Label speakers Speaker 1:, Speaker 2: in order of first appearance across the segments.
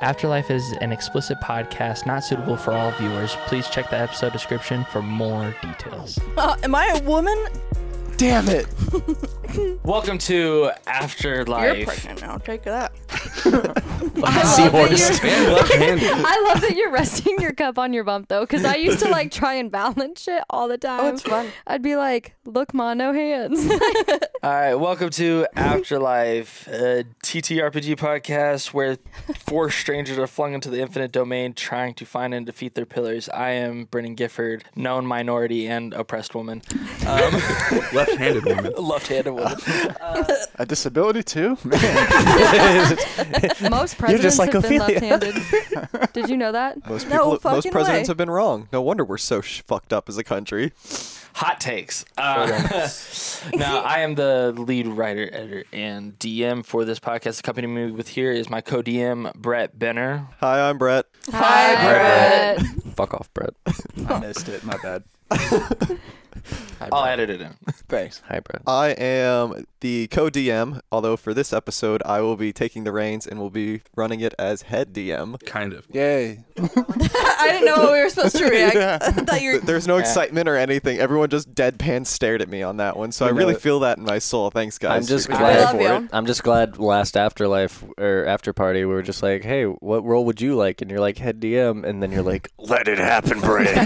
Speaker 1: Afterlife is an explicit podcast not suitable for all viewers. Please check the episode description for more details.
Speaker 2: Uh, am I a woman?
Speaker 3: Damn it.
Speaker 1: Welcome to
Speaker 2: You're
Speaker 1: Afterlife.
Speaker 2: pregnant now. Oh, Take that.
Speaker 3: Seahorse.
Speaker 1: Man, left handed.
Speaker 4: I love that you're resting your cup on your bump though, because I used to like try and balance shit all the time.
Speaker 2: Oh, it's fun.
Speaker 4: I'd be like, "Look, ma, no hands."
Speaker 1: All right, welcome to Afterlife, a TTRPG podcast where four strangers are flung into the infinite domain trying to find and defeat their pillars. I am Brennan Gifford, known minority and oppressed woman, Um,
Speaker 5: Left-handed woman.
Speaker 1: left-handed woman.
Speaker 3: A disability too? Man,
Speaker 4: Most presidents
Speaker 5: like
Speaker 4: have been
Speaker 5: Ophelia.
Speaker 4: left-handed. Did you know that?
Speaker 5: Most
Speaker 2: No
Speaker 5: people, most
Speaker 2: fucking
Speaker 5: presidents
Speaker 2: way.
Speaker 5: have been wrong. No wonder we're so sh- fucked up as a country.
Speaker 1: Hot takes. Uh, now, I am the lead writer, editor, and DM for this podcast. Accompanying me with here is my co-DM, Brett Benner.
Speaker 5: Hi, I'm Brett.
Speaker 2: Hi,
Speaker 4: Brett.
Speaker 5: Fuck off, Brett.
Speaker 3: I missed it. My bad.
Speaker 1: Oh, I'll edit it in.
Speaker 3: Thanks.
Speaker 6: Hi, Brett.
Speaker 5: I am the co-DM, although for this episode I will be taking the reins and will be running it as head DM.
Speaker 6: Kind of.
Speaker 3: Yay.
Speaker 2: I didn't know how we were supposed to react. I thought you
Speaker 5: Th-
Speaker 2: were.
Speaker 5: There's no excitement or anything. Everyone just deadpan stared at me on that one, so I
Speaker 6: know
Speaker 5: really
Speaker 6: it.
Speaker 5: feel that in my soul. Thanks, guys.
Speaker 6: I'm just
Speaker 5: for being
Speaker 6: glad.
Speaker 5: there
Speaker 2: love
Speaker 5: for
Speaker 2: you.
Speaker 5: it.
Speaker 6: I'm just glad last afterlife or after party we were just like, hey, what role would you like? And you're like head DM, and then you're like, let it happen, Brett.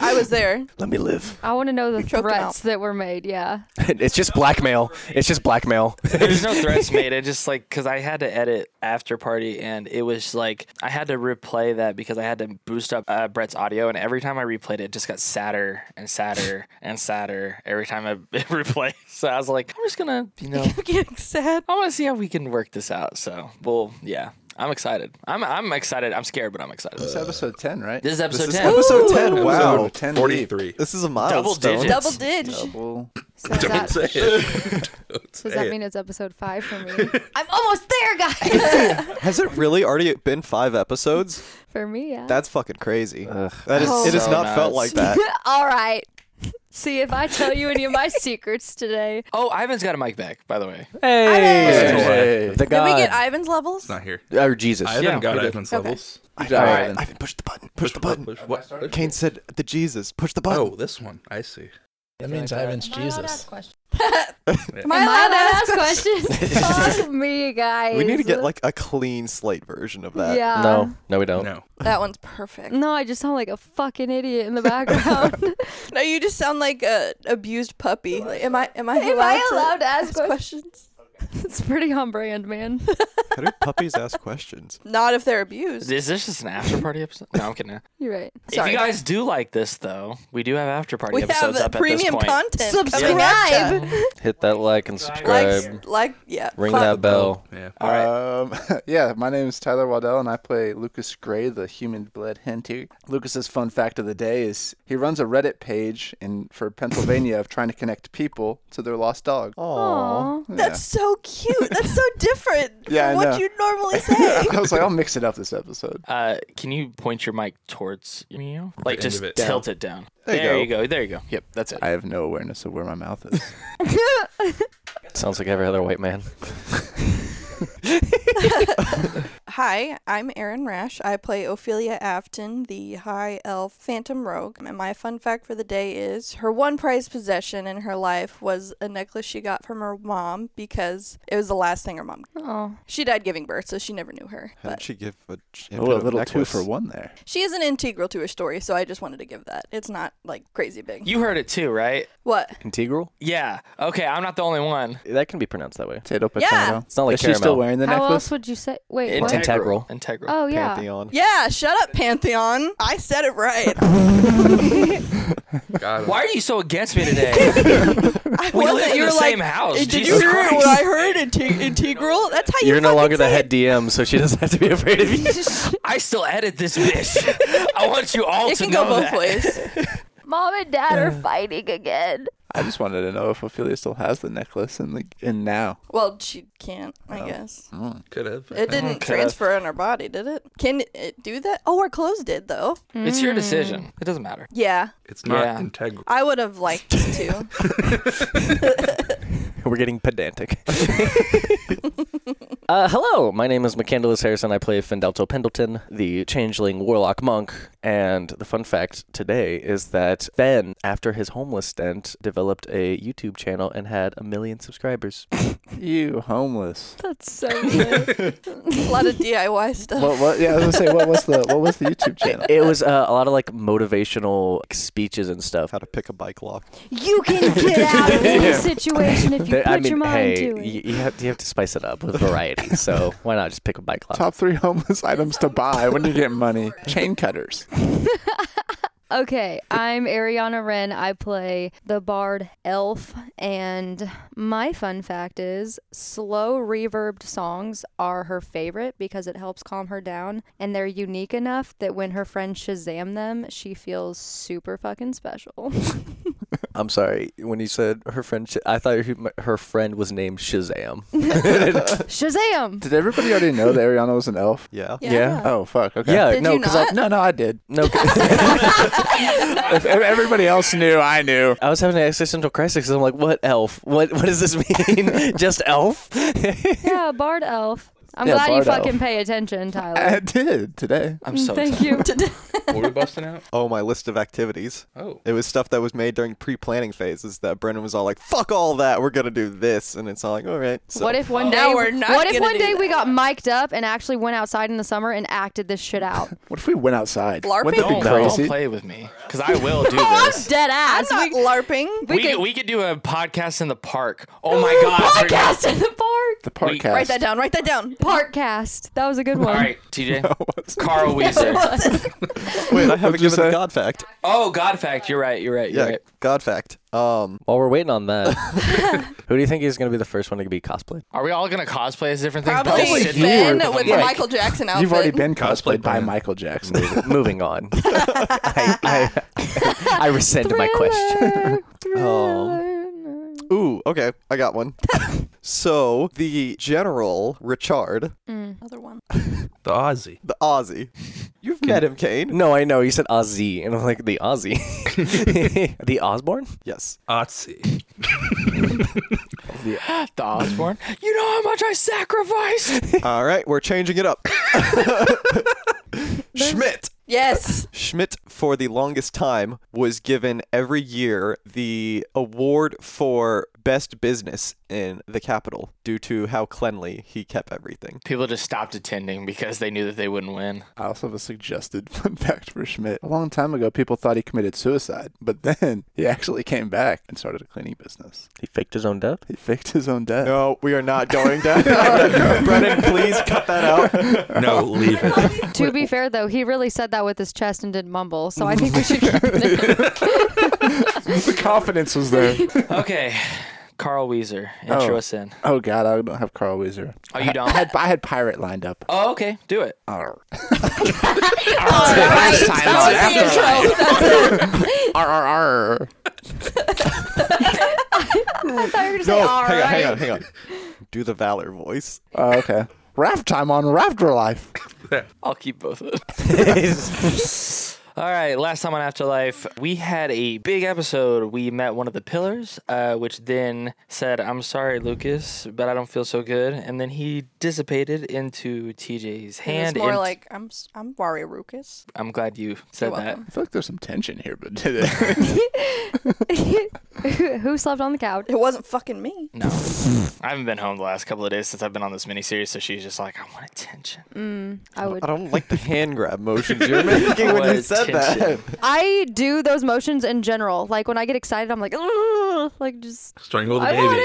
Speaker 2: I was there.
Speaker 6: let me live.
Speaker 4: I want to know the
Speaker 2: choked him
Speaker 4: threats
Speaker 2: out.
Speaker 4: that were made. Yeah.
Speaker 6: it's just blackmail. It's just blackmail.
Speaker 1: There's no threats made. I just like because I had to edit after party, and it was like I had to replay that because I had to boost up uh, Brett's audio, and every time I replayed it, it just got sadder and sadder and sadder every time I replay. So I was like, I'm just gonna, you know,
Speaker 2: I'm getting sad.
Speaker 1: I want to see how we can work this out. So, well, yeah, I'm excited. I'm I'm excited. I'm scared, but I'm excited.
Speaker 3: It's episode 10, right?
Speaker 1: This is episode
Speaker 5: This is
Speaker 1: ten.
Speaker 5: episode 10. Wow.
Speaker 3: Episode 10
Speaker 5: 43. This is a milestone.
Speaker 1: digit.
Speaker 2: Double dig.
Speaker 3: Well,
Speaker 4: So Don't that, say it. Does that mean it's episode five for me? I'm almost there, guys.
Speaker 5: Has it really already been five episodes?
Speaker 4: for me, yeah.
Speaker 5: That's fucking crazy. That is, it has
Speaker 1: So
Speaker 5: not felt
Speaker 1: nuts.
Speaker 5: like that.
Speaker 4: All right. See if I tell you any of my secrets today.
Speaker 1: Oh, Ivan's got a mic back, by the way.
Speaker 6: Hey, the
Speaker 2: Did
Speaker 6: god.
Speaker 2: we get Ivan's levels?
Speaker 7: Not here.
Speaker 6: or Jesus.
Speaker 7: I haven't
Speaker 1: Yeah,
Speaker 7: got
Speaker 1: we did.
Speaker 7: Ivan's levels.
Speaker 5: I,
Speaker 3: All right, then.
Speaker 5: Ivan, push the button. Push, the button.
Speaker 7: Push- what?
Speaker 5: Kane said, "The Jesus, push the button."
Speaker 7: Oh, this one. I see.
Speaker 8: That means Ivan's Jesus.
Speaker 2: Am I
Speaker 4: Am I
Speaker 2: allowed to ask?
Speaker 4: allowed to ask questions? Fuck me, guys.
Speaker 5: we need to get like a clean slate version of that.
Speaker 4: Yeah.
Speaker 6: No, no, we don't.
Speaker 7: No.
Speaker 2: That one's perfect.
Speaker 4: No, I just sound like a fucking idiot in the background.
Speaker 2: No, you just sound like a abused puppy. Like, am I? Am I
Speaker 4: Am
Speaker 2: allowed,
Speaker 4: I allowed to ask
Speaker 2: questions?
Speaker 4: it's pretty on brand, man.
Speaker 5: How do puppies ask questions?
Speaker 2: Not if they're abused.
Speaker 1: Is this just an after party episode? No, I'm kidding.
Speaker 4: You're right.
Speaker 1: If
Speaker 2: Sorry.
Speaker 1: you guys do like this, though, we do have after party
Speaker 2: we have
Speaker 1: episodes
Speaker 2: uh,
Speaker 1: up
Speaker 2: premium
Speaker 1: at this point.
Speaker 2: content. coming at ya.
Speaker 4: Subscribe.
Speaker 6: Hit that like and
Speaker 2: Like,
Speaker 6: subscribe.
Speaker 2: like, yeah.
Speaker 6: Ring
Speaker 2: fuck.
Speaker 6: that bell.
Speaker 7: Yeah.
Speaker 1: All right.
Speaker 3: Um, yeah, my name is Tyler Waddell, and I play Lucas Gray, the human blood hunter. Lucas's fun fact of the day is he runs a Reddit page in for Pennsylvania of trying to connect people to their lost dog.
Speaker 4: Aw.
Speaker 2: That's so cute. That's so different
Speaker 3: Yeah, I
Speaker 2: from
Speaker 3: know.
Speaker 2: what you normally say.
Speaker 3: I was like, I'll mix it up this episode.
Speaker 1: Uh, can you point your mic towards me? Like,
Speaker 7: end
Speaker 1: just
Speaker 7: of it.
Speaker 1: tilt it down.
Speaker 3: There you
Speaker 1: you go. Oh, There you go. Yep, that's it.
Speaker 3: I have no awareness of where my mouth is.
Speaker 6: Sounds like every other white man.
Speaker 2: Hi, I'm Erin Rash. I play Ophelia Afton, the High Elf Phantom Rogue. And my fun fact for the day is her one prized possession in her life was a necklace she got from her mom because it was the last thing her mom.
Speaker 4: Oh,
Speaker 2: She died giving birth, so she never knew her.
Speaker 5: How'd
Speaker 2: But
Speaker 5: she give a, ch- him
Speaker 3: Oh, a
Speaker 5: to
Speaker 3: little two
Speaker 5: necklace?
Speaker 3: for one there.
Speaker 2: she is an integral to her story, so I just wanted to give that. It's not like crazy big.
Speaker 1: You heard it too, right?
Speaker 2: What?
Speaker 6: Integral?
Speaker 1: Yeah. Okay, I'm not the only one.
Speaker 6: That can be pronounced that way.
Speaker 3: Potato, potato.
Speaker 2: Yeah.
Speaker 6: It's not like
Speaker 3: Is she still
Speaker 6: caramel.
Speaker 3: wearing the
Speaker 4: how
Speaker 3: necklace?
Speaker 4: else would you say? Wait,
Speaker 1: Integral.
Speaker 4: what?
Speaker 6: Integral.
Speaker 1: Integral.
Speaker 4: Oh yeah.
Speaker 5: Pantheon.
Speaker 2: Yeah, shut up, Pantheon. I said it right.
Speaker 7: God,
Speaker 1: Why are you so against me today?
Speaker 2: I
Speaker 1: we
Speaker 2: wasn't.
Speaker 1: live in
Speaker 2: You
Speaker 1: the
Speaker 2: were
Speaker 1: same
Speaker 2: like,
Speaker 1: house.
Speaker 2: Did
Speaker 1: Jesus
Speaker 2: you hear
Speaker 1: Christ.
Speaker 2: what I heard? Inte- integral? That's how you
Speaker 6: You're no
Speaker 2: fucking
Speaker 6: longer the
Speaker 2: say
Speaker 6: head DM, so she doesn't have to be afraid of you.
Speaker 1: I still edit this bitch. I want you all
Speaker 2: It, it
Speaker 1: to
Speaker 2: can
Speaker 1: know
Speaker 2: go both
Speaker 1: that.
Speaker 2: ways.
Speaker 4: Mom and Dad are fighting again.
Speaker 3: I just wanted to know if Ophelia still has the necklace and the and now.
Speaker 2: Well, she can't, I
Speaker 6: Oh.
Speaker 3: Oh.
Speaker 2: guess.
Speaker 7: could have.
Speaker 2: It didn't transfer in her body, did it? Can it do that? Oh, her clothes did, though.
Speaker 1: It's
Speaker 3: Hmm.
Speaker 1: your decision. It doesn't matter.
Speaker 2: Yeah.
Speaker 7: It's not
Speaker 1: Yeah.
Speaker 7: integral.
Speaker 2: I would have liked to.
Speaker 6: We're getting pedantic. uh, hello, my name is McCandless Harrison. I play Fendelto Pendleton, the changeling warlock monk. And the fun fact today is that Ben, after his homeless stint, developed a YouTube channel and had a million subscribers.
Speaker 3: You homeless.
Speaker 4: That's so good.
Speaker 2: A lot of DIY stuff.
Speaker 3: What? What? Yeah, I was gonna say what was the what was the YouTube channel?
Speaker 6: It was uh, a lot of like motivational speeches and stuff.
Speaker 5: How to pick a bike lock.
Speaker 4: you can get out of any situation if you
Speaker 6: There-
Speaker 4: put
Speaker 6: I mean,
Speaker 4: your mind
Speaker 6: hey,
Speaker 4: to it.
Speaker 6: y- you have you have to spice it up with variety. so why not just pick a bike lock?
Speaker 3: Top three homeless items to buy when you get money. Chain cutters.
Speaker 4: Okay, I'm Ariana Wren. I play the bard elf, and my fun fact is slow reverbed songs are her favorite because it helps calm her down, and they're unique enough that when her friends Shazam them, she feels super fucking special.
Speaker 6: I'm sorry. When you said her friend, Sh- I thought her, her friend was named Shazam. yeah.
Speaker 4: Shazam!
Speaker 3: Did everybody already know that Ariana was an elf?
Speaker 5: Yeah.
Speaker 3: Oh fuck. Okay.
Speaker 2: Did
Speaker 6: no,
Speaker 2: you
Speaker 6: because I,
Speaker 2: not?
Speaker 3: No, no, I did.
Speaker 6: no, 'cause-
Speaker 3: If ev- everybody else knew, I knew.
Speaker 6: I was having an existential crisis. And I'm like, what elf? What what does this mean? Just elf?
Speaker 4: yeah, bard elf. I'm
Speaker 3: Yeah,
Speaker 4: glad you
Speaker 3: bard elf.
Speaker 4: fucking pay attention, Tyler.
Speaker 3: I did today.
Speaker 1: I'm so
Speaker 4: Thank
Speaker 1: excited.
Speaker 4: you.
Speaker 7: What were we busting out?
Speaker 5: Oh, my list of activities.
Speaker 7: Oh.
Speaker 5: It was stuff that was made during pre-planning phases that Brendan was all like, "Fuck all that. We're gonna do this," and it's all like, "All right." So
Speaker 4: What if one day?
Speaker 2: Now we're not
Speaker 4: what if
Speaker 2: gonna
Speaker 4: one
Speaker 2: do
Speaker 4: day we
Speaker 2: that.
Speaker 4: got mic'd up and actually went outside in the summer and acted this shit out?
Speaker 3: What if we went outside?
Speaker 2: LARPing?
Speaker 3: Wouldn't that
Speaker 1: Don't,
Speaker 3: be
Speaker 1: don't
Speaker 3: crazy?
Speaker 1: play with me, because I will do
Speaker 4: I'm
Speaker 1: this.
Speaker 4: dead
Speaker 2: I'm
Speaker 4: ass.
Speaker 2: not LARPing.
Speaker 1: We, could, we could do a podcast in the park. Oh my god! I forgot-
Speaker 4: Podcast in the park.
Speaker 3: the podcast.
Speaker 2: Write that down. Write that down.
Speaker 4: Parkcast. That was a good
Speaker 1: All
Speaker 4: one.
Speaker 1: right, TJ. Carl Weezer.
Speaker 5: wait, I haven't
Speaker 3: you
Speaker 5: given the
Speaker 3: say?
Speaker 5: God fact.
Speaker 1: Oh, God fact. You're right. You're right. You're
Speaker 5: Yeah,
Speaker 1: right.
Speaker 5: God fact. Um,
Speaker 6: While we're waiting on that, who do you think is going to be the first one to be cosplayed?
Speaker 1: Are we all gonna cosplay as different things?
Speaker 2: Probably
Speaker 1: Don't sit there.
Speaker 2: Ben with the
Speaker 3: Like,
Speaker 2: Michael Jackson outfit.
Speaker 3: You've already been cosplayed
Speaker 7: Cosplay
Speaker 3: by
Speaker 7: Brian.
Speaker 3: Michael Jackson.
Speaker 6: Moving on. I, I, I rescind my question.
Speaker 4: Oh.
Speaker 5: ooh, okay, I got one. so the General Richard,
Speaker 1: Mm.
Speaker 2: Another one.
Speaker 7: The Aussie.
Speaker 5: the Aussie. You've met him, Kane.
Speaker 6: No, I know. You said Aussie, and I'm like, the Aussie? the Osborne?
Speaker 5: Yes.
Speaker 7: Otzi.
Speaker 1: The Osborne. You know how much I sacrificed.
Speaker 5: All right, we're changing it up. Schmidt.
Speaker 2: Yes.
Speaker 5: Schmidt, for the longest time, was given every year the award for best business in the capital due to how cleanly he kept everything.
Speaker 1: People just stopped attending because they knew that they wouldn't win.
Speaker 3: I also have a suggested fun fact for Schmidt. A long time ago, people thought he committed suicide, but then he actually came back and started a cleaning business.
Speaker 6: He faked his own death?
Speaker 3: He faked his own death.
Speaker 5: No, we are not going down. Brennan, please cut that out.
Speaker 7: No, leave it.
Speaker 4: To be fair, though, he really said that with his chest and didn't mumble, so I think we should keep it. in.
Speaker 3: The confidence was there.
Speaker 1: Okay. Carl Weezer. Intro
Speaker 3: Oh.
Speaker 1: us in.
Speaker 3: oh, God, I don't have Carl Weezer.
Speaker 1: Oh, you
Speaker 3: I
Speaker 1: don't.
Speaker 3: had, I had Pirate lined up.
Speaker 1: Oh, okay. Do it.
Speaker 3: Arr.
Speaker 2: Alright,
Speaker 1: time
Speaker 2: that
Speaker 1: out.
Speaker 2: was the intro. That's it.
Speaker 3: Arr, arr, arr.
Speaker 4: I thought you were gonna
Speaker 5: No,
Speaker 4: say, "All
Speaker 5: hang on, hang
Speaker 4: right."
Speaker 5: on, hang on. Do the Valor voice.
Speaker 3: Oh, okay. Raft time on Rafter Life.
Speaker 1: I'll keep both of them. All right, last time on Afterlife, we had a big episode. We met one of the pillars, uh, which then said, I'm sorry, Lucas, but I don't feel so good. And then he dissipated into TJ's hand.
Speaker 2: it's more
Speaker 1: and-
Speaker 2: like I'm s- I'm Wario Ruckus.
Speaker 1: I'm glad you said
Speaker 2: You're
Speaker 1: that.
Speaker 2: welcome.
Speaker 3: I feel like there's some tension here, but
Speaker 4: Who slept on the couch?
Speaker 2: It wasn't fucking me.
Speaker 1: No. I haven't been home the last couple of days since I've been on this miniseries, so she's just like, I want attention.
Speaker 4: Mm, I would.
Speaker 5: I don't like the hand grab motions you're making when you
Speaker 1: Want
Speaker 5: said that.
Speaker 1: attention.
Speaker 4: I do those motions in general. Like when I get excited, I'm like, "Ugh," like just.
Speaker 7: Strangle the
Speaker 4: I
Speaker 7: baby.
Speaker 4: want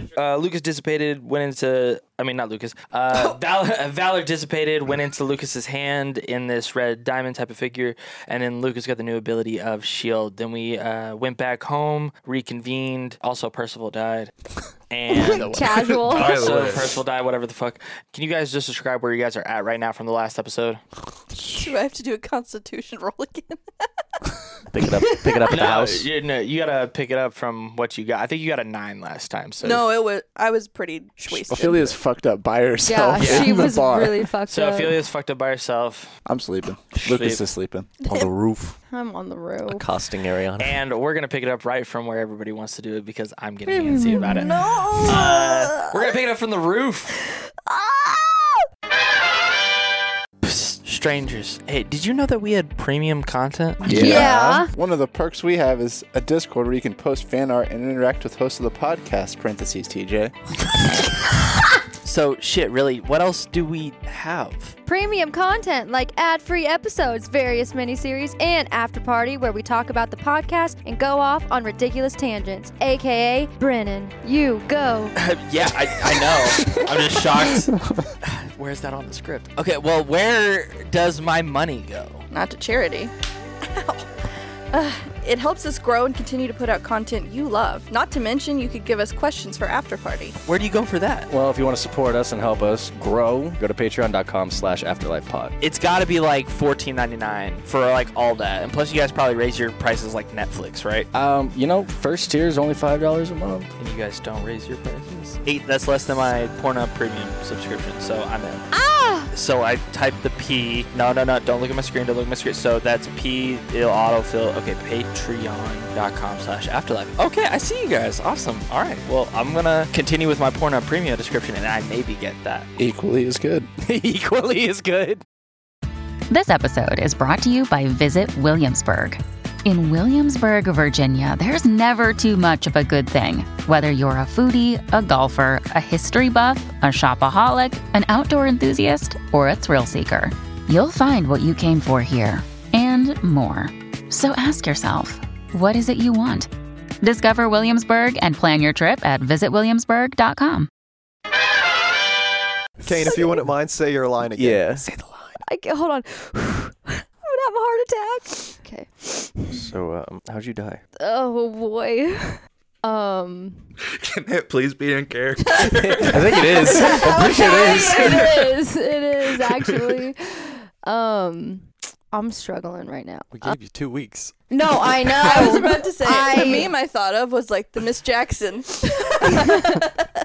Speaker 4: it.
Speaker 1: Uh, Lucas dissipated, went into. I mean, not Lucas. Uh, Valor, Valor dissipated, went into Lucas's hand in this red diamond type of figure, and then Lucas got the new ability of Shield. Then we uh, went back home, reconvened. Also, Percival died, and
Speaker 4: Casual.
Speaker 7: By the
Speaker 1: so
Speaker 7: way,
Speaker 1: Percival died. Whatever the fuck. Can you guys just describe where you guys are at right now from the last episode?
Speaker 2: Do I have to do a Constitution roll again?
Speaker 6: Pick it up. Pick it up at the house.
Speaker 1: You, no, you gotta pick it up from what you got. I think you got a nine last time. So
Speaker 2: no, it was I was pretty wasted.
Speaker 3: Ophelia's fucked up by
Speaker 4: yeah,
Speaker 3: herself
Speaker 4: she
Speaker 3: in the
Speaker 4: was
Speaker 3: bar.
Speaker 4: really fucked
Speaker 1: So
Speaker 4: up.
Speaker 1: Ophelia's fucked up by herself.
Speaker 3: I'm sleeping. Lucas is sleeping.
Speaker 6: On the roof.
Speaker 4: I'm on the roof.
Speaker 6: Accosting Ariana.
Speaker 1: And we're gonna pick it up right from where everybody wants to do it because I'm getting antsy about it. No. we're gonna pick it up from the roof. Psst, strangers, hey, did you know that we had premium content?
Speaker 4: Yeah.
Speaker 3: One of the perks we have is a Discord where you can post fan art and interact with hosts of the podcast. Parentheses TJ.
Speaker 1: So shit, really, what else do we have?
Speaker 4: Premium content like ad free episodes, various miniseries, and after party where we talk about the podcast and go off on ridiculous tangents. AKA Brennan, you go.
Speaker 1: yeah, I, I know. I'm just shocked. Where's that on the script? Okay, well, where does my money go?
Speaker 2: Not to charity. Ow. it helps us grow and continue to put out content you love. Not to mention, you could give us questions for after party.
Speaker 1: Where do you go for that?
Speaker 6: Well, if you want to support us and help us grow, go to patreon.com slash afterlifepod.
Speaker 1: it's got to be like fourteen ninety nine for like all that, and plus you guys probably raise your prices like Netflix, right?
Speaker 6: Um, you know, first tier is only $5 a month.
Speaker 1: And you guys don't raise your prices. Eight. That's less than my Pornhub premium subscription, so I'm in.
Speaker 4: Ah!
Speaker 1: So I type the P. No, no, no. Don't look at my screen. Don't look at my screen. So that's P. It'll autofill. Okay, patreon.com slash afterlife. Okay, I see you guys. Awesome. All right. Well, I'm going to continue with my Pornhub premium description, and I maybe get that.
Speaker 3: Equally as good.
Speaker 1: Equally as good.
Speaker 9: This episode is brought to you by Visit Williamsburg. In Williamsburg, Virginia, there's never too much of a good thing. Whether you're a foodie, a golfer, a history buff, a shopaholic, an outdoor enthusiast, or a thrill seeker, you'll find what you came for here and more. So ask yourself, what is it you want? Discover Williamsburg and plan your trip at visitwilliamsburg.com.
Speaker 5: Kane, if you wouldn't mind, say your line again.
Speaker 6: Yeah.
Speaker 5: Say the line.
Speaker 4: I ca- hold on. I'm gonna have a heart attack. Okay.
Speaker 6: So, um, how'd you die?
Speaker 4: Oh boy. Um.
Speaker 7: Can it please be in character?
Speaker 6: I think it is. I think it is.
Speaker 4: it is. It is actually. Um. I'm struggling right now. Uh,
Speaker 5: We gave you two weeks.
Speaker 4: No, I know.
Speaker 2: I was about to say
Speaker 4: I-
Speaker 2: the meme I thought of was like the Miss Jackson.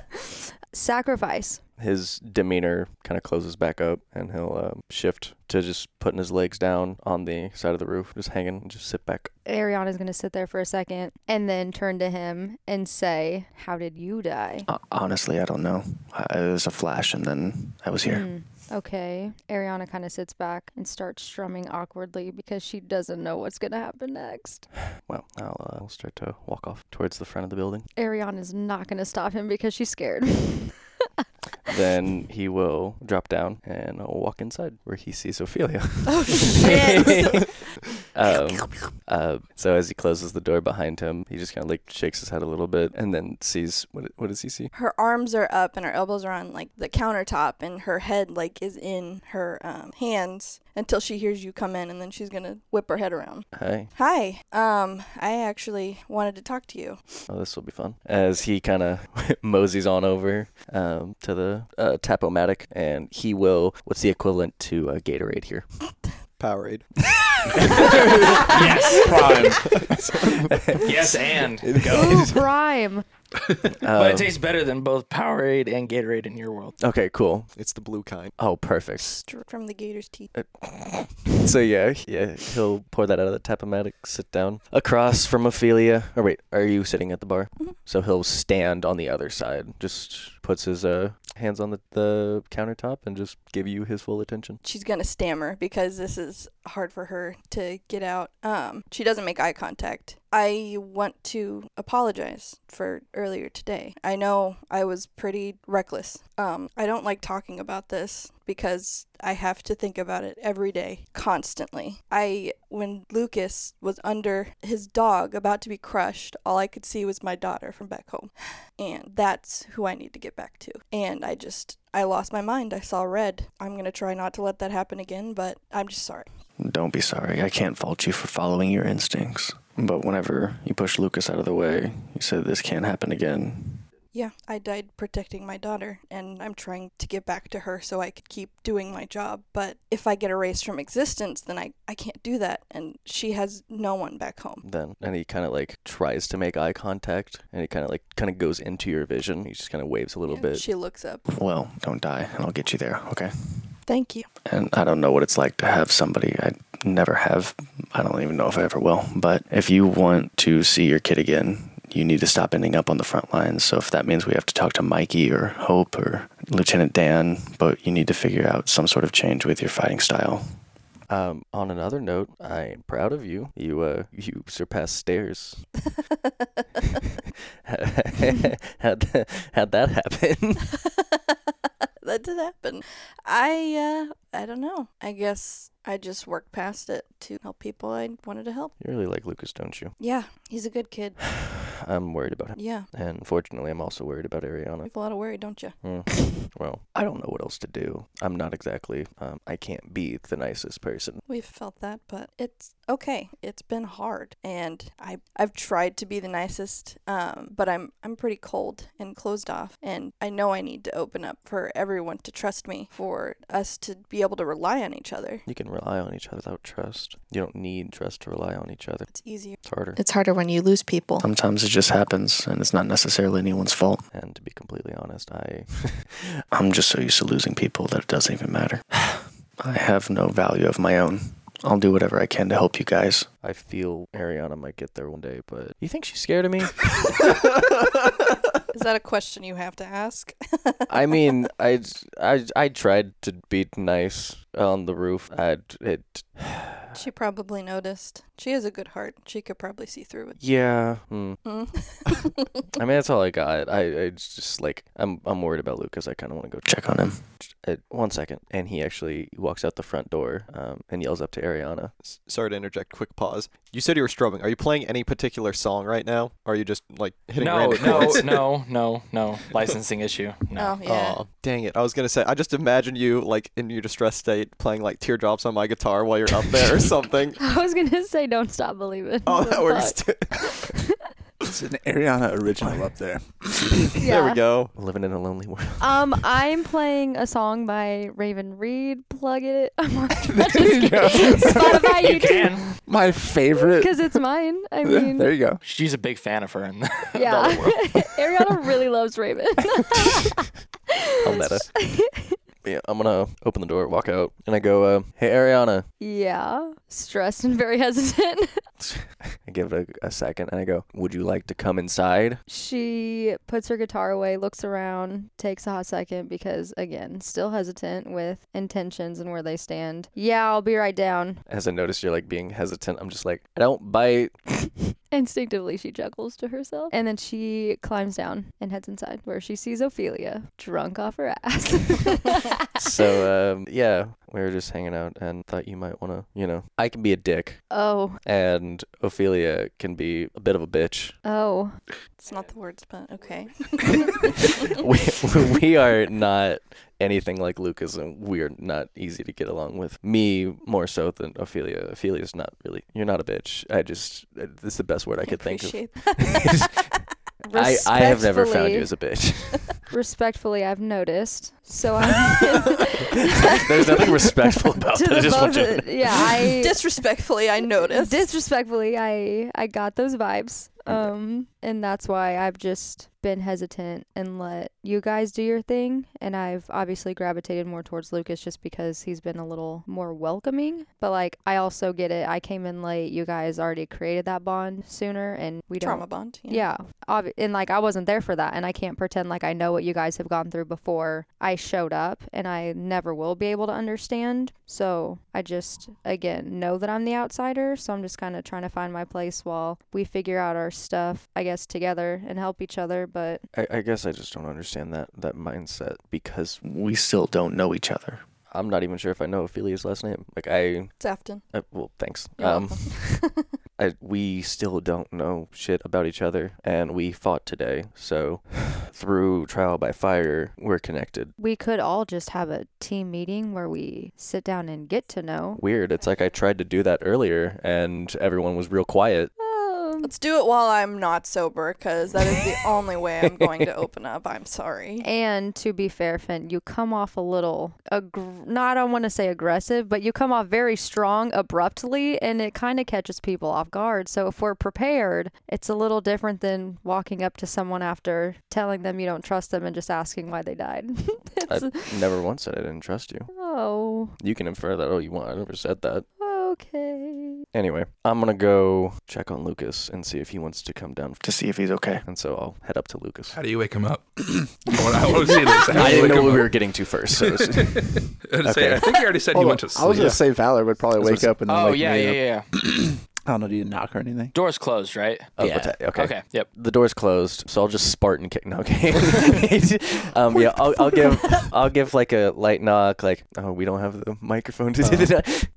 Speaker 4: sacrifice.
Speaker 6: His demeanor kind of closes back up, and he'll um, shift to just putting his legs down on the side of the roof, just hanging, and just sit back.
Speaker 4: Ariana's gonna sit there for a second and then turn to him and say, "How did you die?"
Speaker 5: Oh,
Speaker 6: Honestly, I don't know. I, it was a flash, and then I was here.
Speaker 4: Hmm. Okay. Ariana kind of sits back and starts strumming awkwardly because she doesn't know what's gonna happen next.
Speaker 6: Well, I'll, uh, I'll start to walk off towards the front of the building.
Speaker 4: Ariana's not gonna stop him because she's scared.
Speaker 6: then he will drop down and walk inside where he sees Ophelia.
Speaker 2: oh shit!
Speaker 6: Um, uh, so as he closes the door behind him, he just kind of like shakes his head a little bit and then sees what what does he see?
Speaker 2: her arms are up and her elbows are on like the countertop, and her head like is in her um, hands until she hears you come in, and then she's gonna whip her head around.
Speaker 6: Hi.
Speaker 2: Hi. Um, I actually wanted to talk to you.
Speaker 6: Oh, this will be fun. As he kind of moseys on over um, to the uh, Tapomatic, and he will. What's the equivalent to uh, Gatorade here?
Speaker 5: Powerade.
Speaker 1: Yes. Prime. yes, and. Um,
Speaker 4: Ooh, prime.
Speaker 1: but it tastes better than both Powerade and Gatorade in your world.
Speaker 6: Okay, cool.
Speaker 5: It's the blue kind.
Speaker 6: Oh, perfect.
Speaker 2: From the gator's teeth.
Speaker 6: So yeah, yeah, he'll pour that out of the Tapomatic, sit down across from Ophelia. Or wait, are you sitting at the bar?
Speaker 2: Mm-hmm.
Speaker 6: So he'll stand on the other side, just puts his uh, hands on the, the countertop and just give you his full attention.
Speaker 2: She's gonna stammer because this is hard for her to get out. Um, she doesn't make eye contact. I want to apologize for earlier today. I know I was pretty reckless. Um, I don't like talking about this because I have to think about it every day, constantly. I, when Lucas was under his dog about to be crushed, all I could see was my daughter from back home. And that's who I need to get back to. And I just, I lost my mind. I saw red. I'm going to try not to let that happen again, but I'm just sorry.
Speaker 10: Don't be sorry. I can't fault you for following your instincts. But whenever you pushed Lucas out of the way, you said this can't happen again.
Speaker 2: Yeah, I died protecting my daughter, and I'm trying to get back to her so I could keep doing my job. But if I get erased from existence, then I, I can't do that, and she has no one back home.
Speaker 6: Then and he kind of like tries to make eye contact, and he kind of like kind of goes into your vision. He just kind of waves a little
Speaker 2: And
Speaker 6: bit.
Speaker 2: She looks up.
Speaker 10: Well, don't die, and I'll get you there, okay?
Speaker 2: Thank you.
Speaker 10: And I don't know what it's like to have somebody I never have. I don't even know if I ever will. But if you want to see your kid again, you need to stop ending up on the front lines. So if that means we have to talk to Mikey or Hope or Lieutenant Dan, but you need to figure out some sort of change with your fighting style.
Speaker 6: Um, on another note, I am proud of you. You uh, you surpassed stairs. had had that happen?
Speaker 2: that did happen. I uh I don't know. I guess I just worked past it to help people I wanted to help.
Speaker 6: You really like Lucas, don't you?
Speaker 2: Yeah, he's a good kid.
Speaker 6: I'm worried about him.
Speaker 2: Yeah.
Speaker 6: And fortunately, I'm also worried about Ariana.
Speaker 2: You have a lot of worry, don't you?
Speaker 6: Mm. Well, I don't know what else to do. I'm not exactly. Um, I can't be the nicest person.
Speaker 2: We've felt that, but it's okay. It's been hard, and I I've tried to be the nicest, um, but I'm I'm pretty cold and closed off, and I know I need to open up for everyone to trust me, for us to be able to rely on each other.
Speaker 6: You can rely on each other without trust. You don't need trust to rely on each other.
Speaker 2: It's easier.
Speaker 6: It's harder.
Speaker 10: It's
Speaker 2: harder when you lose people.
Speaker 10: Sometimes it just happens, and it's not necessarily anyone's fault.
Speaker 6: And to be completely honest, I
Speaker 10: I'm just so used to losing people that it doesn't even matter. I have no value of my own. I'll do whatever I can to help you guys.
Speaker 6: I feel Ariana might get there one day, but you think she's scared of me?
Speaker 2: Is that a question you have to ask?
Speaker 6: I mean, I, I, I tried to be nice on the roof. I it
Speaker 2: She probably noticed. She has a good heart. She could probably see through it.
Speaker 6: yeah. Hmm.
Speaker 2: Mm.
Speaker 6: I mean, that's all I got. I, I just like I'm I'm worried about Lucas. I kind of want to go
Speaker 10: Check on him.
Speaker 6: Uh, one second, and he actually walks out the front door um, and yells up to Ariana.
Speaker 5: S- Sorry to interject. Quick pause. You said you were strumming. Are you playing any particular song right now? Or are you just like hitting
Speaker 1: No,
Speaker 5: random
Speaker 1: no,
Speaker 5: chords?
Speaker 1: no, no, no. Licensing issue. No.
Speaker 2: Oh yeah.
Speaker 5: Aw, dang it. I was going to say, I just imagine you, like, in your distressed state, playing, like, teardrops on my guitar while you're up there or something.
Speaker 4: I was gonna say, don't stop believing.
Speaker 5: Oh,
Speaker 4: but
Speaker 5: that works
Speaker 4: fuck.
Speaker 5: too.
Speaker 3: It's an Ariana original up there.
Speaker 5: There
Speaker 4: Yeah.
Speaker 5: we go.
Speaker 6: Living in a lonely world.
Speaker 4: Um, I'm playing a song by Raven Reed. Plug it. I'm not- I'm just kidding. Spotify,
Speaker 1: You
Speaker 4: YouTube,
Speaker 1: can.
Speaker 3: My favorite.
Speaker 4: because it's mine. I mean,
Speaker 3: there you go.
Speaker 1: She's a big fan of her. In the,
Speaker 4: yeah.
Speaker 1: the world.
Speaker 4: Ariana really loves Raven.
Speaker 6: How meta. yeah, I'm gonna open the door, walk out, and I go, uh, "Hey, Ariana."
Speaker 4: yeah, stressed and very hesitant.
Speaker 6: I give it a, a second, and I go, "Would you like to come inside?"
Speaker 4: She puts her guitar away, looks around, takes a hot second because, again, still hesitant with intentions and where they stand. Yeah, I'll be right down.
Speaker 6: As I notice you're like being hesitant, I'm just like, "I don't bite."
Speaker 4: Instinctively, she chuckles to herself. And then she climbs down and heads inside where she sees Ophelia drunk off her ass.
Speaker 6: so um, yeah, we were just hanging out, and thought you might wanna, you know, I can be a dick,
Speaker 4: Oh,
Speaker 6: and Ophelia can be a bit of a bitch.
Speaker 4: oh.
Speaker 2: It's not the words, but okay.
Speaker 6: we, we are not anything like Lucas, and we're not easy to get along with. Me more so than Ophelia. Ophelia's not really. You're not a bitch. I just. This is the best word I could think of.
Speaker 2: Appreciate
Speaker 6: I, I have never
Speaker 4: Respectfully-
Speaker 6: found you as a bitch.
Speaker 4: Respectfully, I've noticed. So I.
Speaker 6: There's nothing respectful about
Speaker 4: To
Speaker 6: that. I
Speaker 4: the
Speaker 6: just want
Speaker 4: both
Speaker 6: you to
Speaker 4: of- yeah, I
Speaker 2: Disrespectfully, I noticed.
Speaker 4: disrespectfully i i got those vibes um and that's why i've just been hesitant and let you guys do your thing. And I've obviously gravitated more towards Lucas just because he's been a little more welcoming. But like, I also get it. I came in late. You guys already created that bond sooner, and we don't
Speaker 2: Trauma bond,
Speaker 4: Yeah.
Speaker 2: yeah.
Speaker 4: Obvi- and like, I wasn't there for that, and I can't pretend like I know what you guys have gone through before I showed up, and I never will be able to understand. So I just, again, know that I'm the outsider. So I'm just kind of trying to find my place while we figure out our stuff, I guess, together and help each other. But
Speaker 6: I, I guess I just don't understand that that mindset because
Speaker 10: we still don't know each other.
Speaker 6: I'm not even sure if I know Ophelia's last name. Like I,
Speaker 2: It's Afton.
Speaker 6: uh, well, thanks.
Speaker 2: You're
Speaker 6: um, I, we still don't know shit about each other, and we fought today. So, through trial by fire, we're connected.
Speaker 4: we could all just have a team meeting where we sit down and get to know.
Speaker 6: Weird. It's like I tried to do that earlier, and everyone was real quiet.
Speaker 2: Um, Let's do it while I'm not sober, because that is the only way I'm going to open up. I'm sorry.
Speaker 4: And to be fair, Finn, you come off a little, aggr- no, I don't want to say aggressive, but you come off very strong abruptly, and it kind of catches people off guard. So if we're prepared, it's a little different than walking up to someone after telling them you don't trust them and just asking why they died.
Speaker 6: I
Speaker 4: it's,
Speaker 6: never once said I didn't trust you.
Speaker 4: oh,
Speaker 6: You can infer that all you want. I never said that.
Speaker 4: okay.
Speaker 6: Anyway, I'm gonna go check on Lucas and see if he wants to come down
Speaker 10: to see if he's okay.
Speaker 6: And so I'll head up to Lucas.
Speaker 7: How do you wake him up? I wanna- I want to see this. How do
Speaker 6: I
Speaker 7: you
Speaker 6: didn't
Speaker 7: wake
Speaker 6: know
Speaker 7: him
Speaker 6: what we
Speaker 7: up?
Speaker 6: were getting to first. So it's-
Speaker 7: I was gonna say, I think you already said
Speaker 3: Hold
Speaker 7: you
Speaker 3: on,
Speaker 7: went to sleep.
Speaker 3: I was gonna say Valor would probably wake
Speaker 1: That's what-
Speaker 3: up and then
Speaker 1: Oh,
Speaker 3: wake
Speaker 1: yeah,
Speaker 3: me
Speaker 1: yeah,
Speaker 3: up. I don't know. Do you knock or anything?
Speaker 1: Door's closed, right?
Speaker 6: Oh, but that- okay.
Speaker 1: Okay. Yep.
Speaker 6: The door's closed, so I'll just Spartan kick. No, okay. um, yeah, I'll, I'll give, I'll give like a light knock, like, oh, we don't have the microphone to do
Speaker 3: Uh-huh.
Speaker 6: that.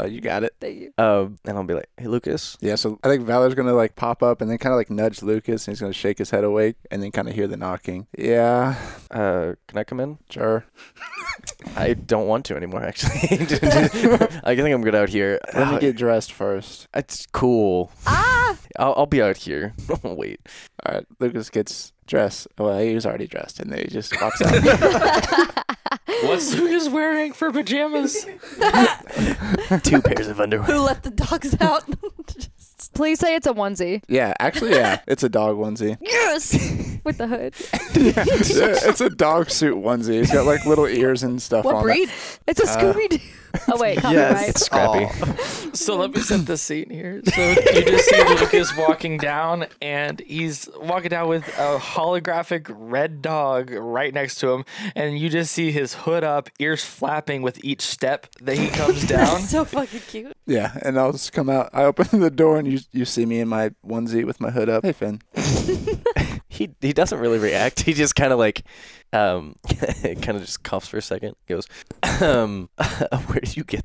Speaker 6: Oh, you got it.
Speaker 4: Thank you.
Speaker 6: Um, and I'll be like, hey, Lucas.
Speaker 3: Yeah, so I think Valor's gonna like pop up and then kind of like nudge Lucas and he's gonna shake his head awake and then kind of hear the knocking. Yeah,
Speaker 6: Uh, can I come in?
Speaker 3: sure.
Speaker 6: I don't want to anymore. Actually, I think I'm good out here.
Speaker 3: Let
Speaker 6: Oh,
Speaker 3: me get dressed first.
Speaker 6: It's cool.
Speaker 4: Ah!
Speaker 6: I'll, I'll be out here. Wait.
Speaker 3: All right, Lucas gets dressed. Well, he was already dressed and then he just walks out.
Speaker 1: What's Lucas wearing for pajamas?
Speaker 6: Two pairs of underwear.
Speaker 2: Who let the dogs out? Just-
Speaker 4: Please say it's a onesie.
Speaker 3: yeah, actually, yeah, it's a dog onesie.
Speaker 4: Yes! With the hood.
Speaker 3: yeah, it's a dog suit onesie. It's got like little ears and stuff
Speaker 4: What
Speaker 3: on Uh,
Speaker 4: breed? It's a Scooby Doo. oh, wait, copyright.
Speaker 6: Uh, It's scrappy.
Speaker 1: So let me set the scene here. So you just see Lucas walking down, and he's walking down with a holographic red dog right next to him, and you just see his hood up, ears flapping with each step that he comes down.
Speaker 2: so fucking cute.
Speaker 3: it. Yeah, and I'll just come out. I open the door and you you see me in my onesie with my hood up. Hey, Finn.
Speaker 6: He he doesn't really react. He just kind of like, um, kind of just coughs for a second. Goes, um, where did you get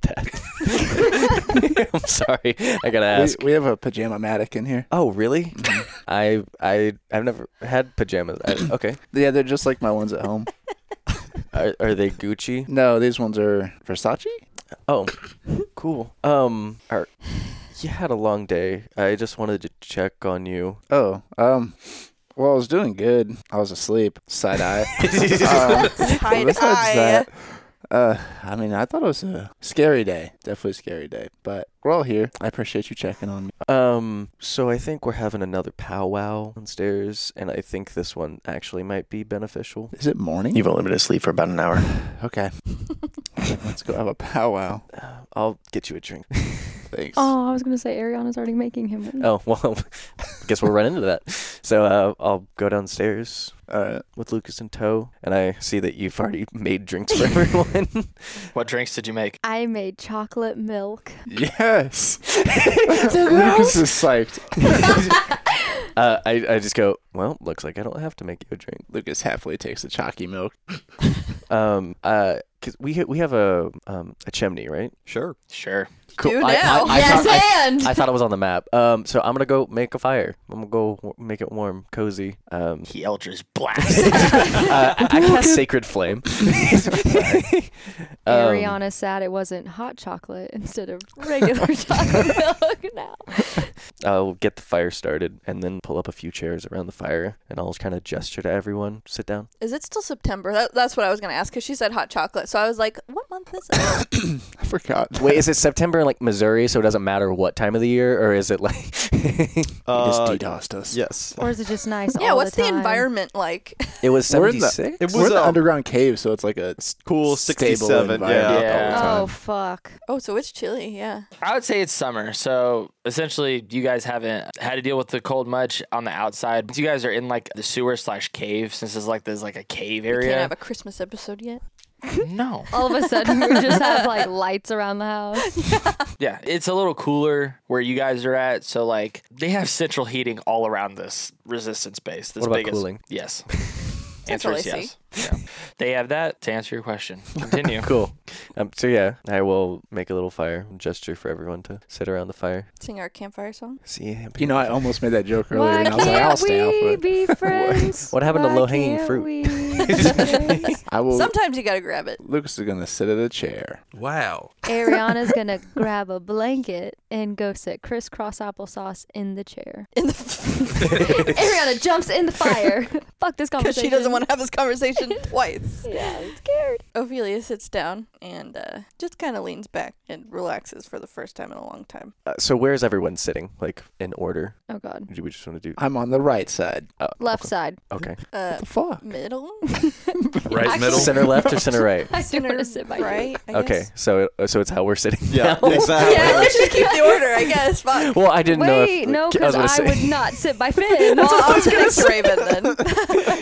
Speaker 6: that? I'm sorry, I gotta
Speaker 3: We,
Speaker 6: ask.
Speaker 3: we have a pajama matic in here. Mm-hmm.
Speaker 6: Oh really? I I I've never had pajamas. I, okay,
Speaker 3: Yeah, they're just like my ones at home.
Speaker 6: are, are they Gucci?
Speaker 3: No, these ones are Versace.
Speaker 6: Oh, cool. Um, are, you had a long day. I just wanted to check on you.
Speaker 3: Oh, um, well, I was doing good. I was asleep, side eye. um,
Speaker 2: Tied
Speaker 3: besides
Speaker 2: eye.
Speaker 3: that, uh, I mean, I thought it was a scary day. Definitely a scary day. But we're all here. I appreciate you checking on me.
Speaker 6: Um, so I think we're having another powwow downstairs, and I think this one actually might be beneficial.
Speaker 3: Is it morning?
Speaker 10: You've only been asleep for about an hour.
Speaker 3: Okay. Let's go have a powwow.
Speaker 6: Uh, I'll get you a drink.
Speaker 3: Thanks.
Speaker 4: Oh, I was going to say Ariana's already making him one.
Speaker 6: Oh well, guess we'll run into that. So uh, I'll go downstairs uh,
Speaker 3: All right.
Speaker 6: with Lucas in tow, and I see that you've already made drinks for everyone.
Speaker 1: What drinks did you make?
Speaker 4: I made chocolate milk.
Speaker 3: Yes. Lucas is psyched.
Speaker 6: uh, I I just go. Well, looks like I don't have to make you a drink.
Speaker 3: Lucas halfway takes the chalky milk.
Speaker 6: Um, uh, cause we ha- we have a um a chimney, right?
Speaker 5: Sure.
Speaker 1: Sure.
Speaker 2: Do
Speaker 6: I- I-
Speaker 2: now.
Speaker 6: I thought- I-
Speaker 4: and
Speaker 6: I thought it was on the map. Um, so I'm gonna go make a fire. I'm gonna go w- make it warm, cozy. Um,
Speaker 1: He Eldritch Blast.
Speaker 6: uh, I, I cast Sacred Flame. Um,
Speaker 4: Ariana said it wasn't hot chocolate instead of regular chocolate milk now.
Speaker 6: I'll get the fire started and then pull up a few chairs around the fire and I'll kind of gesture to everyone. Sit down.
Speaker 2: Is it still September? That, that's what I was going to ask because she said hot chocolate. so I was like, what month is it?
Speaker 3: I forgot.
Speaker 6: Wait, is it September in like Missouri, so it doesn't matter what time of the year, or is it like He
Speaker 5: Uh,
Speaker 3: DDoSed us?
Speaker 5: Yes.
Speaker 4: Or is it just nice?
Speaker 2: yeah,
Speaker 4: all
Speaker 2: what's the,
Speaker 4: time?
Speaker 2: environment like?
Speaker 6: It was
Speaker 3: We're in the-
Speaker 6: seventy six.
Speaker 5: It
Speaker 3: We're
Speaker 5: was
Speaker 3: in the
Speaker 5: uh,
Speaker 3: underground cave, so it's like a
Speaker 5: cool
Speaker 3: stable
Speaker 5: 67. Yeah.
Speaker 3: environment all the
Speaker 1: Yeah.
Speaker 3: time.
Speaker 4: Oh fuck.
Speaker 2: oh, so it's chilly, yeah.
Speaker 1: I would say it's summer. So essentially, you guys haven't had to deal with the cold much on the outside. But you guys are in like the sewer slash cave since it's like there's like a cave
Speaker 2: We can't
Speaker 1: area.
Speaker 2: have a Christmas episode yet.
Speaker 1: no.
Speaker 4: All of a sudden, we just have like lights around the house.
Speaker 1: Yeah. It's a little cooler where you guys are at. So like they have central heating all around this resistance base. This
Speaker 6: What about
Speaker 1: biggest,
Speaker 6: cooling?
Speaker 1: Yes.
Speaker 2: That's
Speaker 1: Answer
Speaker 2: all
Speaker 1: is
Speaker 2: I see.
Speaker 1: yes. Yeah. They have that to answer your question. Continue.
Speaker 6: Cool. Um, so yeah, I will make a little fire gesture for everyone to sit around the fire.
Speaker 2: Sing our campfire song.
Speaker 6: See, him.
Speaker 3: You know, I almost made that joke earlier,
Speaker 4: Why
Speaker 3: and I was like, I'll
Speaker 4: can't
Speaker 3: stay off
Speaker 4: we
Speaker 3: it.
Speaker 4: be friends?
Speaker 6: What happened to
Speaker 4: Why
Speaker 6: low-hanging
Speaker 4: can't
Speaker 6: fruit?
Speaker 4: we be friends?
Speaker 3: I will.
Speaker 2: Sometimes you gotta grab it.
Speaker 3: Lucas is gonna sit at a chair.
Speaker 7: Wow.
Speaker 4: Ariana's gonna grab a blanket and go sit crisscross applesauce in the chair.
Speaker 2: In the
Speaker 4: Ariana jumps in the fire. Fuck
Speaker 2: because
Speaker 4: this conversation.
Speaker 2: she doesn't want to have this conversation twice.
Speaker 4: Yeah, I'm scared.
Speaker 2: Ophelia sits down and uh, just kind of leans back and relaxes for the first time in a long time.
Speaker 6: Uh, so where is everyone sitting? Like in order?
Speaker 4: Oh god.
Speaker 6: Do we just want to do?
Speaker 3: I'm on the right side.
Speaker 6: Uh,
Speaker 4: Left
Speaker 6: okay.
Speaker 4: side.
Speaker 6: Okay.
Speaker 2: Uh,
Speaker 3: Fuck.
Speaker 2: middle,
Speaker 7: Right
Speaker 2: Actually-
Speaker 7: middle.
Speaker 6: Center left or center right?
Speaker 4: I do want
Speaker 2: center,
Speaker 4: to sit by you.
Speaker 2: right? I
Speaker 6: Okay.
Speaker 2: guess.
Speaker 6: So so it's how we're sitting.
Speaker 5: Yeah,
Speaker 6: now.
Speaker 5: exactly.
Speaker 2: Yeah, let's just keep the order. I guess. Fuck.
Speaker 6: Well, I didn't know.
Speaker 4: Wait,
Speaker 6: If,
Speaker 4: no, because
Speaker 6: I, was
Speaker 4: I,
Speaker 6: gonna
Speaker 4: would
Speaker 6: say-
Speaker 4: not sit by Finn.
Speaker 2: Well, I was next to Raven then.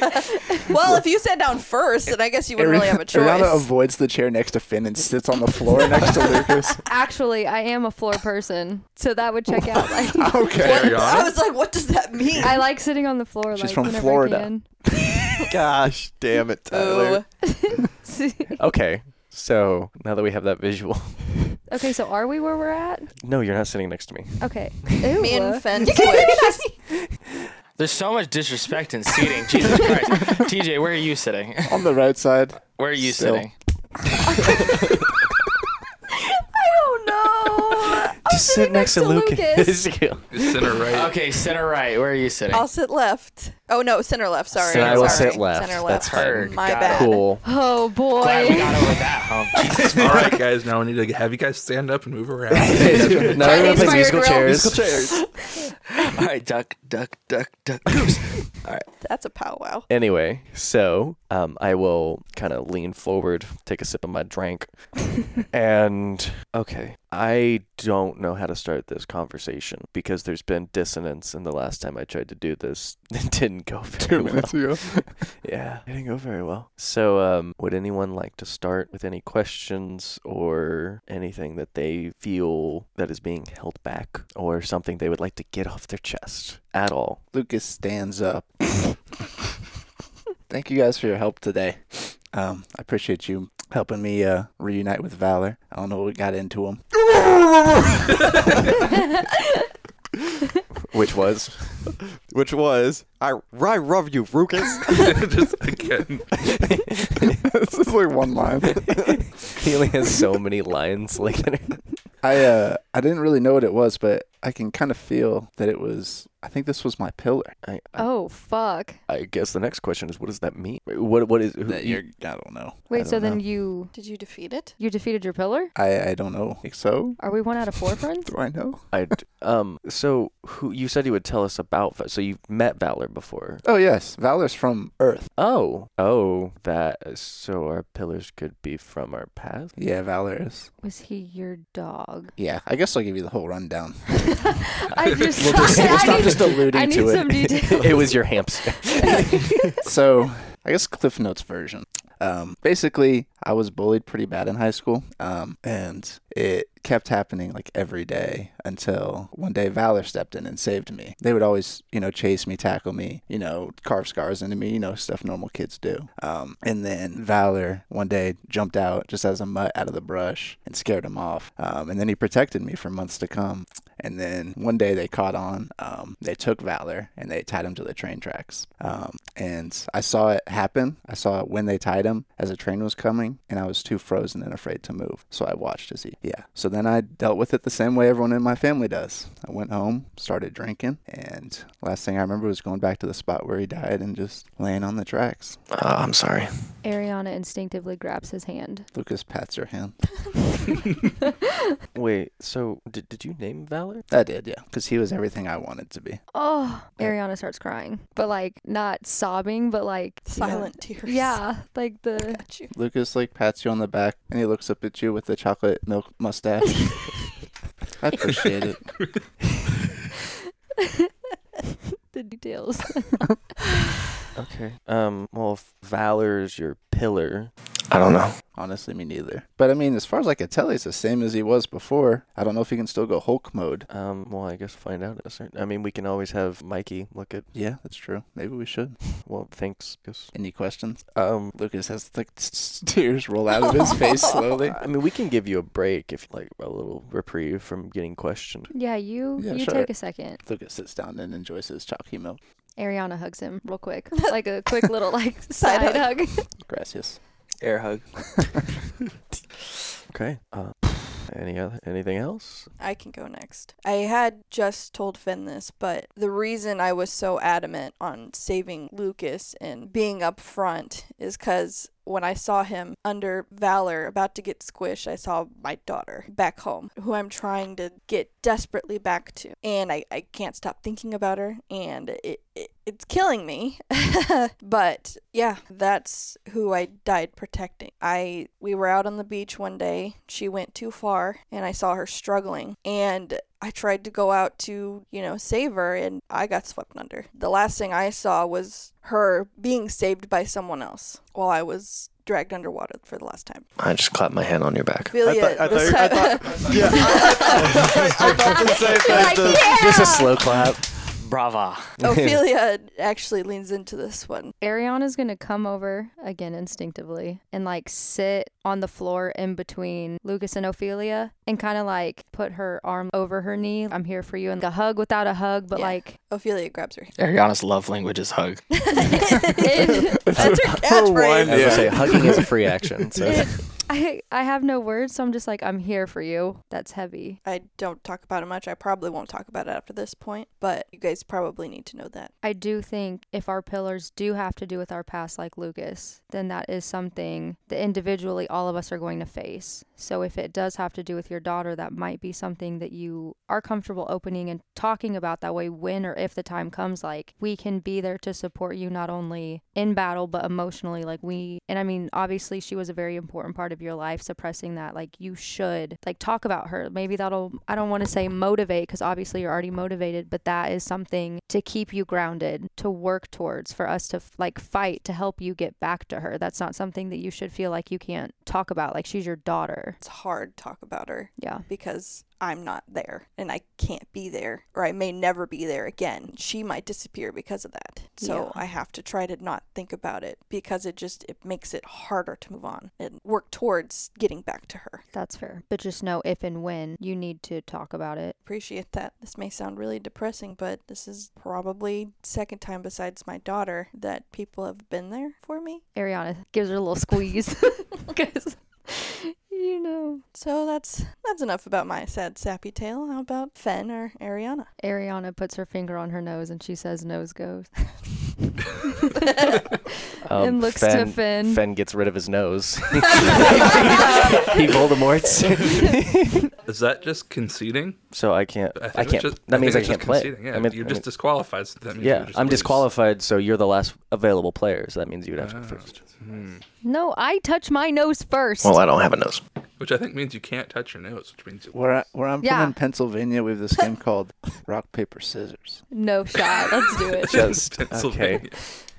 Speaker 2: well, if you sat down first, then I guess you wouldn't really have a
Speaker 3: Ariana
Speaker 2: choice.
Speaker 3: avoids the chair next to Finn and sits on the floor next to Lucas.
Speaker 4: Actually, I am a floor person, so that would check out. Like,
Speaker 3: Okay.
Speaker 2: I was like, what does that mean?
Speaker 4: I like sitting on the floor.
Speaker 3: She's
Speaker 4: like,
Speaker 3: from
Speaker 4: whenever
Speaker 3: Florida.
Speaker 4: I can.
Speaker 5: Gosh, damn it, Tyler.
Speaker 6: Okay. So now that we have that visual,
Speaker 4: Okay, so are we where we're at?
Speaker 6: no, you're not sitting next to me.
Speaker 4: Okay.
Speaker 2: Ooh.
Speaker 4: Ew.
Speaker 2: Me and Fenn
Speaker 1: There's so much disrespect in seating. Jesus Christ. TJ, where are you sitting?
Speaker 3: on the right side.
Speaker 1: Where are you
Speaker 3: Still.
Speaker 1: sitting?
Speaker 4: I don't know. I'm
Speaker 6: Just
Speaker 4: sitting
Speaker 6: sit next to Lucas.
Speaker 7: Center right.
Speaker 1: Okay, center right. Where are you sitting?
Speaker 2: I'll sit left. Oh no, center left. Sorry.
Speaker 6: Center- I will
Speaker 2: Sorry.
Speaker 6: sit left.
Speaker 2: Center
Speaker 6: That's
Speaker 2: left.
Speaker 6: fine.
Speaker 1: Heard.
Speaker 2: My
Speaker 1: Got
Speaker 2: bad.
Speaker 6: cool.
Speaker 4: Oh
Speaker 1: Glad we
Speaker 4: boy.
Speaker 1: got over that
Speaker 6: Oh,
Speaker 1: hump. Jesus.
Speaker 7: All right, guys. Now we need to have you guys stand up and move around.
Speaker 6: no, we're gonna play
Speaker 2: Fire
Speaker 6: musical
Speaker 2: drill.
Speaker 6: chairs.
Speaker 1: All right, duck, duck, duck, duck, goose.
Speaker 2: That's a powwow.
Speaker 6: Anyway, so um, I will kind of lean forward, take a sip of my drink, and okay, I don't know how to start this conversation because there's been dissonance, and the last time I tried to do this, it didn't go very
Speaker 3: Two
Speaker 6: well.
Speaker 3: minutes ago.
Speaker 6: Yeah, it didn't go very well. So, um, would anyone like to start with any questions or anything that they feel that is being held back, or something they would like to get off their chest at all?
Speaker 3: Lucas stands up. Thank you guys for your help today. Um, I appreciate you helping me uh, reunite with Valor. I don't know what got into him.
Speaker 6: Which was
Speaker 5: Which was, I, I love you, Rucus.
Speaker 7: Just again.
Speaker 3: this is like one line.
Speaker 6: he only has so many lines like
Speaker 3: I uh, I didn't really know what it was, but I can kind of feel that it was. I think this was my pillar.
Speaker 6: I, I,
Speaker 4: Oh fuck.
Speaker 6: I guess the next question is, what does that mean? What what is who, you-
Speaker 3: I don't know.
Speaker 4: Wait, so
Speaker 3: don't
Speaker 4: then
Speaker 3: know.
Speaker 4: you
Speaker 2: Did you defeat it?
Speaker 4: you defeated your pillar?
Speaker 3: I I don't know. Think so?
Speaker 4: Are we one out of four friends?
Speaker 3: Do I know?
Speaker 6: I um so who you said you would tell us about Va- so you've met Valor before
Speaker 3: Oh yes, Valor's from Earth.
Speaker 6: oh oh that so our pillars could be from our past
Speaker 3: Yeah, Valor is.
Speaker 4: Was he your dog?
Speaker 3: Yeah, I guess I'll give you the whole rundown.
Speaker 4: I just,
Speaker 3: We'll just-
Speaker 4: I,
Speaker 3: we'll stop
Speaker 4: need,
Speaker 3: just alluding
Speaker 4: I need
Speaker 3: to it.
Speaker 4: some details.
Speaker 6: it was your hamster
Speaker 3: so I guess Cliff Notes version. Um, basically, I was bullied pretty bad in high school, um, and it kept happening like every day until one day Valor stepped in and saved me. They would always, you know, chase me, tackle me, you know, carve scars into me, you know, stuff normal kids do. Um, and then Valor one day jumped out just as a mutt out of the brush and scared him off. Um, and then he protected me for months to come. And then one day they caught on. Um, they took Valor and they tied him to the train tracks. Um, and I saw it happen. I saw it when they tied him as a train was coming, and I was too frozen and afraid to move. So I watched as he, yeah. So then I dealt with it the same way everyone in my family does. I went home, started drinking, and last thing I remember was going back to the spot where he died and just laying on the tracks.
Speaker 10: Oh, I'm sorry.
Speaker 4: Ariana instinctively grabs his hand.
Speaker 3: Lucas pats her hand.
Speaker 6: Wait, so did, did you name Valor?
Speaker 3: I did, yeah, because he was everything I wanted to be.
Speaker 4: Oh, Ariana starts crying, but like not sobbing, but like
Speaker 2: Silent tears.
Speaker 4: Yeah, like the
Speaker 3: Lucas like pats you on the back and he looks up at you with the chocolate milk mustache. I appreciate it.
Speaker 4: the details.
Speaker 6: Okay. Um. Well, if Valor's your pillar.
Speaker 10: I don't know.
Speaker 3: Honestly, me neither. But I mean, as far as I can tell, he's the same as he was before. I don't know if he can still go Hulk mode.
Speaker 6: Um. Well, I guess find out. at a certain- I mean, we can always have Mikey look at.
Speaker 3: Yeah, that's true. Maybe we should.
Speaker 6: Well, thanks. Guess.
Speaker 3: Any questions?
Speaker 6: Um.
Speaker 3: Lucas has the tears roll out of his face slowly.
Speaker 6: I mean, we can give you a break if like a little reprieve from getting questioned.
Speaker 4: Yeah, you
Speaker 3: Yeah,
Speaker 4: you
Speaker 3: sure.
Speaker 4: take a second.
Speaker 3: Lucas sits down and enjoys his chalky milk.
Speaker 4: Ariana hugs him real quick, like a quick little like side, hug.
Speaker 3: Gracias.
Speaker 1: Air hug.
Speaker 6: Okay. Uh. Any other anything else?
Speaker 2: I can go next. I had just told Finn this, but the reason I was so adamant on saving Lucas and being up front is because when I saw him under Valor about to get squished, I saw my daughter back home, who I'm trying to get desperately back to. And I, I can't stop thinking about her, and it, it it's killing me. but yeah, that's who I died protecting. I we were out on the beach one day. She went too far and I saw her struggling and I tried to go out to, you know, save her and I got swept under. The last thing I saw was her being saved by someone else while I was dragged underwater for the last time.
Speaker 10: I just clapped my hand on your back.
Speaker 2: Ophelia,
Speaker 5: I
Speaker 2: this
Speaker 5: thought- I
Speaker 2: time-
Speaker 5: Yeah. I thought the same thing.
Speaker 2: Like, yeah!
Speaker 10: Just a slow clap.
Speaker 1: Brava.
Speaker 2: Ophelia actually leans into this one.
Speaker 4: Ariana's gonna come over again instinctively and like sit on the floor in between Lucas and Ophelia and kind of like put her arm over her knee. I'm here for you and a hug without a hug, but
Speaker 2: Yeah.
Speaker 4: like
Speaker 2: Ophelia grabs her hand.
Speaker 1: Ariana's love language is hug.
Speaker 2: That's her catchphrase.
Speaker 10: As
Speaker 6: one.
Speaker 10: I
Speaker 6: Yeah.
Speaker 10: say, hugging is a free action. So
Speaker 4: it, I I have no words, so I'm just like I'm here for you. That's heavy.
Speaker 2: I don't talk about it much. I probably won't talk about it after this point, but you guys probably need to know that.
Speaker 4: I do think if our pillars do have to do with our past, like Lucas, then that is something that individually all of us are going to face. So if it does have to do with your daughter, that might be something that you are comfortable opening and talking about. That way, when or if the time comes, like we can be there to support you not only in battle but emotionally. Like we, and I mean, obviously, she was a very important part of your life. Suppressing that, like you should, like talk about her. Maybe that'll. I don't want to say motivate because obviously you're already motivated, but that is something to keep you grounded, to work towards, for us to f- like fight to help you get back to her. That's not something that you should feel like you can't talk about. Like she's your daughter.
Speaker 2: It's hard to talk about her
Speaker 4: Yeah.
Speaker 2: because I'm not there and I can't be there or I may never be there again. She might disappear because of that. So
Speaker 4: Yeah.
Speaker 2: I have to try to not think about it because it just it makes it harder to move on and work towards getting back to her.
Speaker 4: That's fair. But just know if and when you need to talk about it.
Speaker 2: Appreciate that. This may sound really depressing, but this is probably second time besides my daughter that people have been there for me.
Speaker 4: Ariana gives her a little squeeze because, you know,
Speaker 2: So that's that's enough about my sad sappy tale. How about Fen or Ariana?
Speaker 4: Ariana puts her finger on her nose and she says, "Nose goes."
Speaker 10: um,
Speaker 4: And looks to Finn.
Speaker 10: Finn gets rid of his nose. he Voldemort's.
Speaker 7: Is that just conceding?
Speaker 6: So I can't.
Speaker 7: think
Speaker 6: I
Speaker 7: it's
Speaker 6: can't.
Speaker 7: just- I
Speaker 6: that
Speaker 7: think
Speaker 6: means I
Speaker 7: it's just
Speaker 6: can't play.
Speaker 7: conceding, Yeah,
Speaker 6: I mean,
Speaker 7: you're
Speaker 6: I
Speaker 7: just
Speaker 6: mean-
Speaker 7: disqualified. So that means you
Speaker 6: yeah,
Speaker 7: just
Speaker 6: I'm
Speaker 7: lose.
Speaker 6: disqualified. So you're the last available player. So that means you would have to go
Speaker 7: Oh.
Speaker 6: first.
Speaker 7: Hmm.
Speaker 4: No, I touch my nose first.
Speaker 10: well, I don't have a nose.
Speaker 7: Which I think means you can't touch your nose, which means you
Speaker 3: Where, I, where I'm
Speaker 4: Yeah.
Speaker 3: from in Pennsylvania, we have this game called rock paper scissors.
Speaker 4: no shot. Let's do it.
Speaker 6: Just
Speaker 7: Pennsylvania.
Speaker 6: okay.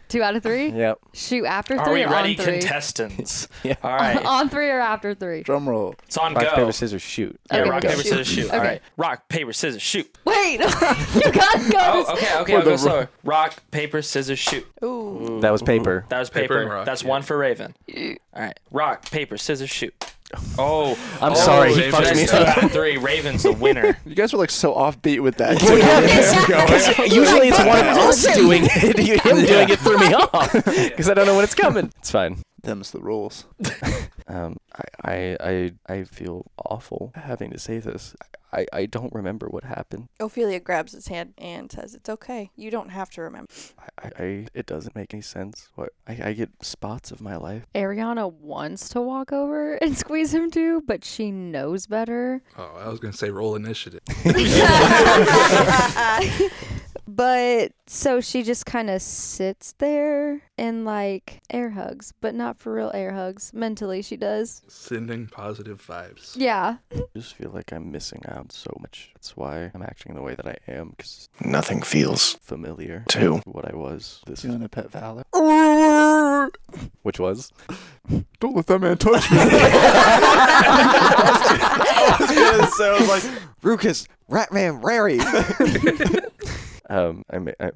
Speaker 4: Two out of three.
Speaker 6: Yep.
Speaker 4: Shoot after
Speaker 1: Are
Speaker 4: three
Speaker 1: we
Speaker 4: or
Speaker 1: ready,
Speaker 4: on three.
Speaker 1: contestants?
Speaker 6: Yeah.
Speaker 1: All right.
Speaker 4: on three or after three.
Speaker 3: Drum roll.
Speaker 1: It's on
Speaker 6: Rock
Speaker 1: go.
Speaker 6: paper scissors shoot.
Speaker 1: Yeah,
Speaker 4: Okay,
Speaker 1: rock,
Speaker 4: go.
Speaker 1: paper,
Speaker 4: Shoot.
Speaker 1: scissors, shoot. All
Speaker 4: Okay.
Speaker 1: right. Rock, paper, scissors, shoot.
Speaker 4: Wait, you gotta go.
Speaker 1: Oh,
Speaker 4: to-
Speaker 1: okay, okay. I'll go slower. Rock, paper, scissors, shoot.
Speaker 2: Ooh.
Speaker 6: That was paper.
Speaker 1: That was
Speaker 7: Paper
Speaker 1: paper.
Speaker 7: and rock,
Speaker 1: That's
Speaker 7: yeah.
Speaker 1: one for Raven. All right. Rock, paper, scissors, shoot. Oh,
Speaker 10: I'm
Speaker 1: oh,
Speaker 10: sorry, he
Speaker 1: if
Speaker 10: fucked
Speaker 1: that's
Speaker 10: me
Speaker 1: the
Speaker 10: up.
Speaker 1: top Three Ravens, the winner.
Speaker 3: You guys were like so offbeat with that.
Speaker 10: Usually it's one of us
Speaker 3: Wilson.
Speaker 10: doing it. You- Him
Speaker 3: Yeah.
Speaker 10: doing it threw me off because I don't know when it's coming. It's fine.
Speaker 3: Them's the rules.
Speaker 6: Um, I, I, I, I feel awful having to say this. I, I don't remember what happened.
Speaker 2: Ophelia grabs his hand and says, It's okay. You don't have to remember.
Speaker 6: I, I it doesn't make any sense. What I, I get spots of my life.
Speaker 4: Ariana wants to walk over and squeeze him too, but she knows better.
Speaker 7: Oh, I was gonna say roll initiative.
Speaker 4: But so she just kind of sits there and like air hugs, but not for real air hugs. Mentally, she does.
Speaker 7: Sending positive vibes.
Speaker 4: Yeah.
Speaker 6: I just feel like I'm missing out so much. That's why I'm acting the way that I am because
Speaker 10: Nothing feels
Speaker 6: familiar
Speaker 10: Two.
Speaker 6: with what I was. This
Speaker 3: Doing a pet valor.
Speaker 6: which was
Speaker 3: Don't let that man touch me.
Speaker 5: so I was like, Rukus, Ratman, Rary.
Speaker 6: um I mean I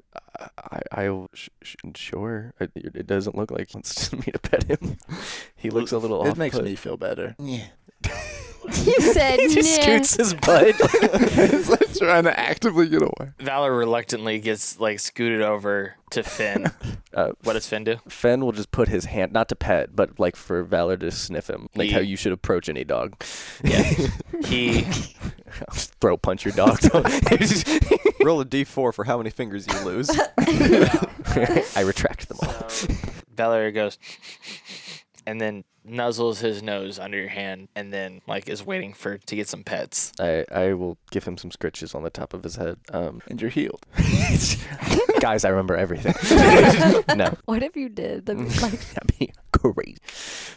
Speaker 6: I I sh- sh- sure it, it doesn't look like he wants me to pet him. He looks a little.
Speaker 3: It makes
Speaker 6: off-put.
Speaker 3: me feel better. Yeah.
Speaker 4: You said,
Speaker 6: He just
Speaker 4: "Nah."
Speaker 6: scoots his butt.
Speaker 3: it's like trying to actively get away.
Speaker 1: Valor reluctantly gets like scooted over to Finn.
Speaker 6: Uh,
Speaker 1: what does Finn do?
Speaker 6: Fen will just put his hand, not to pet, but like for Valor to sniff him, like how
Speaker 1: Ye-
Speaker 6: you should approach any dog.
Speaker 1: He
Speaker 6: Throw punch your dog.
Speaker 5: Roll a d4 for how many fingers you lose.
Speaker 6: I retract them all.
Speaker 1: Valor goes and then nuzzles his nose under your hand and then like is waiting for to get some pets.
Speaker 6: I, I will give him some scritches on the top of his head. Um,
Speaker 3: And you're healed.
Speaker 6: guys, I remember everything. no,
Speaker 4: What if you did? That'd be like,
Speaker 6: that'd be great.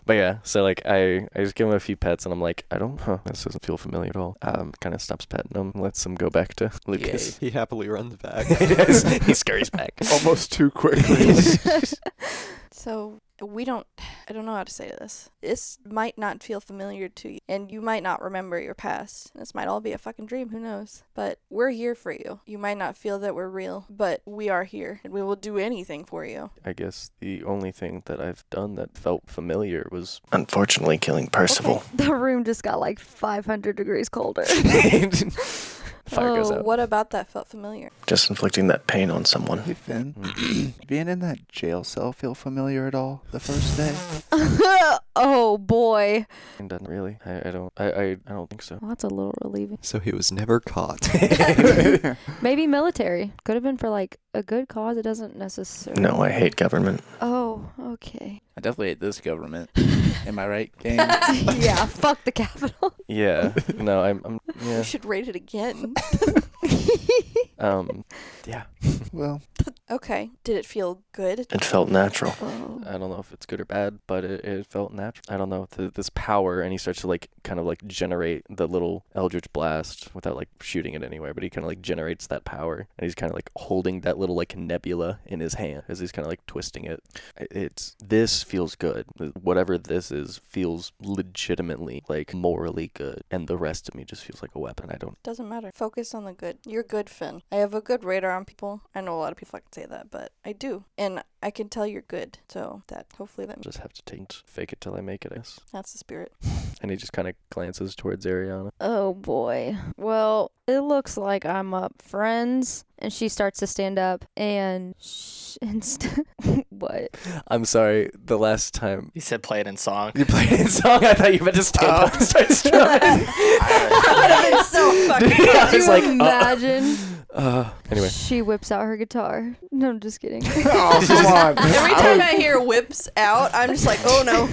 Speaker 6: But yeah, so like I, I just give him a few pets, and I'm like, I don't, huh, this doesn't feel familiar at all. Um, kind of stops petting him, lets him go back to Lucas.
Speaker 5: he happily runs back.
Speaker 6: he scurries back.
Speaker 3: Almost too quickly.
Speaker 2: So we don't I don't know how to say this. This might not feel familiar to you and you might not remember your past. This might all be a fucking dream, who knows? But we're here for you. You might not feel that we're real, but we are here and we will do anything for you.
Speaker 6: I guess the only thing that I've done that felt familiar was
Speaker 10: Unfortunately, killing Percival.
Speaker 4: the room just got like 500 degrees colder.
Speaker 6: fire goes
Speaker 2: oh,
Speaker 6: out.
Speaker 2: what about that felt familiar?
Speaker 10: Just inflicting that pain on someone.
Speaker 3: Hey, Finn.
Speaker 10: Hmm.
Speaker 3: Being in that jail cell feel familiar at all the first day?
Speaker 4: oh boy.
Speaker 6: And doesn't really. I, I don't. I, I, I don't think so.
Speaker 4: Well, that's a little relieving.
Speaker 5: so he was never caught.
Speaker 4: Maybe military. Could have been for like a good cause. It doesn't necessarily.
Speaker 10: No, I hate government.
Speaker 4: Oh, okay.
Speaker 3: I definitely hate this government. Am I right, gang?
Speaker 4: yeah, fuck the capital.
Speaker 6: Yeah. No. I'm. I'm yeah.
Speaker 2: You should rate it again.
Speaker 6: Um. Yeah.
Speaker 3: Well,
Speaker 2: okay. Did it feel good?
Speaker 10: It felt natural.
Speaker 4: Oh.
Speaker 6: I don't know if it's good or bad, but it, it felt natural. I don't know th- this power, and he starts to like kind of like generate the little eldritch blast without like shooting it anywhere. But he kind of like generates that power, and he's kind of like holding that little like nebula in his hand as he's kind of like twisting it. I- It's this feels good. Whatever this is feels legitimately like morally good, and the rest of me just feels like a weapon. I don't.
Speaker 2: Doesn't matter. Focus on the good. You're good, Finn. I have a good radar on people. I know a lot of people fucking say that, but I do. And I can tell you're good. So that hopefully that
Speaker 6: Just have to take fake it till I make it. I guess.
Speaker 2: that's the spirit.
Speaker 6: And he just kind of glances towards Ariana.
Speaker 4: Oh boy. Well, it looks like I'm up, friends. And she starts to stand up and sh- and st- what?
Speaker 6: I'm sorry. The last time
Speaker 1: He said play it in song.
Speaker 6: You played in song. I thought you meant to stand up and start strumming.
Speaker 2: fucking
Speaker 6: I
Speaker 4: Could
Speaker 6: was
Speaker 4: you
Speaker 6: like, uh,
Speaker 4: imagine?
Speaker 6: uh. anyway.
Speaker 4: She whips out her guitar. No, I'm just kidding.
Speaker 3: oh, come on.
Speaker 2: Every time I hear whips out, I'm just like, oh no.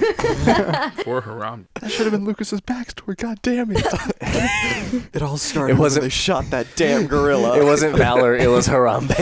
Speaker 7: For Haram.
Speaker 3: That should have been Lucas's backstory. God damn it.
Speaker 5: it all started
Speaker 6: It wasn't-
Speaker 5: when they shot that damn gorilla.
Speaker 6: It wasn't Valor. It was Harambe.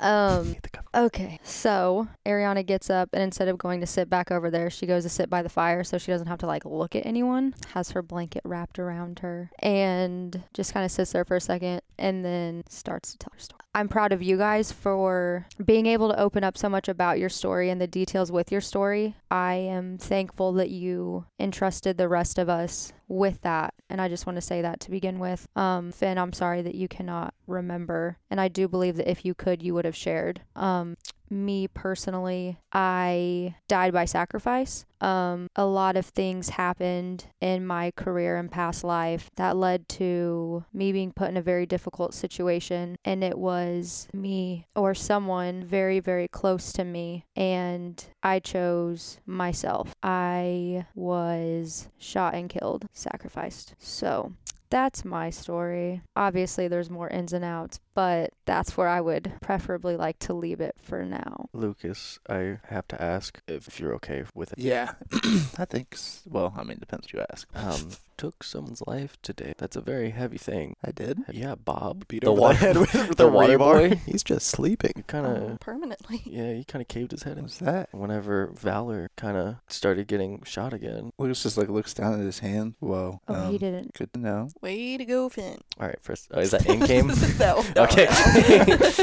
Speaker 4: Um. Okay, so Ariana gets up and instead of going to sit back over there, she goes to sit by the fire so she doesn't have to like look at anyone. Has her blanket wrapped around her and just kind of sits there for a second and then starts to tell her story. I'm proud of you guys for being able to open up so much about your story and the details with your story. I am thankful that you entrusted the rest of us with that. And I just want to say that to begin with. Um, Finn, I'm sorry that you cannot remember. And I do believe that if you could, you would have shared. Um, me personally, I died by sacrifice. Um, a lot of things happened in my career and past life that led to me being put in a very difficult situation. And it was me or someone very, very close to me. And I chose myself. I was shot and killed, sacrificed. So that's my story. Obviously, there's more ins and outs, but that's where I would preferably like to leave it for now.
Speaker 6: Lucas, I have to ask if you're okay with it.
Speaker 3: Yeah, I think. s- Well, I mean, depends who you ask.
Speaker 6: Um, took someone's life today. That's a very heavy thing.
Speaker 3: I did.
Speaker 6: Yeah, Bob beat
Speaker 5: The
Speaker 6: over
Speaker 5: wa-
Speaker 6: the head with
Speaker 5: the
Speaker 6: the
Speaker 5: water
Speaker 6: rebar.
Speaker 5: boy? He's just sleeping.
Speaker 6: Kind
Speaker 3: Oh.
Speaker 6: of.
Speaker 2: permanently.
Speaker 6: Yeah, he kind of caved his head in.
Speaker 3: What's that?
Speaker 6: Whenever Valor kind of started getting shot again.
Speaker 3: Lucas just like looks down at his hand. Whoa.
Speaker 4: Oh, he didn't.
Speaker 3: Good to know.
Speaker 2: Way to go, Finn.
Speaker 6: All right, first, oh, is that in game?
Speaker 2: No.
Speaker 6: okay.